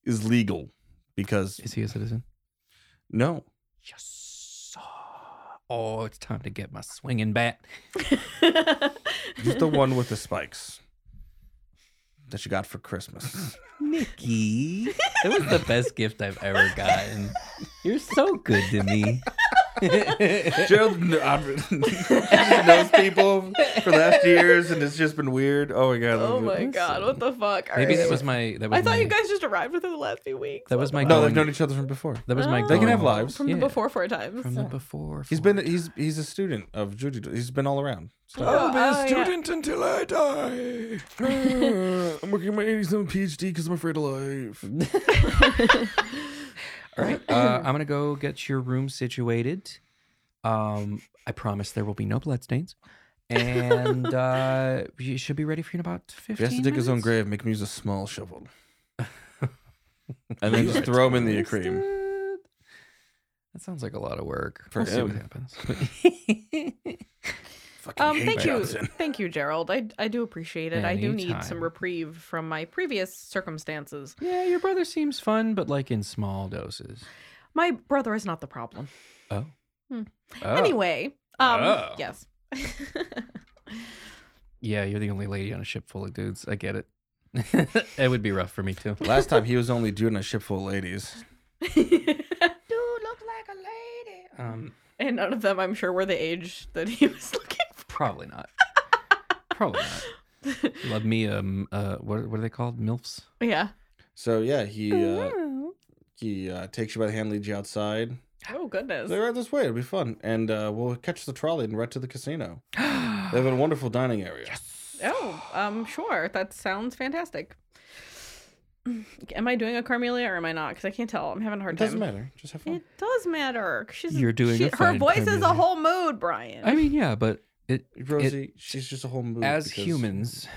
[SPEAKER 2] is legal because
[SPEAKER 1] is he a citizen?
[SPEAKER 2] no.
[SPEAKER 1] Yes. Oh, it's time to get my swinging bat.
[SPEAKER 2] Just the one with the spikes that you got for Christmas.
[SPEAKER 1] Nikki. It was the best gift I've ever gotten. You're so good to me.
[SPEAKER 2] Gerald kn- I'm- just knows people for the last years, and it's just been weird. Oh my god!
[SPEAKER 4] oh my god, what the fuck? All
[SPEAKER 1] Maybe
[SPEAKER 4] right.
[SPEAKER 1] that was my that was
[SPEAKER 4] I thought
[SPEAKER 1] my,
[SPEAKER 4] you guys just arrived within the last few weeks.
[SPEAKER 1] that
[SPEAKER 4] What
[SPEAKER 1] was
[SPEAKER 4] the
[SPEAKER 1] my
[SPEAKER 4] fuck?
[SPEAKER 2] No,
[SPEAKER 1] going-
[SPEAKER 2] they've known each other from before.
[SPEAKER 1] that was my
[SPEAKER 4] Oh.
[SPEAKER 2] They can have
[SPEAKER 1] going-
[SPEAKER 2] lives.
[SPEAKER 4] from
[SPEAKER 1] yeah.
[SPEAKER 4] the before four times. Um,
[SPEAKER 1] From the before.
[SPEAKER 2] He's been he's he's a student of judo. He's been all around. So.
[SPEAKER 4] I'll be a Oh, yeah. student
[SPEAKER 2] until I die. I'm working my 87 PhD because I'm afraid of life.
[SPEAKER 1] All right. Uh, I'm gonna go get your room situated. Um, I promise there will be no bloodstains, and uh, you should be ready for you in about
[SPEAKER 2] If
[SPEAKER 1] fifteen.
[SPEAKER 2] he has to dig his own
[SPEAKER 1] minutes.
[SPEAKER 2] grave, make him use a small shovel. and then just throw him in the cream.
[SPEAKER 1] Understood. That sounds like a lot of work.
[SPEAKER 2] For
[SPEAKER 1] we'll see what
[SPEAKER 2] him.
[SPEAKER 1] happens.
[SPEAKER 2] Fucking
[SPEAKER 4] Um,
[SPEAKER 2] hate
[SPEAKER 4] thank you,
[SPEAKER 2] Johnson.
[SPEAKER 4] thank you, Gerald. I I do appreciate it. I do need
[SPEAKER 1] Anytime.
[SPEAKER 4] some reprieve from my previous circumstances.
[SPEAKER 1] yeah, your brother seems fun, but like in small doses.
[SPEAKER 4] My brother is not the problem.
[SPEAKER 1] Oh.
[SPEAKER 4] Hmm.
[SPEAKER 1] Oh.
[SPEAKER 4] Anyway, um,
[SPEAKER 1] Oh.
[SPEAKER 4] yes.
[SPEAKER 1] Yeah, you're the only lady on a ship full of dudes. I get it. it would be rough for me too.
[SPEAKER 2] Last time he was only doing a ship full of ladies.
[SPEAKER 1] Um,
[SPEAKER 4] and none of them, I'm sure, were the age that he was looking.
[SPEAKER 1] probably not. probably not. Love me. Um. Uh. What What are they called? Milfs.
[SPEAKER 4] For. Yeah.
[SPEAKER 2] So yeah, he uh, he uh, takes you by the hand, leads you outside.
[SPEAKER 4] Oh goodness.
[SPEAKER 2] They're right this way. It'll be fun, and uh, we'll catch the trolley and right to the casino. They have a wonderful dining area.
[SPEAKER 4] Oh, um, sure. That sounds fantastic. Am I doing a Carmelia or am I not? Because I can't tell. I'm having a hard
[SPEAKER 2] It doesn't
[SPEAKER 4] time.
[SPEAKER 2] matter. Just have fun.
[SPEAKER 4] It does matter. 'cause She's
[SPEAKER 1] You're doing
[SPEAKER 4] she,
[SPEAKER 1] a
[SPEAKER 4] her
[SPEAKER 1] fine
[SPEAKER 4] voice is a
[SPEAKER 1] Carmelia.
[SPEAKER 4] whole mood, Brian.
[SPEAKER 1] I mean, yeah, but it
[SPEAKER 2] Rosie, she's just a whole mood.
[SPEAKER 1] as
[SPEAKER 2] because
[SPEAKER 1] humans,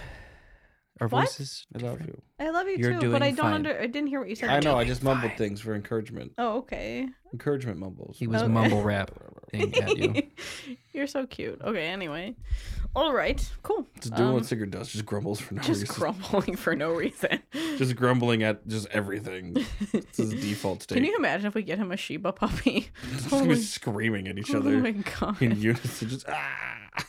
[SPEAKER 1] our
[SPEAKER 4] What?
[SPEAKER 1] voices.
[SPEAKER 2] I love you.
[SPEAKER 4] I love you
[SPEAKER 1] You're
[SPEAKER 4] too,
[SPEAKER 1] doing
[SPEAKER 4] but I don't
[SPEAKER 1] fine.
[SPEAKER 4] under. I didn't hear what you said.
[SPEAKER 2] I know. I just mumbled things for encouragement.
[SPEAKER 4] Oh, okay.
[SPEAKER 2] Encouragement mumbles.
[SPEAKER 1] He was
[SPEAKER 4] Okay.
[SPEAKER 1] mumble rap thing at you.
[SPEAKER 4] You're so cute. Okay. Anyway, all right. Cool.
[SPEAKER 2] It's doing
[SPEAKER 4] Um,
[SPEAKER 2] what Sigurd does. Just grumbles for no
[SPEAKER 4] just
[SPEAKER 2] reason.
[SPEAKER 4] grumbling for no reason.
[SPEAKER 2] just grumbling at just everything. It's his default state.
[SPEAKER 4] Can you imagine if we get him a Sheba puppy?
[SPEAKER 2] Just
[SPEAKER 4] Oh
[SPEAKER 2] gonna be
[SPEAKER 4] my-
[SPEAKER 2] screaming at each
[SPEAKER 4] Oh
[SPEAKER 2] other
[SPEAKER 4] my god.
[SPEAKER 2] in unison. Just ah.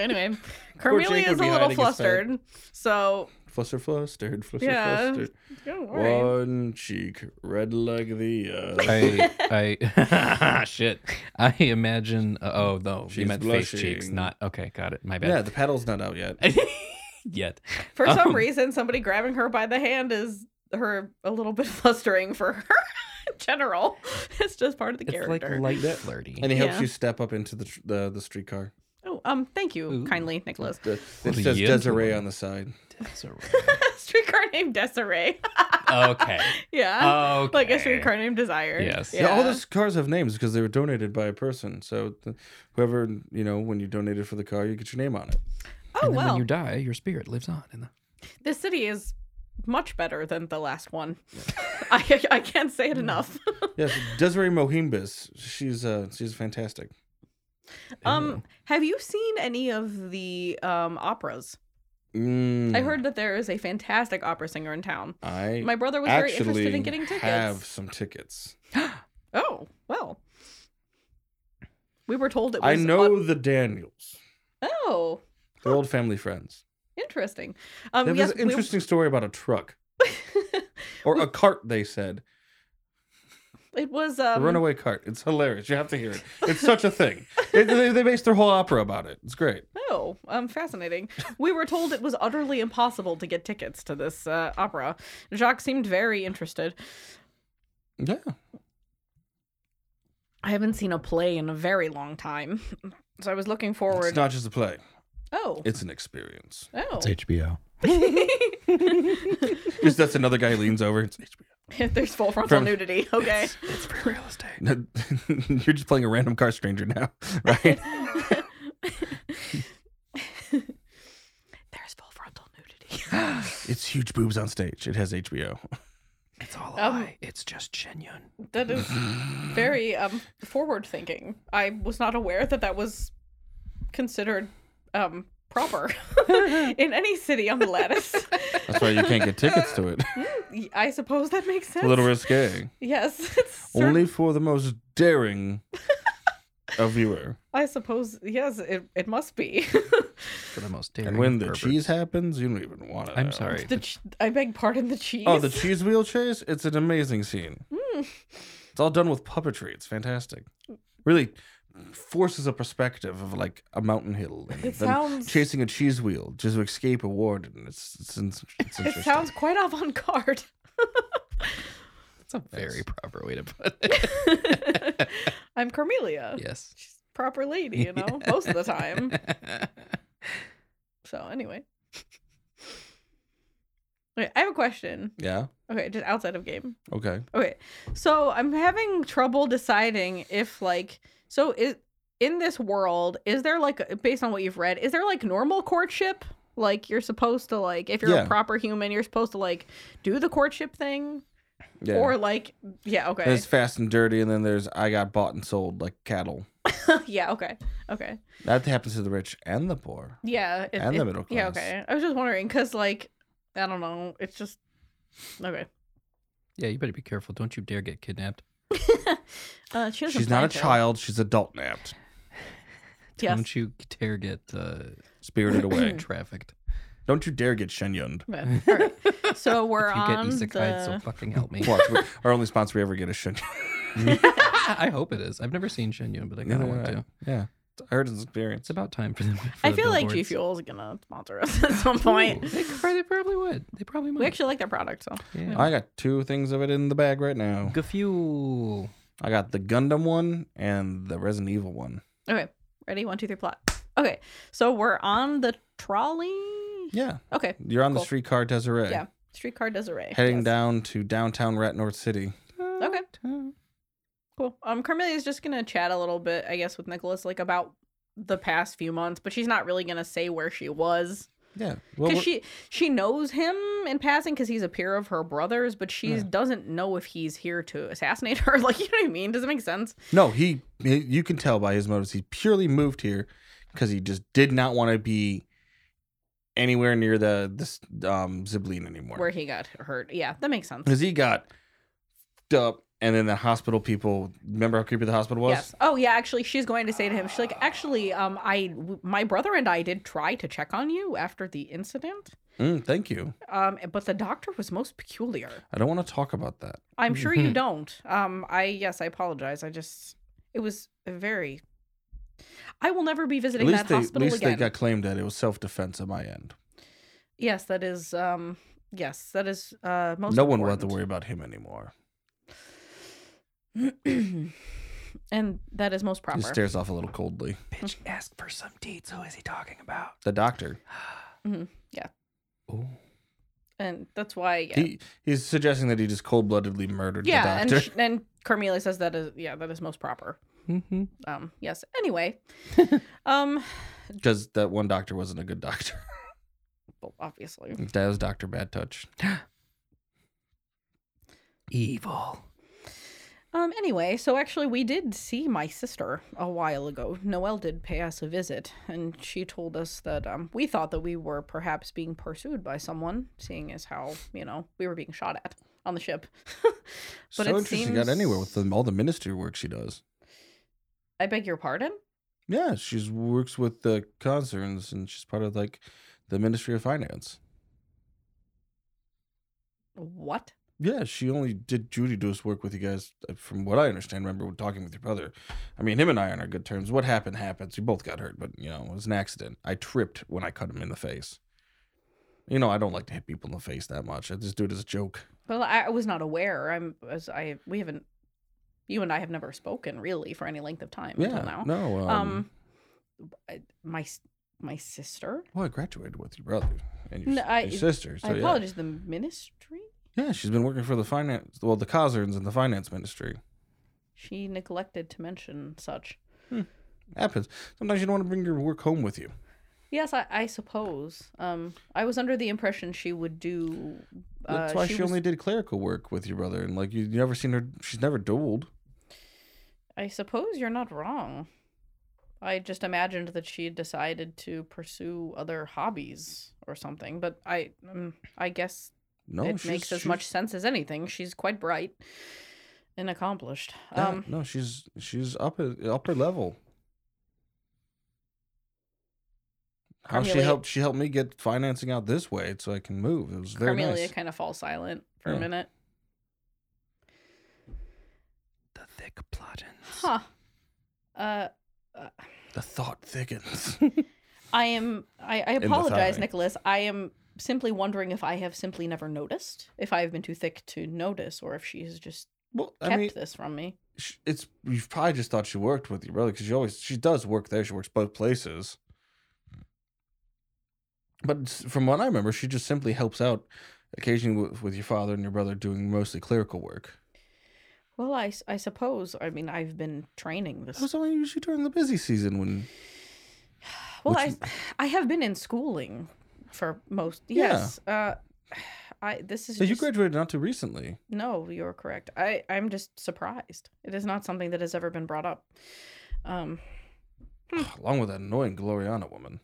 [SPEAKER 4] anyway,
[SPEAKER 2] Poor Jake
[SPEAKER 4] Carmelia
[SPEAKER 2] would
[SPEAKER 4] is a
[SPEAKER 2] be
[SPEAKER 4] little
[SPEAKER 2] hiding his head.
[SPEAKER 4] flustered. So
[SPEAKER 2] Fluster, flustered, fluster,
[SPEAKER 4] Yeah,
[SPEAKER 2] flustered.
[SPEAKER 4] don't worry.
[SPEAKER 2] One cheek red like the other.
[SPEAKER 1] I, I, shit. I imagine. oh no, you
[SPEAKER 2] She's
[SPEAKER 1] meant face cheeks,
[SPEAKER 2] blushing.
[SPEAKER 1] not okay. Got it. My
[SPEAKER 2] Yeah,
[SPEAKER 1] bad.
[SPEAKER 2] the pedal's not out yet.
[SPEAKER 1] Yet.
[SPEAKER 4] For some
[SPEAKER 1] Um,
[SPEAKER 4] reason, somebody grabbing her by the hand is her a little bit flustering for her. in General, it's just part of the
[SPEAKER 1] It's like
[SPEAKER 4] character.
[SPEAKER 1] light flirty.
[SPEAKER 2] And he helps
[SPEAKER 4] Yeah.
[SPEAKER 2] you step up into the tr- the, the streetcar.
[SPEAKER 4] oh, um, thank you
[SPEAKER 1] Ooh.
[SPEAKER 4] kindly, Nicholas.
[SPEAKER 2] The, it
[SPEAKER 1] What a
[SPEAKER 2] says Desiree
[SPEAKER 1] gentleman.
[SPEAKER 2] on the side.
[SPEAKER 4] streetcar named Desiree.
[SPEAKER 1] okay.
[SPEAKER 4] yeah,
[SPEAKER 1] Uh, Okay.
[SPEAKER 4] Oh, like a streetcar named Desire.
[SPEAKER 1] Yes.
[SPEAKER 2] Yeah. all those cars have names because they were donated by a person. So th- whoever you know, when you donated for the car, you get your name on it.
[SPEAKER 4] Oh
[SPEAKER 1] and then
[SPEAKER 4] well,
[SPEAKER 1] when you die, your spirit lives on. In the...
[SPEAKER 4] this city is much better than the last one. I I can't say it enough.
[SPEAKER 2] Yes, Desiree Mohimbis. She's uh she's fantastic.
[SPEAKER 4] Um, have you seen any of the um operas?
[SPEAKER 2] Mm,
[SPEAKER 4] I heard that there is a fantastic opera singer in town.
[SPEAKER 2] I
[SPEAKER 4] My brother was very
[SPEAKER 2] actually
[SPEAKER 4] interested in getting tickets.
[SPEAKER 2] have some tickets.
[SPEAKER 4] Oh, well. We were told it was
[SPEAKER 2] I know
[SPEAKER 4] on-
[SPEAKER 2] the Daniels.
[SPEAKER 4] Oh,
[SPEAKER 2] They're old family friends.
[SPEAKER 4] interesting. Um
[SPEAKER 2] They have
[SPEAKER 4] yes,
[SPEAKER 2] this interesting story about a truck or a cart. They said
[SPEAKER 4] we, it was
[SPEAKER 2] a
[SPEAKER 4] um
[SPEAKER 2] runaway cart. It's hilarious. You have to hear it. It's such a thing. They- they, they based their whole opera about it. It's great.
[SPEAKER 4] Oh, um, fascinating. We were told it was utterly impossible to get tickets to this uh, opera. Jacques seemed very interested.
[SPEAKER 2] Yeah.
[SPEAKER 4] I haven't seen a play in a very long time, so I was looking forward.
[SPEAKER 2] It's not just a play.
[SPEAKER 4] Oh.
[SPEAKER 2] It's an experience.
[SPEAKER 4] Oh.
[SPEAKER 8] It's HBO.
[SPEAKER 2] Just that's another guy leans over. It's HBO.
[SPEAKER 4] There's full frontal
[SPEAKER 2] From-
[SPEAKER 4] nudity. Okay.
[SPEAKER 2] It's free real estate. You're just playing a random car stranger now, right?
[SPEAKER 4] There's full frontal nudity.
[SPEAKER 2] it's huge boobs on stage. It has HBO.
[SPEAKER 7] It's all a
[SPEAKER 4] Um,
[SPEAKER 7] lie. It's just genuine.
[SPEAKER 4] That is very um forward thinking. I was not aware that that was considered um proper in any city on the lattice.
[SPEAKER 2] That's why you can't get tickets to it.
[SPEAKER 4] I suppose that makes sense.
[SPEAKER 2] a little risque.
[SPEAKER 4] Yes. it's cer-
[SPEAKER 2] Only for the most daring a viewer.
[SPEAKER 4] I suppose yes, it, it must be.
[SPEAKER 3] for the most daring
[SPEAKER 2] And when the
[SPEAKER 3] perverts.
[SPEAKER 2] cheese happens, you don't even want it.
[SPEAKER 3] I'm sorry.
[SPEAKER 4] the ch- I beg pardon the cheese.
[SPEAKER 2] Oh, the cheese wheel chase? It's an amazing scene.
[SPEAKER 4] Mm.
[SPEAKER 2] It's all done with puppetry. It's fantastic. Really forces a perspective of like a mountain hill and
[SPEAKER 4] It
[SPEAKER 2] them
[SPEAKER 4] sounds-
[SPEAKER 2] chasing a cheese wheel just to escape a warden. It's it's, it's, it's
[SPEAKER 4] it
[SPEAKER 2] interesting.
[SPEAKER 4] sounds quite avant garde.
[SPEAKER 3] That's a very proper way to put it.
[SPEAKER 4] I'm Carmelia.
[SPEAKER 3] Yes.
[SPEAKER 4] She's a proper lady, you know, most of the time. Mm-hmm. So anyway. Okay, I have a question.
[SPEAKER 2] Yeah.
[SPEAKER 4] Okay, just outside of game.
[SPEAKER 2] Okay.
[SPEAKER 4] Okay. So I'm having trouble deciding if like so is in this world, is there like based on what you've read, is there like normal courtship? Like you're supposed to like if you're
[SPEAKER 2] Yeah.
[SPEAKER 4] a proper human, you're supposed to like do the courtship thing?
[SPEAKER 2] Yeah.
[SPEAKER 4] Or like yeah, okay.
[SPEAKER 2] There's fast and dirty, and then there's I got bought and sold like cattle.
[SPEAKER 4] yeah, okay. Okay.
[SPEAKER 2] That happens to the rich and the poor.
[SPEAKER 4] Yeah, it-
[SPEAKER 2] And the
[SPEAKER 4] it-
[SPEAKER 2] middle
[SPEAKER 4] Yeah,
[SPEAKER 2] class.
[SPEAKER 4] okay. I was just wondering cuz like I don't know, it's just okay.
[SPEAKER 3] Yeah, you better be careful. Don't you dare get kidnapped.
[SPEAKER 4] Uh, she doesn't
[SPEAKER 2] She's not a
[SPEAKER 4] plan to.
[SPEAKER 2] child. She's adult napped,
[SPEAKER 4] Yes. Mm-hmm.
[SPEAKER 3] Don't you dare get uh,
[SPEAKER 2] spirited away.
[SPEAKER 3] trafficked.
[SPEAKER 2] Don't you dare get shenyuned.
[SPEAKER 4] Yeah. All right. So we're
[SPEAKER 3] If you get
[SPEAKER 2] E
[SPEAKER 4] on
[SPEAKER 3] isekai, so
[SPEAKER 4] the...
[SPEAKER 3] fucking help me.
[SPEAKER 2] Watch, we- our only sponsor we ever get is shenyun.
[SPEAKER 3] I hope it is. I've never seen Shenyun, but I kind of want to.
[SPEAKER 2] Yeah, I heard his experience.
[SPEAKER 3] It's about time for them. for
[SPEAKER 4] I
[SPEAKER 3] the
[SPEAKER 4] feel like G
[SPEAKER 3] billboards.
[SPEAKER 4] Fuel is gonna sponsor us at some
[SPEAKER 3] Ooh,
[SPEAKER 4] point.
[SPEAKER 3] They probably, they probably would. They probably might.
[SPEAKER 4] We actually like their product, so
[SPEAKER 3] yeah.
[SPEAKER 2] I got two things of it in the bag right now.
[SPEAKER 3] Gafuel.
[SPEAKER 2] I got the Gundam one and the Resident Evil one.
[SPEAKER 4] okay. Ready? One, two, three, plot. Okay, so we're on the trolley.
[SPEAKER 2] Yeah,
[SPEAKER 4] Okay,
[SPEAKER 2] you're on the
[SPEAKER 4] Cool.
[SPEAKER 2] streetcar Desiree,
[SPEAKER 4] yeah. Streetcar Desiree.
[SPEAKER 2] heading
[SPEAKER 4] Yes.
[SPEAKER 2] down to downtown Ratnor City.
[SPEAKER 4] Okay, cool. Um, Carmelia is just gonna chat a little bit, I guess, with Nicholas, like about the past few months, but she's not really gonna say where she was
[SPEAKER 2] Yeah,
[SPEAKER 4] because
[SPEAKER 2] well,
[SPEAKER 4] she she knows him in passing because he's a peer of her brother's, but she doesn't know if he's here to assassinate her. Like, you know what I mean? Does it make sense?
[SPEAKER 2] No, he, he- You can tell by his motives. He purely moved here because he just did not want to be anywhere near the this um Zibline anymore.
[SPEAKER 4] Where he got hurt? Yeah, that makes sense.
[SPEAKER 2] because he got f***ed up, and then the hospital people. Remember how creepy the hospital was?
[SPEAKER 4] Yes. Oh yeah, actually she's going to say to him she's like actually um I w- my brother and I did try to check on you after the incident.
[SPEAKER 2] Mm, thank you.
[SPEAKER 4] Um but the doctor was most peculiar.
[SPEAKER 2] I don't want to talk about that.
[SPEAKER 4] I'm sure you don't. Um I yes, I apologize. I just it was very I will never be
[SPEAKER 2] At
[SPEAKER 4] visiting
[SPEAKER 2] least,
[SPEAKER 4] that
[SPEAKER 2] they, at
[SPEAKER 4] hospital
[SPEAKER 2] least they
[SPEAKER 4] again.
[SPEAKER 2] got claimed that it was self defense on my end.
[SPEAKER 4] Yes, that is um yes, that is uh most
[SPEAKER 2] no one will have to
[SPEAKER 4] important.
[SPEAKER 2] worry about him anymore.
[SPEAKER 4] and that is most proper.
[SPEAKER 2] He stares off a little coldly.
[SPEAKER 7] Bitch asked for some deeds. Who is he talking about?
[SPEAKER 2] The doctor.
[SPEAKER 3] Oh.
[SPEAKER 4] and that's why yeah.
[SPEAKER 2] He he's suggesting that he just cold bloodedly murdered
[SPEAKER 4] yeah,
[SPEAKER 2] the doctor.
[SPEAKER 4] and sh- and Carmelia says that is yeah, that is most proper.
[SPEAKER 3] Mm-hmm.
[SPEAKER 4] um yes anyway um
[SPEAKER 2] Because that one doctor wasn't a good doctor.
[SPEAKER 4] well, obviously
[SPEAKER 2] that was Doctor Bad Touch.
[SPEAKER 7] Evil.
[SPEAKER 4] um anyway so actually we did see my sister a while ago noelle did pay us a visit and she told us that um we thought that we were perhaps being pursued by someone seeing as how you know we were being shot at on the ship
[SPEAKER 2] so
[SPEAKER 4] it
[SPEAKER 2] interesting. She got
[SPEAKER 4] seems-
[SPEAKER 2] anywhere with them, all the ministry work she does.
[SPEAKER 4] i beg your pardon
[SPEAKER 2] Yeah, she's works with the concerns, and she's part of like the Ministry of Finance.
[SPEAKER 4] what
[SPEAKER 2] Yeah, she only did Judy Deuce work with you guys, uh, from what I understand. Remember when talking with your brother? I mean, him and I are on our good terms. What happened happens. We both got hurt, but you know, it was an accident. I tripped when I cut him in the face. You know, I don't like to hit people in the face that much. I just do it as a joke.
[SPEAKER 4] well i, I was not aware i'm as i we haven't you and i have
[SPEAKER 2] um,
[SPEAKER 4] never spoken really for any length of time
[SPEAKER 2] Yeah,
[SPEAKER 4] until now
[SPEAKER 2] no, um,
[SPEAKER 4] um I- my s- my sister.
[SPEAKER 2] Well, I graduated with your brother and your,
[SPEAKER 4] No,
[SPEAKER 2] s-
[SPEAKER 4] I-
[SPEAKER 2] your sister. So
[SPEAKER 4] I
[SPEAKER 2] yeah.
[SPEAKER 4] apologize. The ministry.
[SPEAKER 2] Yeah, she's been working for the finance, well, the Cosarns in the finance ministry.
[SPEAKER 4] She neglected to mention such.
[SPEAKER 2] Happens. Sometimes you don't want to bring your work home with you.
[SPEAKER 4] Yes, I, I suppose. Um, I was under the impression she would do. Uh,
[SPEAKER 2] That's why she,
[SPEAKER 4] was-
[SPEAKER 2] only did clerical work with your brother, and like you have never seen her. She's never dueled.
[SPEAKER 4] I suppose you're not wrong. I just imagined that she had decided to pursue other hobbies or something, but I, um, I guess
[SPEAKER 2] No,
[SPEAKER 4] it
[SPEAKER 2] she's-
[SPEAKER 4] makes as
[SPEAKER 2] she's-
[SPEAKER 4] much sense as anything. She's quite bright and accomplished.
[SPEAKER 2] Yeah,
[SPEAKER 4] Um,
[SPEAKER 2] no, she's she's upper upper level. How she
[SPEAKER 4] Carmelia-
[SPEAKER 2] helped she helped me get financing out this way so I can move. It was very
[SPEAKER 4] Carmelia
[SPEAKER 2] nice.
[SPEAKER 4] kind of falls silent for
[SPEAKER 2] Yeah.
[SPEAKER 4] a minute.
[SPEAKER 9] The thick plotins.
[SPEAKER 4] Huh. Uh,
[SPEAKER 2] The thought thickens.
[SPEAKER 4] I am. I, I
[SPEAKER 2] the
[SPEAKER 4] apologize,
[SPEAKER 2] thigh.
[SPEAKER 4] Nicholas. I am simply wondering if I have simply never noticed, if I have been too thick to notice, or if she has just
[SPEAKER 2] well, I
[SPEAKER 4] kept
[SPEAKER 2] mean,
[SPEAKER 4] this from me.
[SPEAKER 2] sh- it's you've probably just thought she worked with your brother because she always she does work there. She works both places. But s- from what I remember, she just simply helps out occasionally with, with your father and your brother doing mostly clerical work.
[SPEAKER 4] Well, I, s- I suppose. I mean, I've been training
[SPEAKER 2] That
[SPEAKER 4] this.
[SPEAKER 2] was only usually during the busy season when
[SPEAKER 4] Well, I
[SPEAKER 2] which-
[SPEAKER 4] I have been in schooling for most.
[SPEAKER 2] Yeah.
[SPEAKER 4] Yes. Uh, I this is
[SPEAKER 2] so you
[SPEAKER 4] just-
[SPEAKER 2] graduated not too recently.
[SPEAKER 4] No, you're correct. I I'm just surprised. It is not something that has ever been brought up. Um, Hmm.
[SPEAKER 2] along with that annoying Gloriana woman.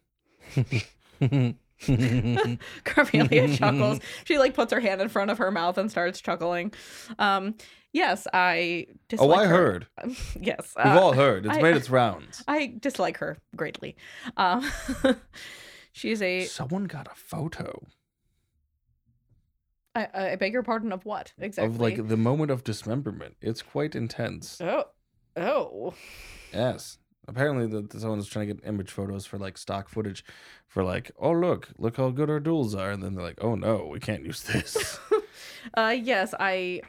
[SPEAKER 2] Oh,
[SPEAKER 4] Carmelia chuckles. She like puts her hand in front of her mouth and starts chuckling. Um, yes, I dislike
[SPEAKER 2] oh, I
[SPEAKER 4] her.
[SPEAKER 2] heard.
[SPEAKER 4] Yes,
[SPEAKER 2] We've
[SPEAKER 4] uh,
[SPEAKER 2] all heard. It's
[SPEAKER 4] I-
[SPEAKER 2] made its rounds.
[SPEAKER 4] I dislike her greatly. Um, she is a.
[SPEAKER 2] Someone got a photo
[SPEAKER 4] I, I beg your pardon. Of what exactly?
[SPEAKER 2] of like the moment of dismemberment. It's quite intense.
[SPEAKER 4] oh, oh.
[SPEAKER 2] Yes. Apparently, the, the- someone was trying to get image photos for like stock footage, for like, oh look, look how good our duels are, and then they're like, oh no, we can't use this
[SPEAKER 4] Uh, yes, I.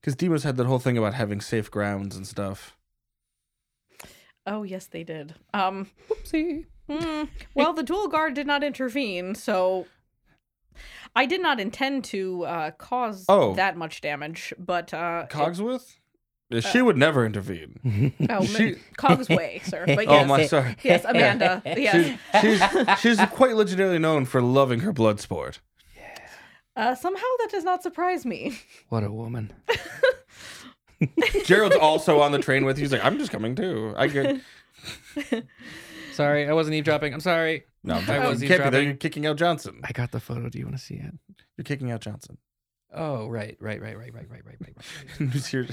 [SPEAKER 2] because Demos had that whole thing about having safe grounds and stuff.
[SPEAKER 4] Oh, yes, they did. Um, oopsie. Hmm. well, the dual guard did not intervene, so I did not intend to uh, cause
[SPEAKER 2] Oh.
[SPEAKER 4] that much damage. But uh,
[SPEAKER 2] Cogsworth, she would never intervene.
[SPEAKER 4] it- oh,
[SPEAKER 2] she-
[SPEAKER 4] she... Cogs way, sir. But
[SPEAKER 2] Oh
[SPEAKER 4] yes,
[SPEAKER 2] my, sorry.
[SPEAKER 4] yes, Amanda. Yes.
[SPEAKER 2] She's, she's quite legendarily known for loving her blood sport.
[SPEAKER 4] Uh, somehow that does not surprise me.
[SPEAKER 1] What a woman.
[SPEAKER 2] Gerald's also on the train with you. He's like, I'm just coming too. I get
[SPEAKER 1] Sorry, I wasn't eavesdropping. I'm sorry.
[SPEAKER 2] no,
[SPEAKER 1] I was
[SPEAKER 2] you can't be there.
[SPEAKER 1] eavesdropping.
[SPEAKER 2] You're kicking out Johnson.
[SPEAKER 1] I got the photo. Do you want to see it?
[SPEAKER 2] You're kicking out Johnson.
[SPEAKER 1] Oh, right, right, right, right, right, right, right, right, right.
[SPEAKER 2] you see her-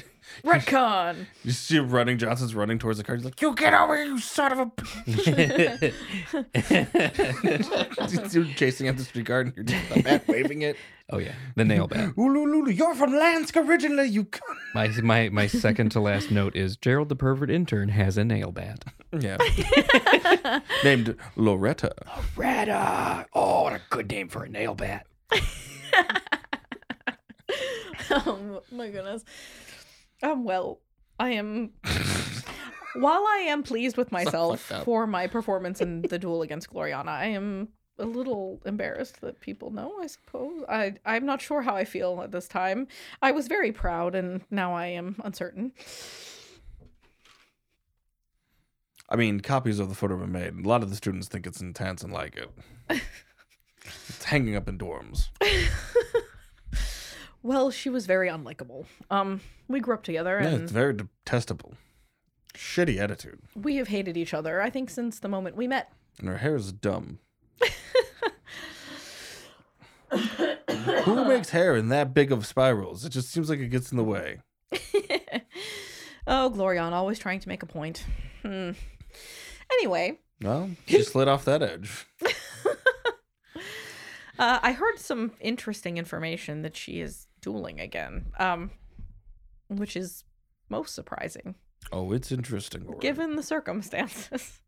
[SPEAKER 4] Retcon.
[SPEAKER 2] you see her running. Johnson's running towards the car. He's like, "You get over here, you son of a!" bitch." you're chasing out the street guard, and you're just the bat waving it.
[SPEAKER 1] oh yeah, the nail bat.
[SPEAKER 2] Ooh, lulu, you're from Lansk originally. You. cunt."
[SPEAKER 1] My my my second to last note is Gerald the pervert intern has a nail bat.
[SPEAKER 2] Yeah. Named Loretta.
[SPEAKER 9] Rada. Oh, what a good name for a nail bat.
[SPEAKER 4] oh my goodness. Um, well, I am. While I am pleased with myself
[SPEAKER 2] fucked up.
[SPEAKER 4] for my performance in the duel against Gloriana, I am a little embarrassed that people know. I suppose I I'm not sure how I feel at this time. I was very proud, and now I am uncertain.
[SPEAKER 2] I mean, copies of the photo were made. A lot of the students think it's intense and like it. it's hanging up in dorms.
[SPEAKER 4] Well, she was very unlikable. Um, we grew up together,
[SPEAKER 2] Yeah,
[SPEAKER 4] and
[SPEAKER 2] it's very detestable. Shitty attitude.
[SPEAKER 4] we have hated each other. I think since the moment we met.
[SPEAKER 2] And her hair is dumb. Who makes hair in that big of spirals? It just seems like it gets in the way.
[SPEAKER 4] Oh, Gloriana, always trying to make a point. Hmm. Anyway,
[SPEAKER 2] Well, she slid off that edge.
[SPEAKER 4] Uh, I heard some interesting information that she is dueling again, um, which is most surprising
[SPEAKER 2] Oh, it's interesting. already.
[SPEAKER 4] given the circumstances.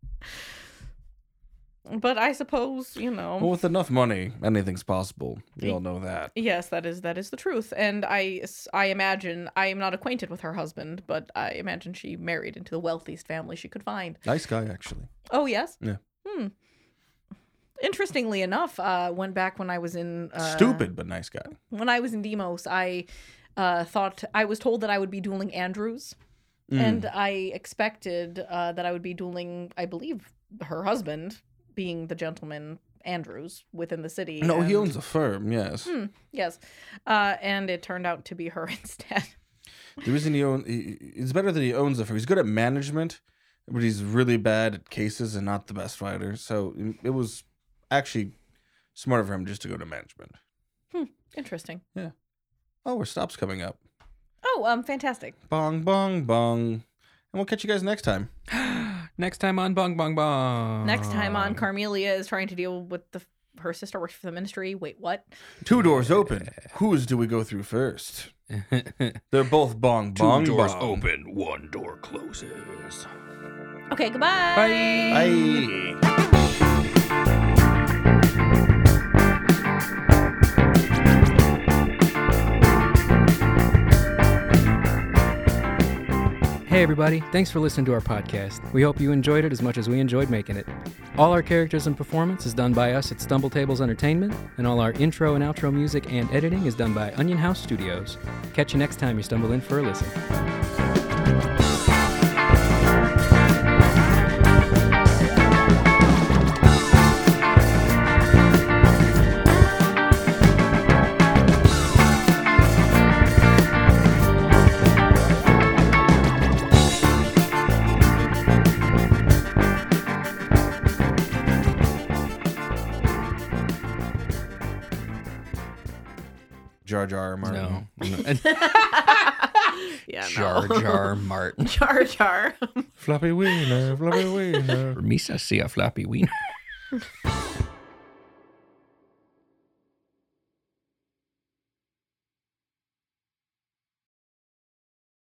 [SPEAKER 4] but I suppose you know.
[SPEAKER 2] Well, with enough money, anything's possible. We all know that.
[SPEAKER 4] Yes, that is that is the truth, and I s- I imagine I am not acquainted with her husband, but I imagine she married into the wealthiest family she could find.
[SPEAKER 2] Nice guy, actually.
[SPEAKER 4] Oh yes.
[SPEAKER 2] Yeah.
[SPEAKER 4] Hmm. interestingly enough, uh, when back when I was in uh,
[SPEAKER 2] Stupid, but nice guy.
[SPEAKER 4] when I was in Demos, I uh, thought I was told that I would be dueling Andrews,
[SPEAKER 2] Mm.
[SPEAKER 4] and I expected uh, that I would be dueling, I believe, her husband, being the gentleman Andrews within the city.
[SPEAKER 2] No, he
[SPEAKER 4] and-
[SPEAKER 2] owns a firm, yes.
[SPEAKER 4] Yes, uh, and it turned out to be her instead.
[SPEAKER 2] The reason he owns, it's better that he owns the firm. He's good at management, but he's really bad at cases and not the best fighter. So it was actually smarter for him just to go to management.
[SPEAKER 4] Interesting.
[SPEAKER 2] Oh, our stop's coming up.
[SPEAKER 4] Oh, um, fantastic.
[SPEAKER 2] Bong, bong, bong. And we'll catch you guys next time.
[SPEAKER 10] Next time on Bong Bong Bong.
[SPEAKER 4] Next time
[SPEAKER 2] Um.
[SPEAKER 4] on, Carmelia is trying to deal with the her sister works for the ministry. Wait, what?
[SPEAKER 2] Two doors open. Whose do we go through first? They're both bong, bong,
[SPEAKER 11] doors
[SPEAKER 2] bong.
[SPEAKER 11] open, one door closes.
[SPEAKER 4] Okay, goodbye.
[SPEAKER 2] Bye.
[SPEAKER 1] Hey, everybody, thanks for listening to our podcast. We hope you enjoyed it as much as we enjoyed making it. All our characters and performance is done by us at Stumble Tables Entertainment, and all our intro and outro music and editing is done by Onion House Studios. Catch you next time you stumble in for a listen.
[SPEAKER 2] Jar Jar Martin.
[SPEAKER 10] No.
[SPEAKER 12] Yeah,
[SPEAKER 10] Jar
[SPEAKER 12] no.
[SPEAKER 10] Jar Martin.
[SPEAKER 12] Jar Jar.
[SPEAKER 2] Floppy wiener, floppy wiener.
[SPEAKER 10] Misa see a flappy wiener.